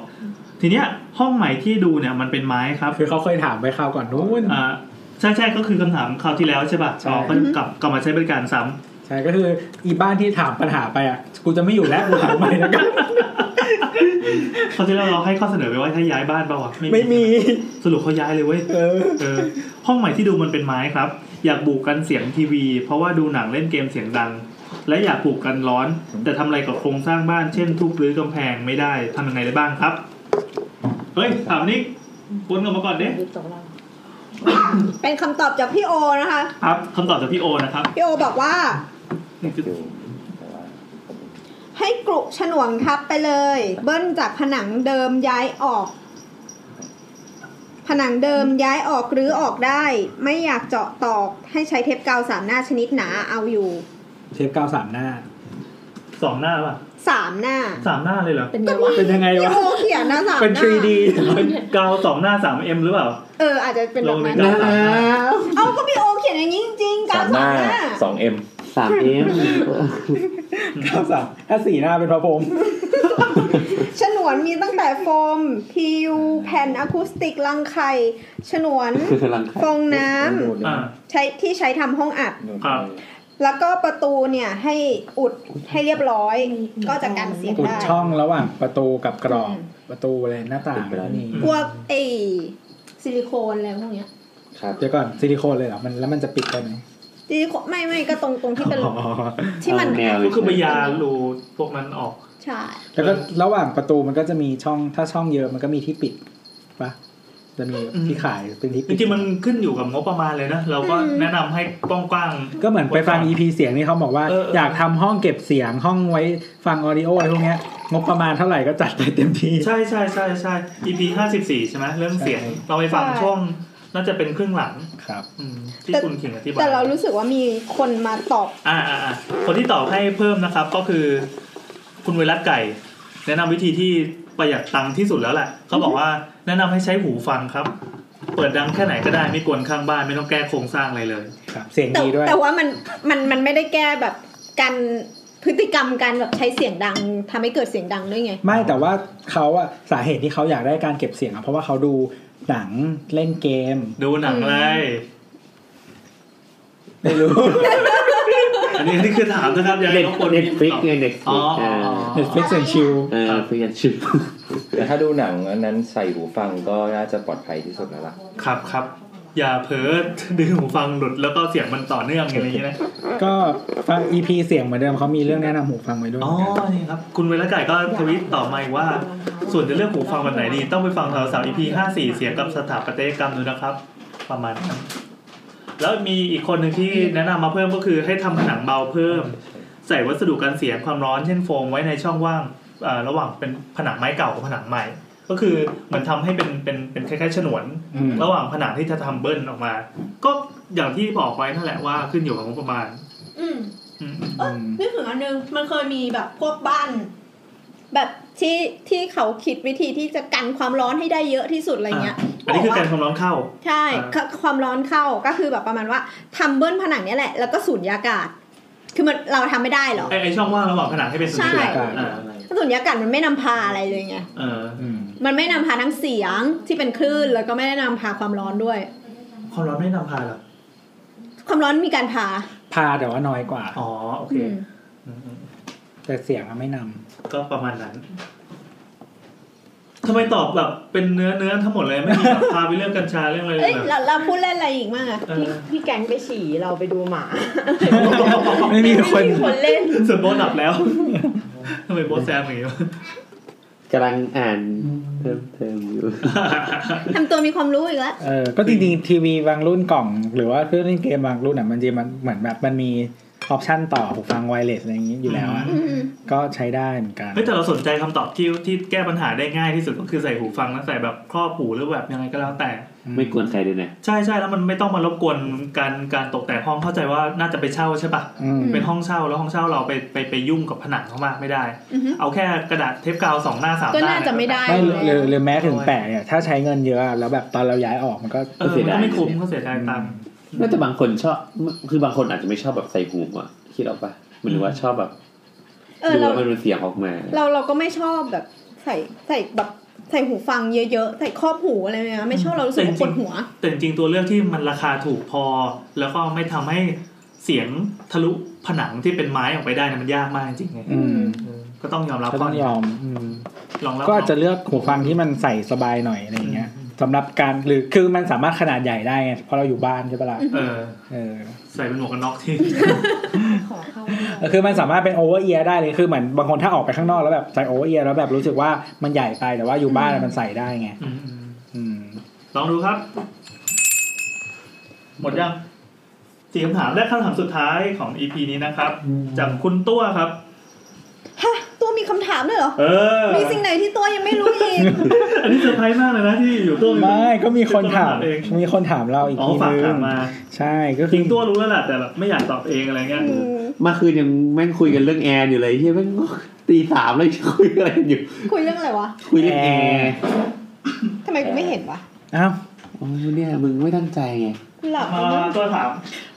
ทีเนี้ยห้องใหม่ที่ดูเนี่ยมันเป็นไม้ครับ
คือเขาเคยถามไปคราวก่อนนู้น
อ่าใช่ใช่ก็คือคำถามคราวที่แล้วใช่ป่ะ
ใช่
อ๋อก็กลับกลับมาใช้บริการ
[laughs]
ซ้ำ
ใช่ก็คืออีบ้านที่ถามปัญหาไปอ่ะกูจะไม่อยู่แล้วกูถามใหม่แล้วกัน
คราวที่แล้วเราให้ข้อเสนอไปว่าถ้าย้ายบ้านเปล่าวะ
ไม่มี
สรุปเขาย้ายเลยเว้ย
เออ
เออห้องใหม่ที่ดูมันเป็นไม้ครับ อยากบุกกันเสียงทีวี เพราะว่าดูหนังเล่นเกมเสียงดัง และอยากปลูกกันร้อน แต่ทำอะไรกับโครงสร้างบ้านเช่น ทุบรื้อกำแพงไม่ได้ทำยังไงได้บ้างครับ เฮ้ยถามนี่วนกลันมาก่อนเด้
เป็นคำตอบจากพี่โอนะคะ
ครับคำตอบจากพี่โอนะครับ
พี่โอบอกว่า ให้กรุฉนวนทับไปเลย เบิ้ลจากผนังเดิมย้ายออก ผนังเดิมย้ายออกหรือออกได้ ไม่อยากเจาะตอกให้ใช้เทปกาวสามหน้าชนิดหนาเอาอยู่
เทปกาวสามหน้า
สองหน้าป่ะ
สามหน้า
สามหน้าเลยเหรอ
เป็นไงวะ
เป็นยังไง
พี่
วะ
โอเขียนนะสามหน้า
เป็น 3D
เป็นกาวสองหน้าสามเอ็มหรือเปล่า
เอออาจจะเป็นแบ
เรา
บ
เป็น
นั้
กาว
น
สามหน้า
เอาก็พี่โอเขียนอย่างนี้จริงๆกา
สาว ม
สามหน้
หน้า
า
สองเอ็ม
สามเอ็ม
กาวสามถ้าสี่หน้าเป็นพระพรหม
ฉนวนมีตั้งแต่โฟม PU แผ่นอะคูสติกรังไข่ฉน
[laughs]
วน
คือพลัง
ฟองน้ำ
อ่า
ใช้ที่ใช้ทำห้องอัด
ครับ
แล้วก็ประตูเนี่ยให้อุดให้เรียบร้อย ก็จะกันเสียง
อุด
ได้
ช่องระหว่างประตูกับกรอบ
อืม
ประตูอะไรหน้าต่างอะไรนี่
พวกไอซิลิโคนอะไรพวกเนี้ย
ครับ
เดี๋ยวก่อนซิลิโคนเลยเหรอมันแล้วมันจะปิดได้ไหม
ซิลิโคนไม่ไม่ก็ตรงตรงที่เป็น
อ๋อ
ที่มัน
แนว
ก็คือไปยารูพวกนั้นออก
ใช่
แล้วก็ระหว่างประตูมันก็จะมีช่องถ้าช่องเยอะมันก็มีที่ปิดปะจะมี
อืม
ที่ขายเป็นที่
จ
ปิด
ริงๆมันขึ้นอยู่กับงบประมาณเลยนะเราก็แนะนำให้กว้างๆ
ก็เหมือนไปฟัง EP เสียงนี่เขาบอกว่า
เออเอออ
อยากทำห้องเก็บเสียงห้องไว้ฟังออดิโออะไรพวกเนี้ยงบประมาณเท่าไหร่ก็จัดไปเต็มที่
ใช่ใช่ใช่ใช่ EP ห้าสิบสี่ใช่ไหมเรื่องเสียง
ใช่
เราไปฟังช่วงน่าจะเป็นครึ่งหลัง
ครับ
อืมที่คุณเขียนอธิบาย
แต่เรารู้สึกว่ามีคนมาตอบ
อ่าอ่าอ่าคนที่ตอบให้เพิ่มนะครับ ก็คือ คุณเวรัตไก่ แนะนำวิธีที่ประหยัดตังค์ที่สุดแล้วแหละเขาบอกว่าแนะนำให้ใช้หูฟังครับ เปิดดังแค่ไหนก็ได้ไม่กวนข้างบ้านไม่ต้องแก้โครงสร้างอะไรเลย
ครับเสียง
แต่
ดีด้วย
แต่ว่ามันมันมันไม่ได้แก้แบบการพฤติกรรมการแบบใช้เสียงดังทำให้เกิดเสียงดังด้วยไง
ไม่แต่ว่าเขาอะสาเหตุที่เขาอยากได้การเก็บเสียงอะเพราะว่าเขาดูหนังเล่นเกม
ดูหนังเลย
ไม่
[laughs]
รู้
อันนี้อันนี่คือถามนะครับยังไง
เน็ต
รบกวน
เน็ตฟิกไง
เงิน
เน็ต
อ๋อ
ฟิ
ก อ๋ออ๋อ
เน็ตฟลิกซ์นชิล
เออฟิกชื่อ
แต่ถ้าดูหนังอันนั้นใส่หูฟังก็น่าจะปลอดภัยที่สุดแล้วล่ะ
ครับครับ อย่าเผลอ [laughs] ดึงหูฟังหลุดแล้วก็เสียงมันต่อเนื่องอะไรอย่างเงี้ยนะ
ก็ฟัง EP เสียงเหมือนเดิมเขามีเรื่องแนะนำหูฟังไว้ด้วย
อ๋
เห
อ
มือนกัน
นี่ครับ คุณเวลาไก่ก็ทวิตต่อมาอีกว่า ส่วนจะเลือกหูฟังแบบไหนดี ต้องไปฟังสาวสาว EP ห้าสี่เสียงกับสถาปัตยกรรมดูนะครับ ประมาณนั้นแล้วมีอีกคนหนึ่งที่แนะนำมาเพิ่มก็คือให้ทำผนังเบาเพิ่ม ใส่วัสดุกันเสียความร้อนเช่นโฟมไว้ในช่องว่างเอ่อระหว่างเป็นผนังไม้เก่ากับผนังใหม่ ก็คือเหมือนทำให้เป็นเป็นเป็นคล้ายๆฉนวน
อืม
ระหว่างผนังที่จะทำเบิ้ลออกมา ก็อย่างที่บอกไว้นั่นแหละว่าขึ้นอยู่กับงบประมาณ
อืม
อืม
เอ้ยนึกถึงอันนึง มันเคยมีแบบพวกบ้าน
แบบที่ที่เขาคิดวิธีที่จะกันความร้อนให้ได้เยอะที่สุดอะไรเงี้ย
อันนี้คือการความร้อนเข้า
ใช่
อ่า
ก็ความร้อนเข้าก็คือแบบประมาณว่าทำเบิ้ลผนังเนี่ยแหละ แล้วก็สูญยากาศ คือมันเราทำไม่ได้หรอก
ไอ้ไอ้ช่องว่างระหว่างผนังให้เป็นสุญญา
ใช่
กาศอ่า
สูญยากาศมันไม่นำพาอะไรเลยไง
เออ
อืม
มันไม่นำพาทั้งเสียงที่เป็นคลื่นแล้วก็ไม่ได้นำพาความร้อนด้วย
ความร้อนไม่นำพาเหรอ
ความร้อนมีการพา
พาแต่ว่าน้อยกว่า
อ๋อโอเค
อืม
อืมอืม
แต่เสียงอะไม่นำ
ก็ประมาณนั้นทำไมตอบแบบเป็นเนื้อเนื้อทั้งหมดเลยไม่มีแบบพาไปเรื่องกัญชาเรื่องอะไรเล
เอ้
ย
ย
เหรอ
เราเราพูดเล่นอะไรอีกมากอะ
เอ
พี่
อ
พี่แก๊งไปฉี่เราไปดูหมา
[laughs] ไม่มีคน
มีคนเล่น
ส่วนโบทหลับ
[laughs]
แล้วทำไมโบทแซมอย่างนี้วะ
[laughs] กำลังอ่านเพิ่มเติมอยู่
ทำตัวมีความรู้อีกแล้ว
เออ ก็จริงๆทีวีบางรุ่นกล่อง หรือว่าเครื่องเล่นเกมบางรุ่นอ่ะมันจะมันเหมือนแบบมันมีออปชันต่อหูฟังไวเลสอะไรอย่างนี้อยู่แล้วอะ
อืม
ก็ใช้ได้เหมือนกัน
เฮ้ยแต่เราสนใจคำตอบที่ที่แก้ปัญหาได้ง่ายที่สุดก็คือใส่หูฟังแล้วใส่แบบครอบหูหรือแบบยังไงก็แล้วแต่
ไม่กวนใครด้วยนะ
ใช่ใช่แล้วมันไม่ต้องมารบกวนการการตกแต่งห้องเข้าใจว่าน่าจะไปเช่าใช่ปะ
อืม
เป็นห้องเช่าแล้วห้องเช่าเราไปไปไปยุ่งกับผนังเขามากไม่ได้
อืม
เอาแค่กระดาษเทปกาวสองหน้าสาม
ก็
หน้า
น่าจะไม่ได้
ไม่
อ
หรื
ยู่
อห
แล้
รือ
ว
หรือแม้ถึงแปะเนี่ยถ้าใช้เงินเยอะอะแล้วแบบตอนเราย้ายออกมันก็
เออมันก็ไม่คุ้มก็เสียดายตังค์
น่าจะบางคนชอบ คือบางคนอาจจะไม่ชอบแบบใส่หูอ่ะคิดออกปะหรือว่าชอบแบบ
เออ
ดู
เรา
แล้วมันเป็นเสียงออกมา
เราเราก็ไม่ชอบแบบ ใส่ใส่แบบใส่หูฟังเยอะๆใส่ครอบหูอะไรเงี้ยไม่ชอบเรารู้สึกว่าปวดหัว
แต่จริงๆตัวเลือกที่มันราคาถูกพอ แล้วก็ไม่ทำให้เสียงทะลุผนังที่เป็นไม้ออกไปได้นะมันยากมากจริงๆไง
อืม
เออก็ต้องยอมรับ
ก็ต้องยอมอืม
ลองรับ
ก็อาจจะเลือกหูฟังที่มันใส่สบายหน่อยอะไรอย่างเงี้ยสำหรับการหรือคือมันสามารถขนาดใหญ่ได้ไงเพราะเราอยู่บ้านใช่ปะล่ะ
เออ
เออ
ใส่เป็นหมวกกันน็อกที่
ขอเข้าไม่ได้
แล้วคือมันสามารถเป็นโอเวอร์เอียร์ได้เลยคือเหมือนบางคนถ้าออกไปข้างนอกแล้วแบบใส่โอเวอร์เอียร์แล้วแบบรู้สึกว่ามันใหญ่ไปแต่ว่าอยู่บ้านอะมันใส่ได้ไง
อืมอืม
อืม
ลองดูครับ หมดยังสี่คำถามและคำถามสุดท้ายของ EP นี้นะครับ จากคุณตั้วครับ
ฮะ ตัวมีคำถามด้วยเหรอ
เออ
มีสิ่งไหนที่ตัวยังไม่รู้อีก
อันนี้เซอร์ไพรส์มากเลยนะที่อยู่ตัว
ไม่ก็มีคนถาม
เอง
มีคนถามเราอีก
อ๋อ
ที
ฝาก
นึ
ถาม
ง
มา
ใช่ก็
จ
คื
ริ
อง
ตัวรู้แล้วแหละแต่แบบไม่อยากตอบเองอะไรเงี้ย
เมื่อคืนยังแม่งคุยกันเรื่องแอร์อยู่เลยเฮียแม่งตีสามเลยคุยอะไรกันอยู่
คุยเรื่องอะไรวะ
คุยเรื่องแอร์
ทำไมกูไม่เห็นวะ
อ้าว
โอ้ยเนี่ยมึงไม่ตั้งใจไง
กูหลับ
มาตัวถาม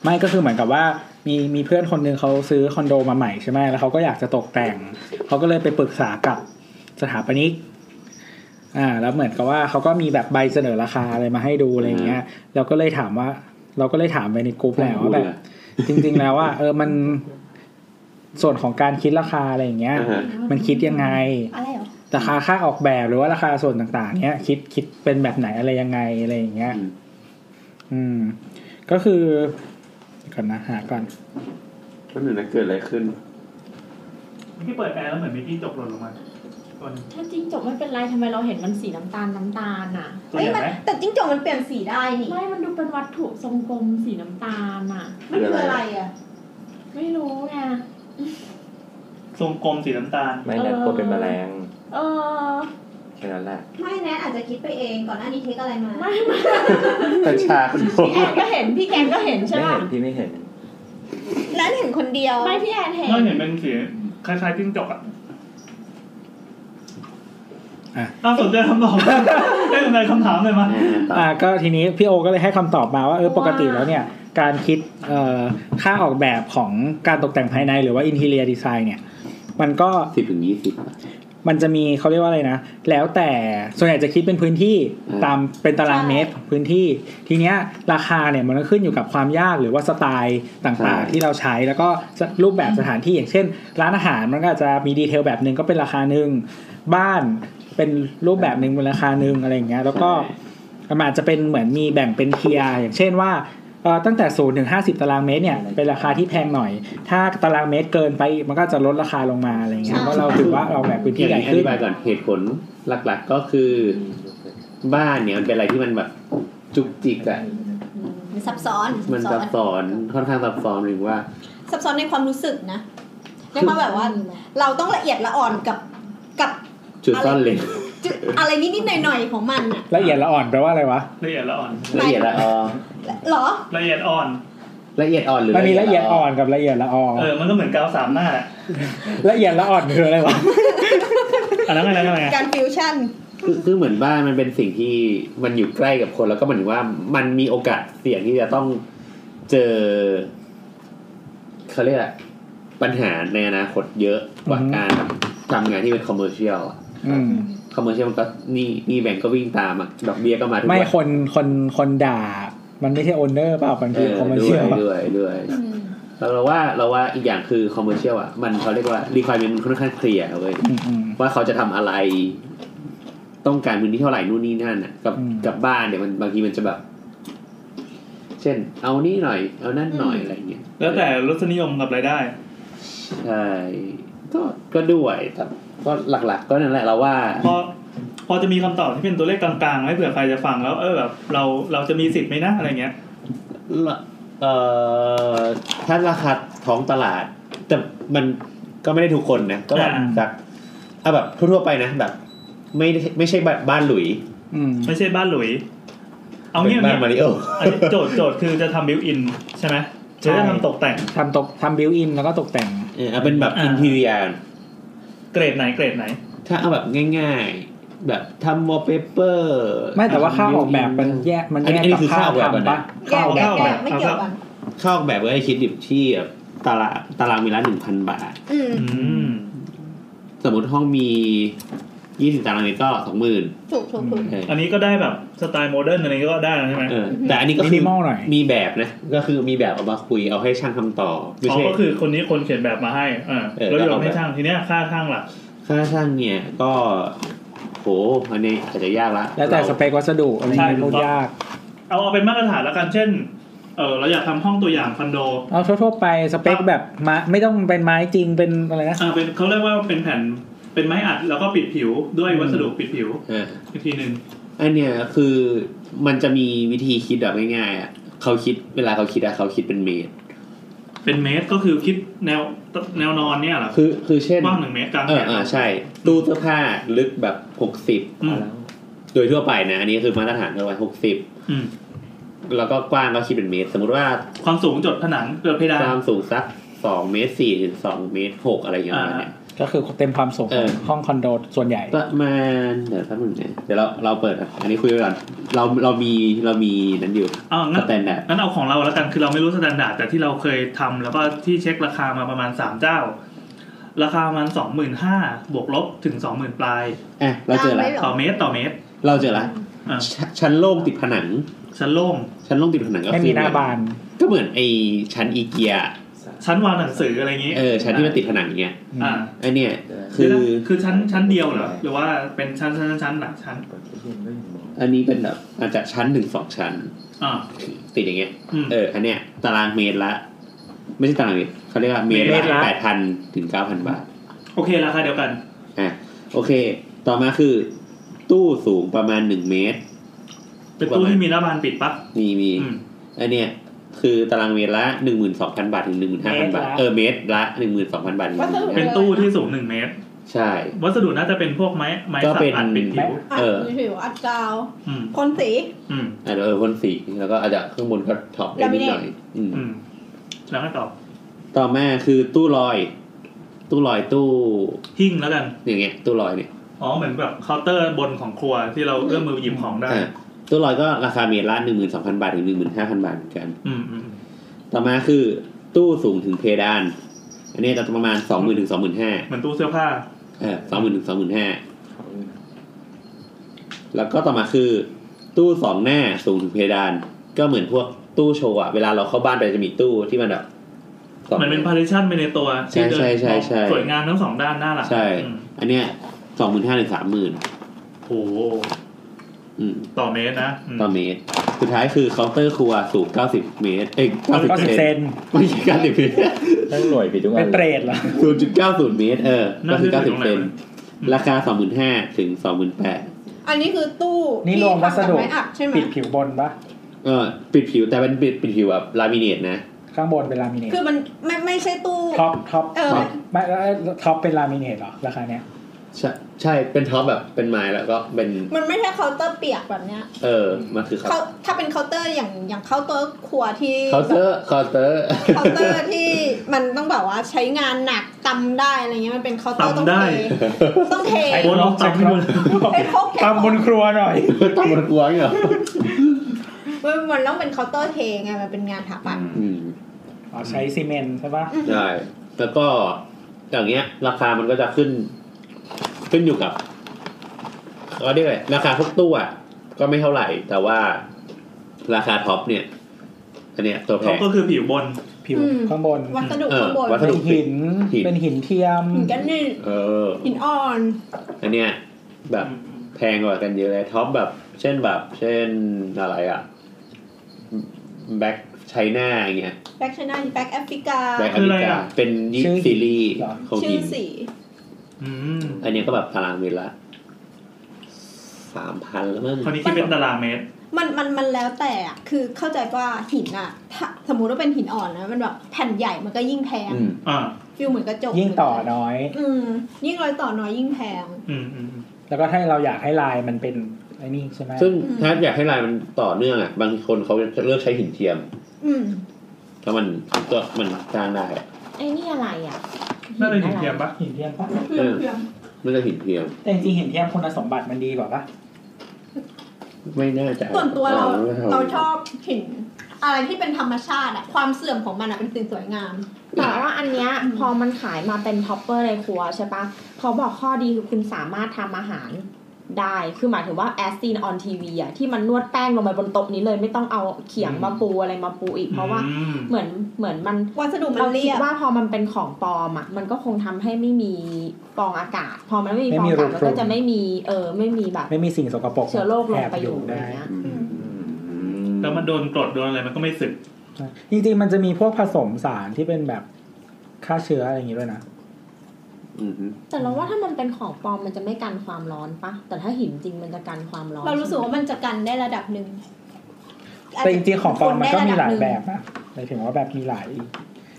ไม่ก็คือเหมือนกับว่ามีมีเพื่อนคนหนึงเขาซื้อคอนโดมาใหม่ใช่ไหมแล้วเขาก็อยากจะตกแต่งเขาก็เลยไปปรึกษากับสถาปนิก อ่าแล้วเหมือนกับว่าเขาก็มีแบบใบเสนอราคาอะไรมาให้ดูอะไรอย่างเงี้ยเราก็เลยถามว่า เราก็เลยถามไปในกลุ่มแหละว่าแบบ จริง ๆ แล้วว่าเออมันส่วนของการคิดราคาอะไรอย่างเงี้ย
อ่าฮะ
มันคิดยังไง
อะไรเหรอ
ราคาค่าออกแบบหรือว่าราคาส่วนต่างๆ เนี้ย คิดคิดเป็นแบบไหนอะไรยังไงอะไรอย่างเงี้ย อืม ก็คือก่อนนะหาก่อน
ก็หนึ่งนะเกิดอะไรขึ้น
พี่เปิดแอร์แล้วเหมือนมีที่จกหล่นลงมาตัวนี้
ถ้าจริงจบไม่เป็นไรทำไมเราเห็นมันสีน้ำตาลน้ำตาลอ่ะ
ตัวใหญ่ไหม
แต่จิ้งจกมันเปลี่ยนสีได้นี่
ไม่ มันดูเป็นวัตถุทรงกลมสีน้ำตาลอ่ะ
มันคืออะไรอ่ะ
ไม่รู้ไง
ทรงกลมสีน้ำตาล
ไม่นั่นกลัวเป็นแมลง
เออ
แค่นั้นแหละ
ไม่แนทอาจจะคิดไปเองก่อนหน้านี้เทคอะไรมา
ไม่ไม่
แต่ชาคนโด
พี่แอนก็เห็น พี่แกงก็เห็นใช่
ไม่
ป่ะ
เห็นพี่ไม่เห็น
นั้นเห็นคนเดียว
ไม่ พี่แอนเห็น
น้อยเห็นเป็นสีคล้ายๆจิ้งจกอ่ะ
อ่ะ
น่าสนใจคำตอบ [laughs] ได้สนใจคำถามเลยมา
ต่อ
อ่าก็ทีนี้พี่โอก็เลยให้คำตอบมาว่าเออ
ว่า
ปกติแล้วเนี่ย การคิดเอ่อค่าออกแบบของการตกแต่งภายในหรือว่าอินเทเรียดีไซน์เนี่ย มันก็
สิบถึงยี่สิบ
มันจะมีเขาเรียกว่าอะไรนะ แล้วแต่ส่วนใหญ่จะคิดเป็นพื้นที่
อืม
ตามเป็นตารางเมตรของพื้นที่ ทีเนี้ยราคาเนี่ยมันก็ขึ้นอยู่กับความยากหรือว่าสไตล์ต่างๆ ที่เราใช้แล้วก็รูปแบบสถานที่อย่างเช่น ร้านอาหารมันก็อาจจะมีดีเทลแบบหนึ่งก็เป็นราคาหนึ่งบ้านเป็นรูปแบบหนึ่งเป็นราคาหนึ่งอะไรอย่างเงี้ยแล้วก็ มันอาจจะเป็นเหมือนมีแบ่งเป็นเทียร์อย่างเช่นว่าเอ่อตั้งแต่ศูนย์ถึงห้าสิบตารางเมตรเนี่ยเป็นราคาที่แพงหน่อย ถ้าตารางเมตรเกินไปมันก็จะลดราคาลงมาอะไรเงี้ยเพราะเราถือว่าเราแบ่งพื้นที่
ที่
ใหญ่
อ
ขึ้น
ธิบายก่อนเหตุผลหลัก ๆ ก็คือ บ้านเนี่ยมันเป็นอะไรที่มันแบบจุกจิกอะ
มันซับซ้อน
มันซับซ้อนค่อนข้างซับซ้อนหรือว่า
ซับซ้อนในความรู้สึกนะในความแบบว่าเราต้องละเอียดละอ่อนกับกับ
จุดซ่อนเลน
จุดอะไรนิดๆหน่อยๆของมันอะ
ละเอียดละอ่อนแปลว่าอะไรวะ
ละเอียดละอ่อน
ละเอียดละออ
เหรอ
ละเอียดอ่อน
ละเอียดอ่อนหรือ
มันมีละเอียดอ่อนกับละเอียดละออ
[laughs] เออ มันก็เหมือนกาวสามหน้าแหละ
ละเอียดละอ่อนคืออะไรวะ
อันนั้นไงอันนั้นไง
การฟิวชั่น
คือคือเหมือนบ้านมันเป็นสิ่งที่มันอยู่ใกล้กับคนแล้วก็เหมือนว่ามันมีโอกาสเสี่ยงที่จะต้องเจอเขาเรียกอะไรปัญหาในอนาคตเยอะกว่า
อือฮึ
การทำงานที่เป็นคอมเมอร์เชียลอะ
อืม
คอมเมอร์เชียลมันก็หนี่นี่แบงก์ก็วิ่งตามอ่ะดอกเบี้ยก็มาทุก
ไม่
วัน
คนคนคนด่า มันไม่ใช่โอนเนอร์เปล่ามันคือคอมเมอร์เชียล
ด้วยด้วยด้วยแล้วเราว่าเราว่าอีกอย่างคือคอมเมอร์เชียลอ่ะมันเขาเรียกว่ารีควอรี่มันค่อนข้างเคลียร์เว้ยว่าเขาจะทำอะไร ต้องการพื้นที่เท่าไหร่นู่นนี่นั่นอ่ะกับกับบ้านเนี่ยมันบางทีมันจะแบบ เช่น เอานี่หน่อย เอานั่นหน่อยอะไรเงี้ย
แล้วแต่รสนิยมกับรายได้
ใช่ก็ก็ด้วยแต่ก็หลัก ๆ ก็นั่นแหละเราว่า
พอพอจะมีคำตอบที่เป็นตัวเลขกลางๆไหมเผื่อใครจะฟังแล้ว เออแบบเราเราจะมีสิทธิ์ไหมนะอะไรเงี้ย
ละเอ่อถ้าราคาท้องตลาด แต่มันก็ไม่ได้ทุกคนนะ ก็แบบ
อ่า
จากเอาแบบทั่วๆไปนะแบบ ไม่ได้ไม่ใช่แบบบ้านหลุย
อืม
ไม่ใช่บ้านหลุย เอาเงี้ย
ป็นบ้านมาริโอ
อันนี้โจทย์โจทย์คือจะทำบิวอินใช่ไหมจะได้ทำตกแต่ง
ทำตกทำบิวอินแล้วก็ตกแต่ง
เออเอาเป็นแบบ
อ่า
อินทีเรีย
เกรดไหนเกรดไหน
ถ้าเอาแบบง่าย ๆ แบบทำวอลเปเปอร์
ไม่แต่ว่าค่าออกแบบมันแยกมัน
อัน
แย
นี้อัน
กกั
นี้
บ
คือ
ค่า
ค่าออกแบบก่อน
ทำปะ
นะ
แยกแยกแยกไม่เกี่ยวกัน
ค่าออกแบบก็ให้คิดดิบที่แบบตารางตารางเวลาหนึ่งพันบาท
อืม
อืม
สมมติห้องมียี่สิบตารางเมตรก็สองหมื่น
ถูกถูกถูก
อันนี้ก็ได้แบบสไตล์โมเดิร์นอะไรก็ได้แล้วใช่ไหม
เออแต่อันนี้ก็
มิ
คื
นิ
อ
มอลหน่อย
มีแบบนะ ก็คือมีแบบเอามาคุยเอาให้ช่างทำต่อ ไม่
อ๋อ
ใช่
ก็คือคนนี้คนเขียนแบบมาให้เออ
เออ
แล้วโยนให้ช่างทีเนี้ยค่าช่างล่ะ
ค่าช่างเนี่ยก็โหอันนี้อาจจะยากละ
แล้วแต่สเปควัสดุอะไรเงี้ย
ใช่
พูดยาก
เอาเอาเป็นมาตรฐานแล้วกันเช่น เออเราอยากทำห้องตัวอย่างคอนโด
เอาทั่วๆไปสเปคแบบไม้ไม่ต้องเป็นไม้จริงเป็นอะไรนะ
อ่าเป็นเขาเรียกว่าเป็นแผ่นเป็นไม้อัดแล้วก็ปิดผิวด้วยวัสดุปิดผิว
เออ
อีกทีหนึ่ง
อันเนี้ยคือมันจะมีวิธีคิดแบบง่ายๆอะเขาคิดเวลาเขาคิดอะเขาคิดเป็นเมตร
เป็นเมตรก็คือคิดแนวแนวนอนเนี่ยเหรอ
คือคือเช่น
กว้างหนึ่งเมตรกลาง
เอ
แข
อน เออใช่ ตู้เสื้อผ้าลึกแบบหกสิบ
อืม
โดยทั่วไปนะ อันนี้คือมาตรฐานประมาณหกสิบ
อืม
แล้วก็กว้างก็คิดเป็นเมตร สมมติว่า
ความสูงจดผนังจดเพดาน
ความสูงสักสองเมตรสี่ถึงสองเมตรหกอะไรอย่างเงี้ย
อ่า
เนี่ย
ก็คือเต็มความสูง
เออ
ห้องคอนโดส่วนใหญ่
ประมาณเดี๋ยวแป๊บนึงนะเดี๋ยวเราเราเปิดอ่ะอันนี้คุยไปก่อนเราเรามีเรามีนั้นอยู่
อ๋อ
ส
งั้น
แตนดาร์ด
งั้นเอาของเราแล้วกันคือเราไม่รู้สแตนดาร์ดแต่ที่เราเคยทำแล้วก็ที่เช็คราคามาประมาณสามเจ้า ราคาประมาณสองหมื่นห้าบวกลบถึงสองหมื่นปลาย
อ่ะเราเจอละ
ต่อเมตรต่อเมตร
เราเจอละ
อ่า
ชชั้นโล่งติดผนัง
ชั้นโล่ง
ชั้นโล่งติดผนังก็
ไม่
คื
มี
อ
หน้าบาน
ก็เหมือนไอชั้นอีเกีย
ชั้นวางหนังสืออะไรอย่างงี้
เออชั้นที่มันติดผนังเงี้ย
อ่า
ไอเนี่ย
คื
คืออ
คือชั้นชั้นเดียวเหรอหรือว่าเป็นชั้นชั้นชั้นหลายชั้น
อันนี้เป็นแบบอาจจะชั้นหนึ่งสองชั้น
อ่า
ติดอย่างเงี้ย
อืม
เอออันเนี้ยตารางเมตรละ ไม่ใช่ตารางเมตรเขาเรียกว่าเมตร
เมตร
ละ
ละ
แปดพันถึงเก้าพันบาท
โอเคราคาเดียวกัน
อ่ะโอเค ต่อมาคือ ตู้สูงประมาณหนึ่งเมตร
เป็นตู้ที่มีหน้าบานปิดปะ
มีมี
อืม
อันเนี้ยคือตารางเมตรละหนึ่งหมื่นสองพันบาทถึงหนึ่งหมื่นห้าพันบาท
เมตรละ
เออเมตรละหนึ่งหมื่นสองพันบาทถึงหนึ่งหมื่น
เป็
ห้าน
ตู้ที่สูงหนึ่งเมตร
ใช่
วัสดุน่าจะเป็นพวกไม้ไม้
ก็
สับ
เป็น
อัดปิดผิว
เออ
ดผิวอัดกาว
อืม
พ่นสี
อืม
อ่ะเออพ่นสีแล้วก็อาจจะข้างบนก็ท็อปได้นิดหน่อยอืม
อืมแล้วก็ตอบ
ต่อมาคือตู้ลอย ตู้ลอยตู้
หิ้งแล้วกัน
อย่างเงี้ย ตู้ลอยเนี่ย
อ๋อเหมือนแบบเคาน์เตอร์บนของครัวที่เราเอื้อมมือหยิบของได้
อ่ะตู้ลอยก็ราคาเมตรละหนึ่งหมื่นสองพันบาทถึงหนึ่งหมื่นห้าพันบาทเหมือนกัน
อืมอืม
ต่อมาคือตู้สูงถึงเพดาน อันเนี้ยจะประมาณสองหมื่นถึงสองหมื่นห้า
เหมือนตู้เสื้อผ้า
สองหมื่นถึงสองหมื่นห้าแล้วก็ต่อมาคือ ตู้สองหน้าสูงถึงเพดาน ก็เหมือนพวกตู้โชว์อะเวลาเราเข้าบ้านไปจะมีตู้ที่มันแบบสอง
เหมือนเป็นพาริชันไปในตัว
ใช่ใช่ใช่ใช่
สวยงามทั้งสองด้านหน้าหลัง
ใช่
อืม
อันเนี้ยสองหมื่นห้าถึงสามหมื่น
โอ้โหต่อเมตรนะอืม
ต่อเมตร สุดท้ายคือเคาน์เตอร์ครัวสูงเก้าสิบเมตร เอ้ยเก้าสิบ
ก็สิบ
เซ
เซ
น
น
ไม่ใช่เก้าสิบเมตร
ทั้งหน่วยผิดทุกอั
เป็น
น
เปรตเหรอ
ศูนย์จุดเก้าศูนย์เมตร เออก็
น่า
คื
จะ
อเก้า
ถึ
สิ
งต
บ
รงไหน
เซน
วะ
ราคาสองหมื่นห้าถึงสองหมื่นแปด
อันนี้คือตู้
นี่รวมวัสดุ
ที่ทำจากไม้อัดใช่ไหม
ปิดผิวบนปะ
เออปิดผิวแต่เป็นปิดปิดผิวแบบลามิเนตนะ
ข้างบนเป็นลามิเนต
คือมันไม่ไม่ใช่ตู้
ท็อปท็อป
เออ
ไม่แล้วท็อปเป็นลามิเนตเหรอราคาเนี้ย
ใช่ใช่เป็นท็อปแบบเป็นไม้แล้วก็เป็น
มันไม่ใช่เคาน์เตอร์เปียกแบบเนี้ย
เออ มันคือเขา
เขาถ้าเป็นเคาน์เตอร์อย่างอย่างเคาน์เตอร์ครัวที่
เคาน์เตอร์เคาน์เตอร์
เคาน์เตอร์ที่มันต้องแบบว่าใช้งานหนักตำได้อะไรเงี้ยมันเป็นเคาน์เตอร์ต้อง
ตำได้
เทต้องเท
ไอ้โบ๊ทลองตำให้ดู
ไอ้พวกแขก
ตำบนครัวหน่อย
[laughs] ตำรวจกลัวเหรอ
มันมันต้องเป็นเคาน์เตอร์เทไงมันเป็นงานถาปัตย์
อืม
อ๋อใช้ซีเม [laughs] นต์ใช่ปะ
ได้ แล้วก็อย่างเงี้ย ราคามันก็จะขึ้น ขึ้นอยู่กับเขาเรียกอะไรราคาทุกตู้อ่ะก็ไม่เท่าไหร่ แต่ว่าราคาท็อปเนี่ย อันเนี้ยตัวแพ
เขา
ง
ก็คือผิวบน
ผิวข้างบน
วัสดุ
เออ
ข้างบน
วัส
เป็
ดุ
นหิน
หิน
เป็นหินเทียม
หินกันนี่
เออ
หินอ่อน
อันเนี้ยแบบแพงกว่ากันเยอะเลยท็อปแบบ เช่นแบบ เช่นอะไรอ่ะแบ็คไชน่าอย่างเงี้ย
แบ็กชไนแบ็กแอฟริกา
แบ็คอ
คือ
เม
อะไร
ริกา
อ่ะ
เป็นยี่
ชื่อ
ซีรีส์
เหรอ
ของ
ชื่
หิ
อน สี
อืม
อันเนี้ยก็แบบตารางเมตรละสามพันแล้วมั้ง
คนนี้คิดเป็นตารางเมตร
มันมันมันแล้วแต่อะคือเข้าใจว่าหินอะถ้าสมมุติว่าเป็นหินอ่อนนะมันแบบแผ่นใหญ่มันก็ยิ่งแพง
อืม
อ่า
ฟิลเหมือนกระจก
ยิ่งต่อ
เหมืนกั
น้อย
อืมยิ่งรอยต่อน้อยยิ่งแพง
อืมอืมอืม
แล้วก็ถ้าเราอยากให้ลายมันเป็นไอ้นี่ใช่ไหม
ซึ่ง
อืม
ถ้าอยากให้ลายมันต่อเนื่องอ่ะ บางคนเขาจะเลือกใช้หินเทียม
อืม
ถ้ามันก็มันสร้างได้อะ
ไอ้นี่อะไรอ่ะ
น่าจะถึงเทียมปะ
หินเทียมปะ
เออไม่ใช่หินเทียม
แต่จริงๆหินเทียมคุณสมบัติมันดีกว่าปะ
ไม่น่าจะ
ส่วนตัวเรา
อไม่ทำ
เราชอบหินอะไรที่เป็นธรรมชาติอะความเสื่อมของมันอะเป็นสิ่งสวยงาม
แต่ว่าอันเนี้ยพอมันขายมาเป็นท็อปเปอร์ในครัวใช่ปะเขาบอกข้อดีคือคุณสามารถทำอาหารได้ คือหมายถึงว่าแอสซีนออนทีวีอ่ะที่มันนวดแป้งลงไปบนโต๊ะนี้เลยไม่ต้องเอาเขียงมาปูอะไรมาปูอีก เพราะว่า
อืม
เหมือนเหมือนมัน
วัสดุมัน
เรา
เรี
คิด
ยบ
ว่าพอมันเป็นของปลอมอ่ะมันก็คงทำให้ไม่มีฟองอากาศ พอมันไม่มีฟองอากาศมันก็จะไม่มีเออไม่มีแบบ
ไม่มีสิ่งสกปรก
เชื้อโรคลง
แอบ
ไป
อ
อยู่
ยู่
อะไร
ได้
เงี้ย
อืม
แล้วมันโดนกรดโดนอะไรมันก็ไม่สึก
จริงๆมันจะมีพวกผสมสารที่เป็นแบบฆ่าเชื้ออะไรอย่างงี้ด้วยนะ
อืมฮึ
แต่เราว่าถ้ามันเป็นของปลอมมันจะไม่กันความร้อนปะแต่ถ้าหินจริงมันจะกันความร้อน
เรารู้สึกว่ามันจะกันได้ระดับหนึ่ง
แต่จริงๆของปลอมมันก็มีหลาย
คได้ระดันึ่ง
แบบนะหมายถึงว่าแบบมีหลายห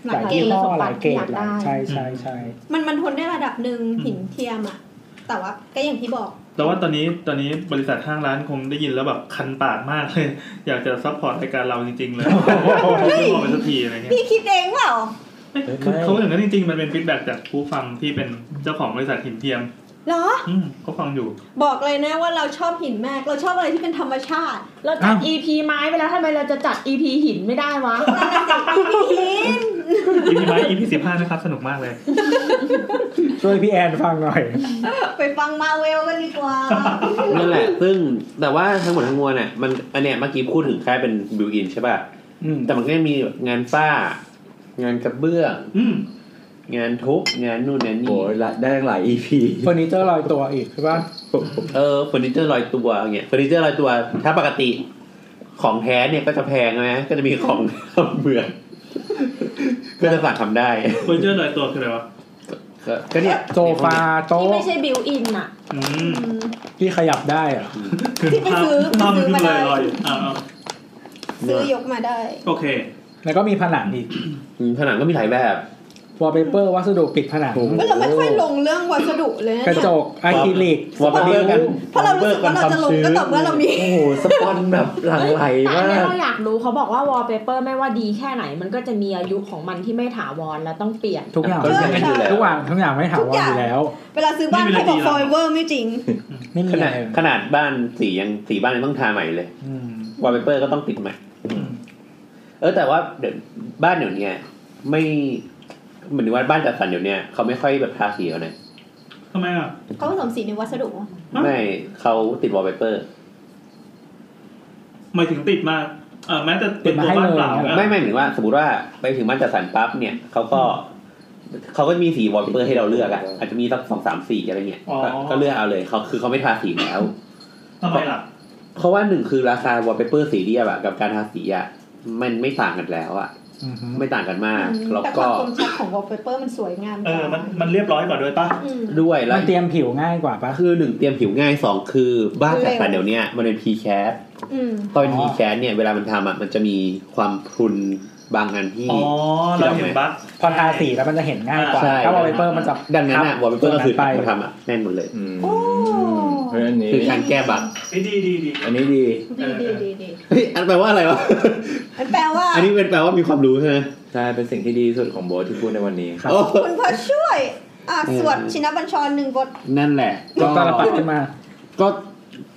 หลา
ลาย
ย
ยี่ห้อ
สม
ห
บั
ลาย
ติ
เกร
อยา
ด
ก
หลา
ได้
ยใช่ใช่ใช่
มันมันทนได้ระดับหนึ่ง
อืม
หินเทียมอะแต่ว่าก็อย่างที่บอก
แต่ว่าตอนนี้ตอนนี้บริษัทห้างร้านคงได้ยินแล้วแบบคันปากมากเลย [laughs] อยากจะซัพพอร์ตรายการเราจริง ๆ เลยไม่บอกไปสักทีอะไรเงี้ย
พี่คิดเองเปล่า
ไม่คือเขาอย่างนั้นจริง ๆ มันเป็นฟีดแบ็กจากผู้ฟังที่เป็นเจ้าของบริษัทหินเทียม
เหรอ
อืมเขาฟังอยู่
บอกเลยนะว่าเราชอบหินมาก เราชอบอะไรที่เป็นธรรมชาติ [laughs]
เราจั
อ้า
ด
ว
EP ไม้ไปแล้วทำไมเราจะจัด EP หินไม่ได้วะ
หิน
อีพีไม้อีพีสิบห้านะครับ สนุกมากเลย
ช่วยพี่แอนฟังหน่อย
ไปฟังมาเวลกันดีกว่า
นั่นแหละ ซึ่งแต่ว่าทั้งหมดทั้งมวลเนี่ยมันอันเนี้ยเมื่อกี้พูดถึงแค่เป็นบิวอินใช่ป่ะ
อืม
แต่มันก็ยังมีแบบงานฝ้า งานกระเบื้อง
อืม
งานทุบ งานนู่นงาน
โอ้
นี่
ยละได้ตั้งหลาย EP
เฟอร์นิเจอร์ลอยตัวอีกใช่ปะ
เออเฟอร์นิเจอร์ลอยตัวอย่างเงี้ยเฟอร์นิเจอร์ลอยตัว ถ้าปกติ ของแท้เนี่ยก็จะแพงใช่ไหมก็จะมีของ [laughs] เหมือน ก็จะสั่งทำได้
เฟอร์นิเจอร์ลอยตัวคืออะไรวะ
ก็ก็เนี่ย
โซฟาโต๊ะ
ที่ไม่ใช่บิวอินอ่ะ
อืม
ที่ขยับได้เหรอะ
คือ
ที่ไป
ภาพ
ซื้อ
ภาพมัน
ซื้อ
ขึ้น
มา
เล
ได้
ยลอยอยู่อ่า
ซื้อยกมาได้
โอเค
แล้วก็มีผนังอีก
อืมผนังก็มีหลายแบบ
วอลเปเปอร์วัสดุปิดผนัง
เว้ยเราไม่ค่อยลงเรื่องวัสดุเลยนะ
กระ
เนี่ย
จกอะคริลิก
วอลเปเปอร์กัน
เพราะเรารู้สึกว่าเราจะลงก็ต่อเมื่อเรามี [laughs]
โอ้โห สปอนแบบหลัง
เอ้ย
ไหล
แต่อัน
มา
เนี้ย
ก
เราอยากรู้เขาบอกว่าวอลเปเปอร์ไม่ว่าดีแค่ไหน มันก็จะมีอายุของมันที่ไม่ถาวรและต้องเปลี่ยน
ทุกอย่าง
ก็ใช้กันอยู่แล้ว
ทุกอย่างทุกอย่างไม่ถาวรอยู่แล้ว
เวลาซื้อบ้าน
นี่
ใคร
เป็น
บอก
อะไร
f o r e v e r ไม่จริง
ไม่มี
ข
อะ
นา
ไร
ดขนาดบ้านสียังสีบ้านยังต้องทาใหม่เลย
อืม
วอลเปเปอร์ก็ต้องติดใหม่ เออแต่ว่าเดี๋ยวบ้านเดี๋ยวเนี้ยไม่เหมือนว่าบ้านจัดสรรเดี๋ยวเนี้ยเขาไม่ค่อยแบบทาสีแล้วนะ
อ ทำไมอ่ะ
เขาผสมสีในวัสดุ
ฮะ
ไม่เขาติดวอลเปเปอร์
หมายถึงติดมาเออแม้แต่เป็นตัวบ้านเปล่า
ติดมา
นะ
ให้เลย
ไม่ไม่หมายถึงว่าสมมติว่าไปถึงบ้านจัดสรรปั๊บเนี่ยเขาก็เขาก็มีสีวอลเปเปอร์ให้เราเลือกอ่ะอาจจะมีสักสองสามสีอะไรเงี้ยก็ก็เลือกเอาเลยเขาคือเขาไม่ทาสีแล้ว
ทำไมล่ะ
เพราะว่าหนึ่งคือราคาวอลเปเปอร์สีเรียบอะกับการทาสีอะมันไม่ต่างกันแล้วอะ
อือฮึ
ไม่ต่างกันมากแล้ว
แต่ค
ก็
วามคมชัดของวอลเปเปอร์มันสวยงาม
เออมันมันเรียบร้อยกว่าด้วยป่ะ
ด้วยแล้
มั
วน
เตรียมผิวง่ายกว่าปะ
คือหนึ่งเตรียมผิวง่ายสองคือบ้านจัดสรรเดี๋ยวเนี้ยมันเป็น p c a s
อืม
ตอนเป็น p c a s เนี่ยเวลามันทำอะมันจะมีความพรุนบางอันที่
อ๋อ เราเห็นบั๊ก
พอทาสีแล้วมันจะเห็นง่ายกว่า
ใช่
ถ้าวอลเปเปอร์มันจะ
ดังนั้นอะ
ทับ
วอลเปเปอร์ก็คือ
ตัวนั้นไป
ทำอะแน่นหมดเลย
อืมเพราะฉะนั้นนี้
คือการแก้บั๊ก
ดีดีดีดี
อันนี้ดี
ดีดีดีดี
เฮ้ยอันแปลว่าอะไรวะ
มันแปลว่า
อันนี้เป็นแปลว่ามีความรู้ใช่ไหม
ใช่เป็นสิ่งที่ดีที่สุดของโบทที่พูดในวันนี้
ครับ
โอ้
คุณพอช่วย อ่ะ สวดชินบัญชรหนึ่งบท
นั่นแหละ
ยกตาลปัดขึ้นมา
ก็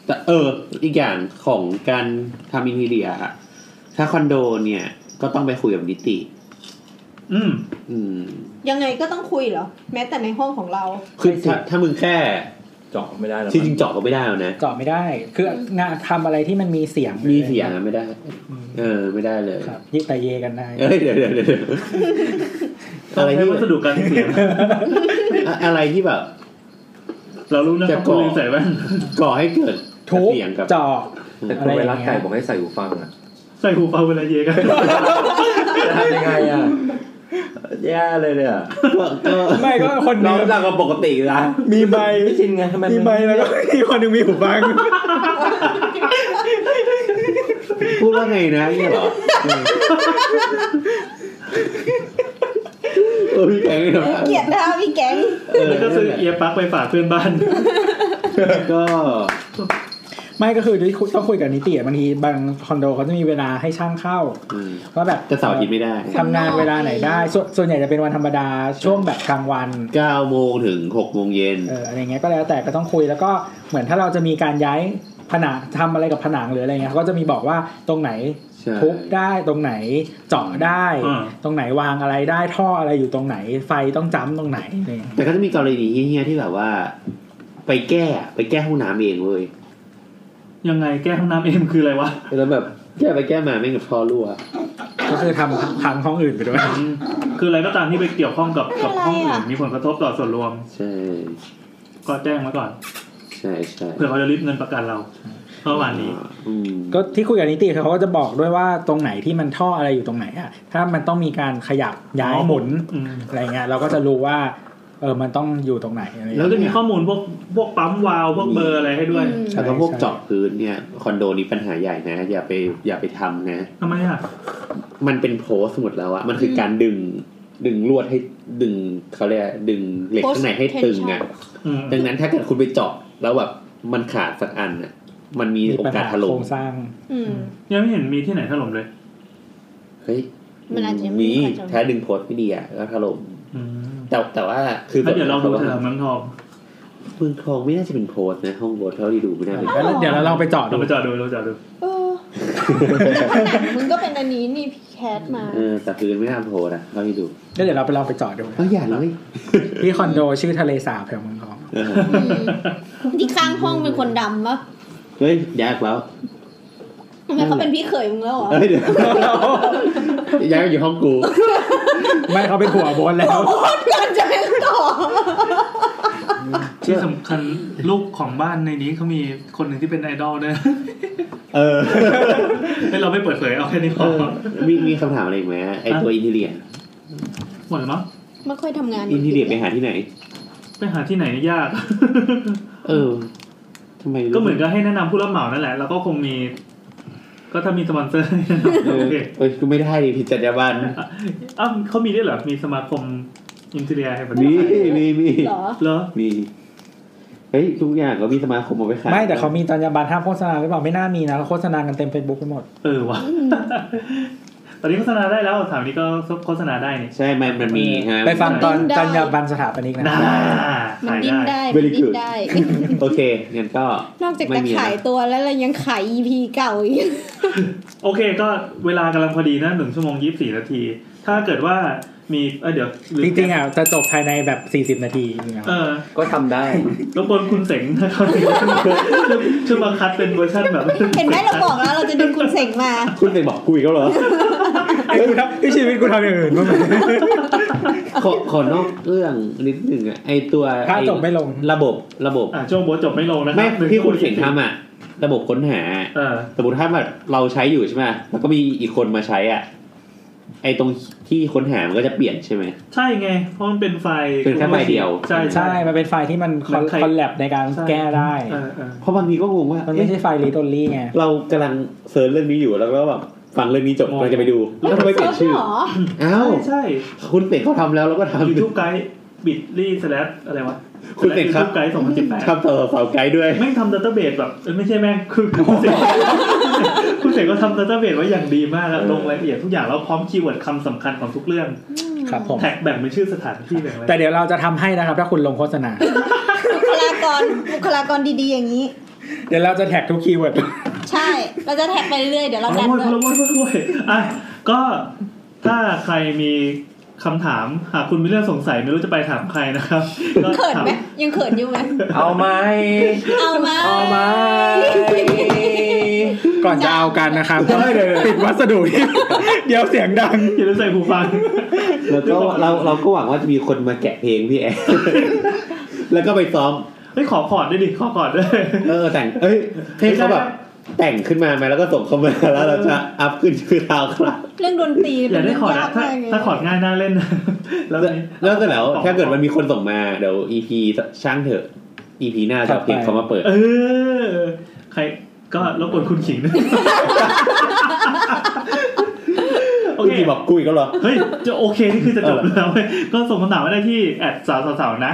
แต่เออ อีกอย่างของการทำอินทีเรียอะถ้าคอนโดเนี่ย ก็ต้องไปคุยกับนิติ
อืม
อืม
ยังไงก็ต้องคุยเหรอ แม้แต่ในห้องของเรา
คือถ้าถ้ามึงแค่
เจาะไม่ได้หรอก
จริงๆเจาะก็ไม่ได้แล้วนะ
เจาะไม่ได้ คืองานทำอะไรที่มันมีเสียง
มีเสียงอะไม่ได้
อืม
เออ ไม่ได้เลย
ครับยิ่งแต่เยกันได้
เอ้ยเดี๋ยวเดี๋ยวเดี๋ยวเดี๋ยว
อะ
อะไร ไร
ที่
ที่
วัสดุการเสียง
อะอะไรที่แบบ
เรารู้นะครับ
จะ
คุ
ก่
ณ
อ
ลืมใส่แว่น [laughs]
ก่อให้เกิด
ทุบ
เสียงกับ
เจาะ
แต่
อะ
คุ
ไร
ณ
อ
ไป
ย่างเงี้ย
รักไก่บอกให้ใส่หูฟังอ่ะ
ใส่หูฟังเวลาเยกัน
จะทำยังไงอ่ะแย่เลยเนี่ย
ก็ก็
ไม่ก็คนห
เรา
นึง
หนักกว่าปกตินะ
มีใบ
ไม่ชินไงทำไม
มีใบแล้วก็ [laughs] มีคนหนึงมีหูฟัง
พูดว่าไงนะเนี่ยเหรอเออเออพี่แกงนี่ทำ
เกลียดนะคะพี่แก๊ง
เออ
แล้วก็ซื้อเอียร์ปลั๊กไปฝากเพื่อนบ้าน [laughs]
ก็
ไม่ก็คือต้องคุยกับนิติอะบางทีบางคอนโดเขาจะมีเวลาให้ช่างเข้า
อืม
ว่าแบบ
จะเสาร์อาทิตย์ไม่ได้
ทำงานเวลาไหนได้ส่วนส่วนใหญ่จะเป็นวันธรรมดาช่วงแบบกลางวัน
เก้าโมงถึงหกโมงเย็น
เอออะไรเงี้ยก็แล้วแต่ก็ต้องคุยแล้วก็เหมือนถ้าเราจะมีการย้ายผนังทำอะไรกับผนังหรืออะไรเงี้ยเขาก็จะมีบอกว่าตรงไหน
ใช่
ทุบได้ตรงไหนเจาะได้
อ่า
ตรงไหนวางอะไรได้ท่ออะไรอยู่ตรงไหน ไฟต้องจ้ำตรงไหนอะไรเงี้ย
แต่ก็จะมีกรณีเฮี้ยๆที่แบบว่า ไปแก้อะไปแก้ห้องน้ำเองเว้ย
ยังไงแก้ห้องน้ำเอ็มคืออะไรวะ
แล้วแบบแก้ไปแก้มาแม่งกับท่อรั่ว
ก็คือทำพังห้องอื่นไปด้วย
คืออะไรก็ตามที่ไปเกี่ยวข้องกับกับห้
ไม่เป็นไร
องอื่
อะ
นมีผลกระทบต่อส่วนรวม
ใช่
ก็แจ้งมาก่อน
ใช่ใช่
เผื่อเขาจะริบเงินประกันเราเพราะวันนี้
อืม
ก็ที่คุยกับนิติคือเขาก็จะบอกด้วยว่าตรงไหนที่มันท่ออะไรอยู่ตรงไหนอ่ะถ้ามันต้องมีการขยับย้าย
อ๋อ
หมุน
อืม
อะไรเงี้ยเราก็จะรู้ว่าเออมันต้องอยู่ตรงไหนอะไรเงี้ย
แล้วก็มีข้อมูลพวกพวกปั๊มวาล์วพวกเบอร์อะไรให้ด้วย
ใช่
แล้วก็พวกเจาะพื้นเนี่ยคอนโดนี้ปัญหาใหญ่นะ อย่าไปอย่าไปทำนะ
ทำไมอ่ะ
มันเป็นโพสต์หมดแล้วอะมันคือการดึงดึงลวดให้ดึงเขาเรียกอะไรดึงเหล็ก
Post
ข้างในให้ตึงอะ
tension
อืม
ดังนั้นถ้าเกิดคุณไปเจาะแล้วแบบมันขาดสักอันอะมันมี
มี
โอ
ปัญ
กาส
หา
ถล่
โคร
ม
งสร้าง
อืม
ยังไม่เห็นมีที่ไหนถล่มเลย
เฮ้ย
มันอาจจะยังไม่
มี
มีความจำเป็น
แท้ดึงโพสต์ไม่ดีอ่ะแล้วถล่ม
อืม
แต่แต่ว่าคือ
แล้วเดี๋ยวเราดูเถอะ
เมื
เมืองทอง
องทองไม่น่าจะเป็นโพสต์นะห้องโพสต์เท่าที่ดูไม่น่าเป็น
แล้วเดี๋ยวเราลองไปเจอด
เรา
ดู
ไปจอดดูเราจอดดู
เออแต่ผนังมึงก็เป็นอันนี้นี่พี่แคทมา
เออแต่พื้นไม่น่าโพสต์อะเท่าที่ดู
ก็เดี๋ยวเราไปลองไปเจอดดู
เอ้ยอย่าเลย
ที่คอนโดชื่อทะเลสาบแถวเมืองทอง
เออ
ที่ข้างห้องเป็นคนดำปะ
เฮ้ยยากแล้ว
ทำไมเขาเป็นพี่เขยมึงแล้วเหรอ
เอ้ยเดี๋ยว [laughs] ย้ายมาอยู่ห้องกู
ไม่เขาเป็นผัวโบนแล้ว
โคตรกันจะเป็นต่อ
ที่สำคัญลูกของบ้านในนี้เขามีคนหนึ่งที่เป็นไอดอลด้วย [laughs]
เออ
ให้เราไม่เปิดเผยเอาแค่นี้พ
เอ
อ
อมีมีคำถามอะไรอีกไหมไอตัวอินทีเรีย
หมดแล้วมั้ง
ไม่ค่อยทำงาน
อินทีเรียไปหาที่ไหน
ไปหาที่ไหนยาก
เออทำไม
ก็เหมือนกับให้แนะนำผู้รับเหมานั่นแหละ แล้วก็คงมี ก็ถ้ามีสปอนเซอร์ให้แนะนำ
เออ
โอเค
เอ้ยกูไม่ได้ดิผิดจรรยาบรรณ
อ้าวเขามีด้วยเหรอ มีสมาคมอินเทเรียแห่งประเทศ
มี
ไทย
มีมี
เหรอ
เหรอ
มีเฮ้ยทุกอย่างก็มีสมาคมเอาไปขาย
ไม่แต่เขามีจรรยาบรรณห้ามโฆษณาหรือเปล่าไม่น่ามีนะเขาโฆษณากันเต็มเฟซบุ๊กไปหมด
เออวะตอนนี้โฆษณาได้แล้วถามนี้ก็โฆษณาได้นี่
ใช่ไหมมันมีฮะ
ไปฟังตอน
ได้
จรรยาบรรณสถาปนิกนะ
น่า
มัน
ขาย
ดิ้น
ได้
ได้มัน
Very
ดิ้น
good
ได้
โอเคงั้นก็
นอกจาก
ไม่
จะ
มีอะไร
ขายตัวแล้วเรายังขาย EP เก่าอีก
โอเค ก็เวลากำลังพอดีนะหนึ่งชั่วโมงยี่สิบสี่นาที ถ้าเกิดว่า มีเอ้ยเดี๋ยวลืม
จริงๆอ่ะจะจบภายในแบบ 40 นาทีจริงๆ
เอ
อ่ะ
อ
ก็ทำได้
รบกวนคุณเสง [laughs] นะครับช่วยบังคับเป็นเวอร์ชันแบบ
เห็นไหมเราบอกแล้วเราจะดึงคุณเสงมา
คุณเป็นบอกกูอีกแล้วเหรอ
ไอ้กูทำไอ้ชีวิตกูทำอย่างอื่นบ้างไหม
[laughs] ขอขอนอกเรื่องนิดหนึ่งอ่ะไอตัว
ถ้าจบไม่ลง
ระบบระบบ
อ่ะช่วงโบทจบไม่ลงนะค
ไม่
รับ
ที่คุณเขียนทำอ่ะ ระบบค้นหา
เออ
สมมติถ้าแบบเราใช้อยู่ใช่ไหมแล้วก็มีอีกคนมาใช้อ่ะ ไอตรงที่ค้นหามันก็จะเปลี่ยนใช่ไหม
ใช่ไง เพราะมันเป็นไฟล์
เป็นแค่ใบเดียว
ใช่ใช่
ใช่ มันเป็นไฟล์ที่มันคอล
มันใคร
คอลแลบในการแก้ได้
เออเออ
เพราะบางทีก็งงว่า
มันไม่
เอ๊ะ
ใช่ไฟล์รีดอลลี่ไง
เรากำลังเซิร์ชเรื่องนี้อยู่แล้วก็แบบฟังเรื่องนี้จบกำลังจะไปดู แล้วทำไมเปลี่ยนชื่อ
หรอ
อ้าว
ใช่
คุณเป็ดเขาทำแล้วเราก็ทำ
ยูทูบไกด์บิดลี่สแลปอะไรวะ
คุณเป็นครับ
ยูทูบไกด์สองพันสิบแปด
ทำต่อสาวไกด์ด้วย
แม่งทำดัตเตอร์เบสแบบเอ้ยไม่ใช่แม่ง [laughs] คือคุณเสกคุณเสกก็ทำดัตเตอร์เบสไว้อย่างดีมากแล้วลงรายละเอียดทุกอย่างแล้วพร้อมคีย์เวิร์ดคำสำคัญของทุกเรื่อง
ครับผม
แท็กแบ่งเป็นชื่อสถานที่แบ่งอะไร
แต่เดี๋ยวเราจะทำให้นะครับ ถ้าคุณลงโฆษณา
บุคลากรบุคลากรดีๆอย่างนี้
เดี๋ยวเราจะแท็กทุกคีย์เวิร์ด
ใช่ เราจะแท็กไปเรื่อยๆเดี๋ยวเรา
โอ้
ดัน
โห
ด้วย
โอ้โหโอ้โหโอ้โหอ่ะก็ถ้าใครมีคำถามหากคุณมีเรื่องสงสัยไม่รู้จะไปถามใครนะครับก็
เขิน
ถาม
ไหมยังเขินอยู่ไหม
เอาไหม
เอามา
เอาไหม
ก่อนจะเอากันนะครับปิดวัสดุที่ [laughs] เดี๋ยวเสียงดัง
อย่าลืมใส่หูฟัง
แล้วก็เราเราก็หวังว่าจะมีคนมาแกะเพลงพี่แอน [laughs] แล้วก็ไปซ้อม
เฮ้ยขอคอร์ดด้วยดิขอคอร์ดด้วย
เออแต่ง เอ้ยให้เขาแบบแต่งขึ้นมาไหมแล้วก็ส่งเข้ามาแล้วเราจะอัพขึ้นชื่อเราครับ
เรื่องดนตรี
อย่าได้คอร์ดนะถ้า
เลย
ถ้าคอร์ดง่ายน่าเล่นนะแล้วมี
แล้วก็แล้วถ้าเกิดมันมีคนส่งมาเดี๋ยว EP ช่างเถอะ EP หน้าจะเอาเพลงเขามาเปิด
เออ ใครก็รบกวนคุณขิงด้วย โอ
คุณ
เค
กี่บอกกูอีกแล้วเหรอ
เฮ้ย จะโอเคนี่คือจะจบแล้วเว้ยก็ส่งคำถามมาได้ที่แอดสาวสาวๆนะ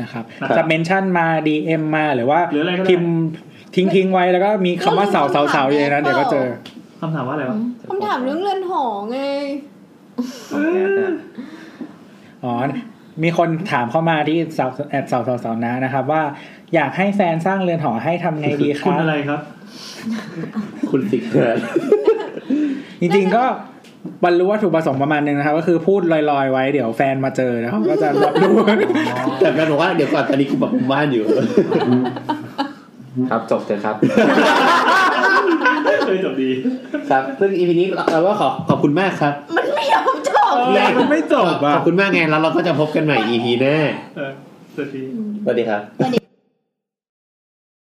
นะครับ
ครับ
จะเมนชั่นมา DM มาหรือว่า
หรืออะไรก็ได้
พิมพ์ทิ้งทิ้งไว้แล้วก็มีคำว่าเสาเสาเสาอยู่ในนั้นเดี๋ยวก็เจอ
คำถามว่าอะไรวะ
คำถามเรื่องเรือนหอไง
อ๋อ มีคนถามเข้ามาที่สาวแอดสาวสาวสาวนะนะครับ ว่าอยากให้แฟนสร้างเรือนหอให้ทำไงดีค
คุณ
รับ
อะไรครับ
คุณสิเกิน
จริงๆก็บรรลุวัตถุประสงค์ประมาณนึงนะครับ ก็คือพูดลอยๆไว้เดี๋ยวแฟนมาเจอแล้วเขาก็จะ [laughs] รับรู้
แต่แฟนบอกว่าเดี๋ยวก่อนตอนนี้กูปรับปรุงบ้านอยู่
ครับจบเถอะครับ
เอ้ยจบดี
ครับซึ่ง EP นี้เราก็ขอขอบคุณมากครับ
มันไม่ยอมจบ
เออมันไม่จบอะ
ขอบคุณมากไงแล้วเราก็จะพบกันใหม่ EP หน้า
เออสวัสดี
สวัสดีครับ
สวัสดี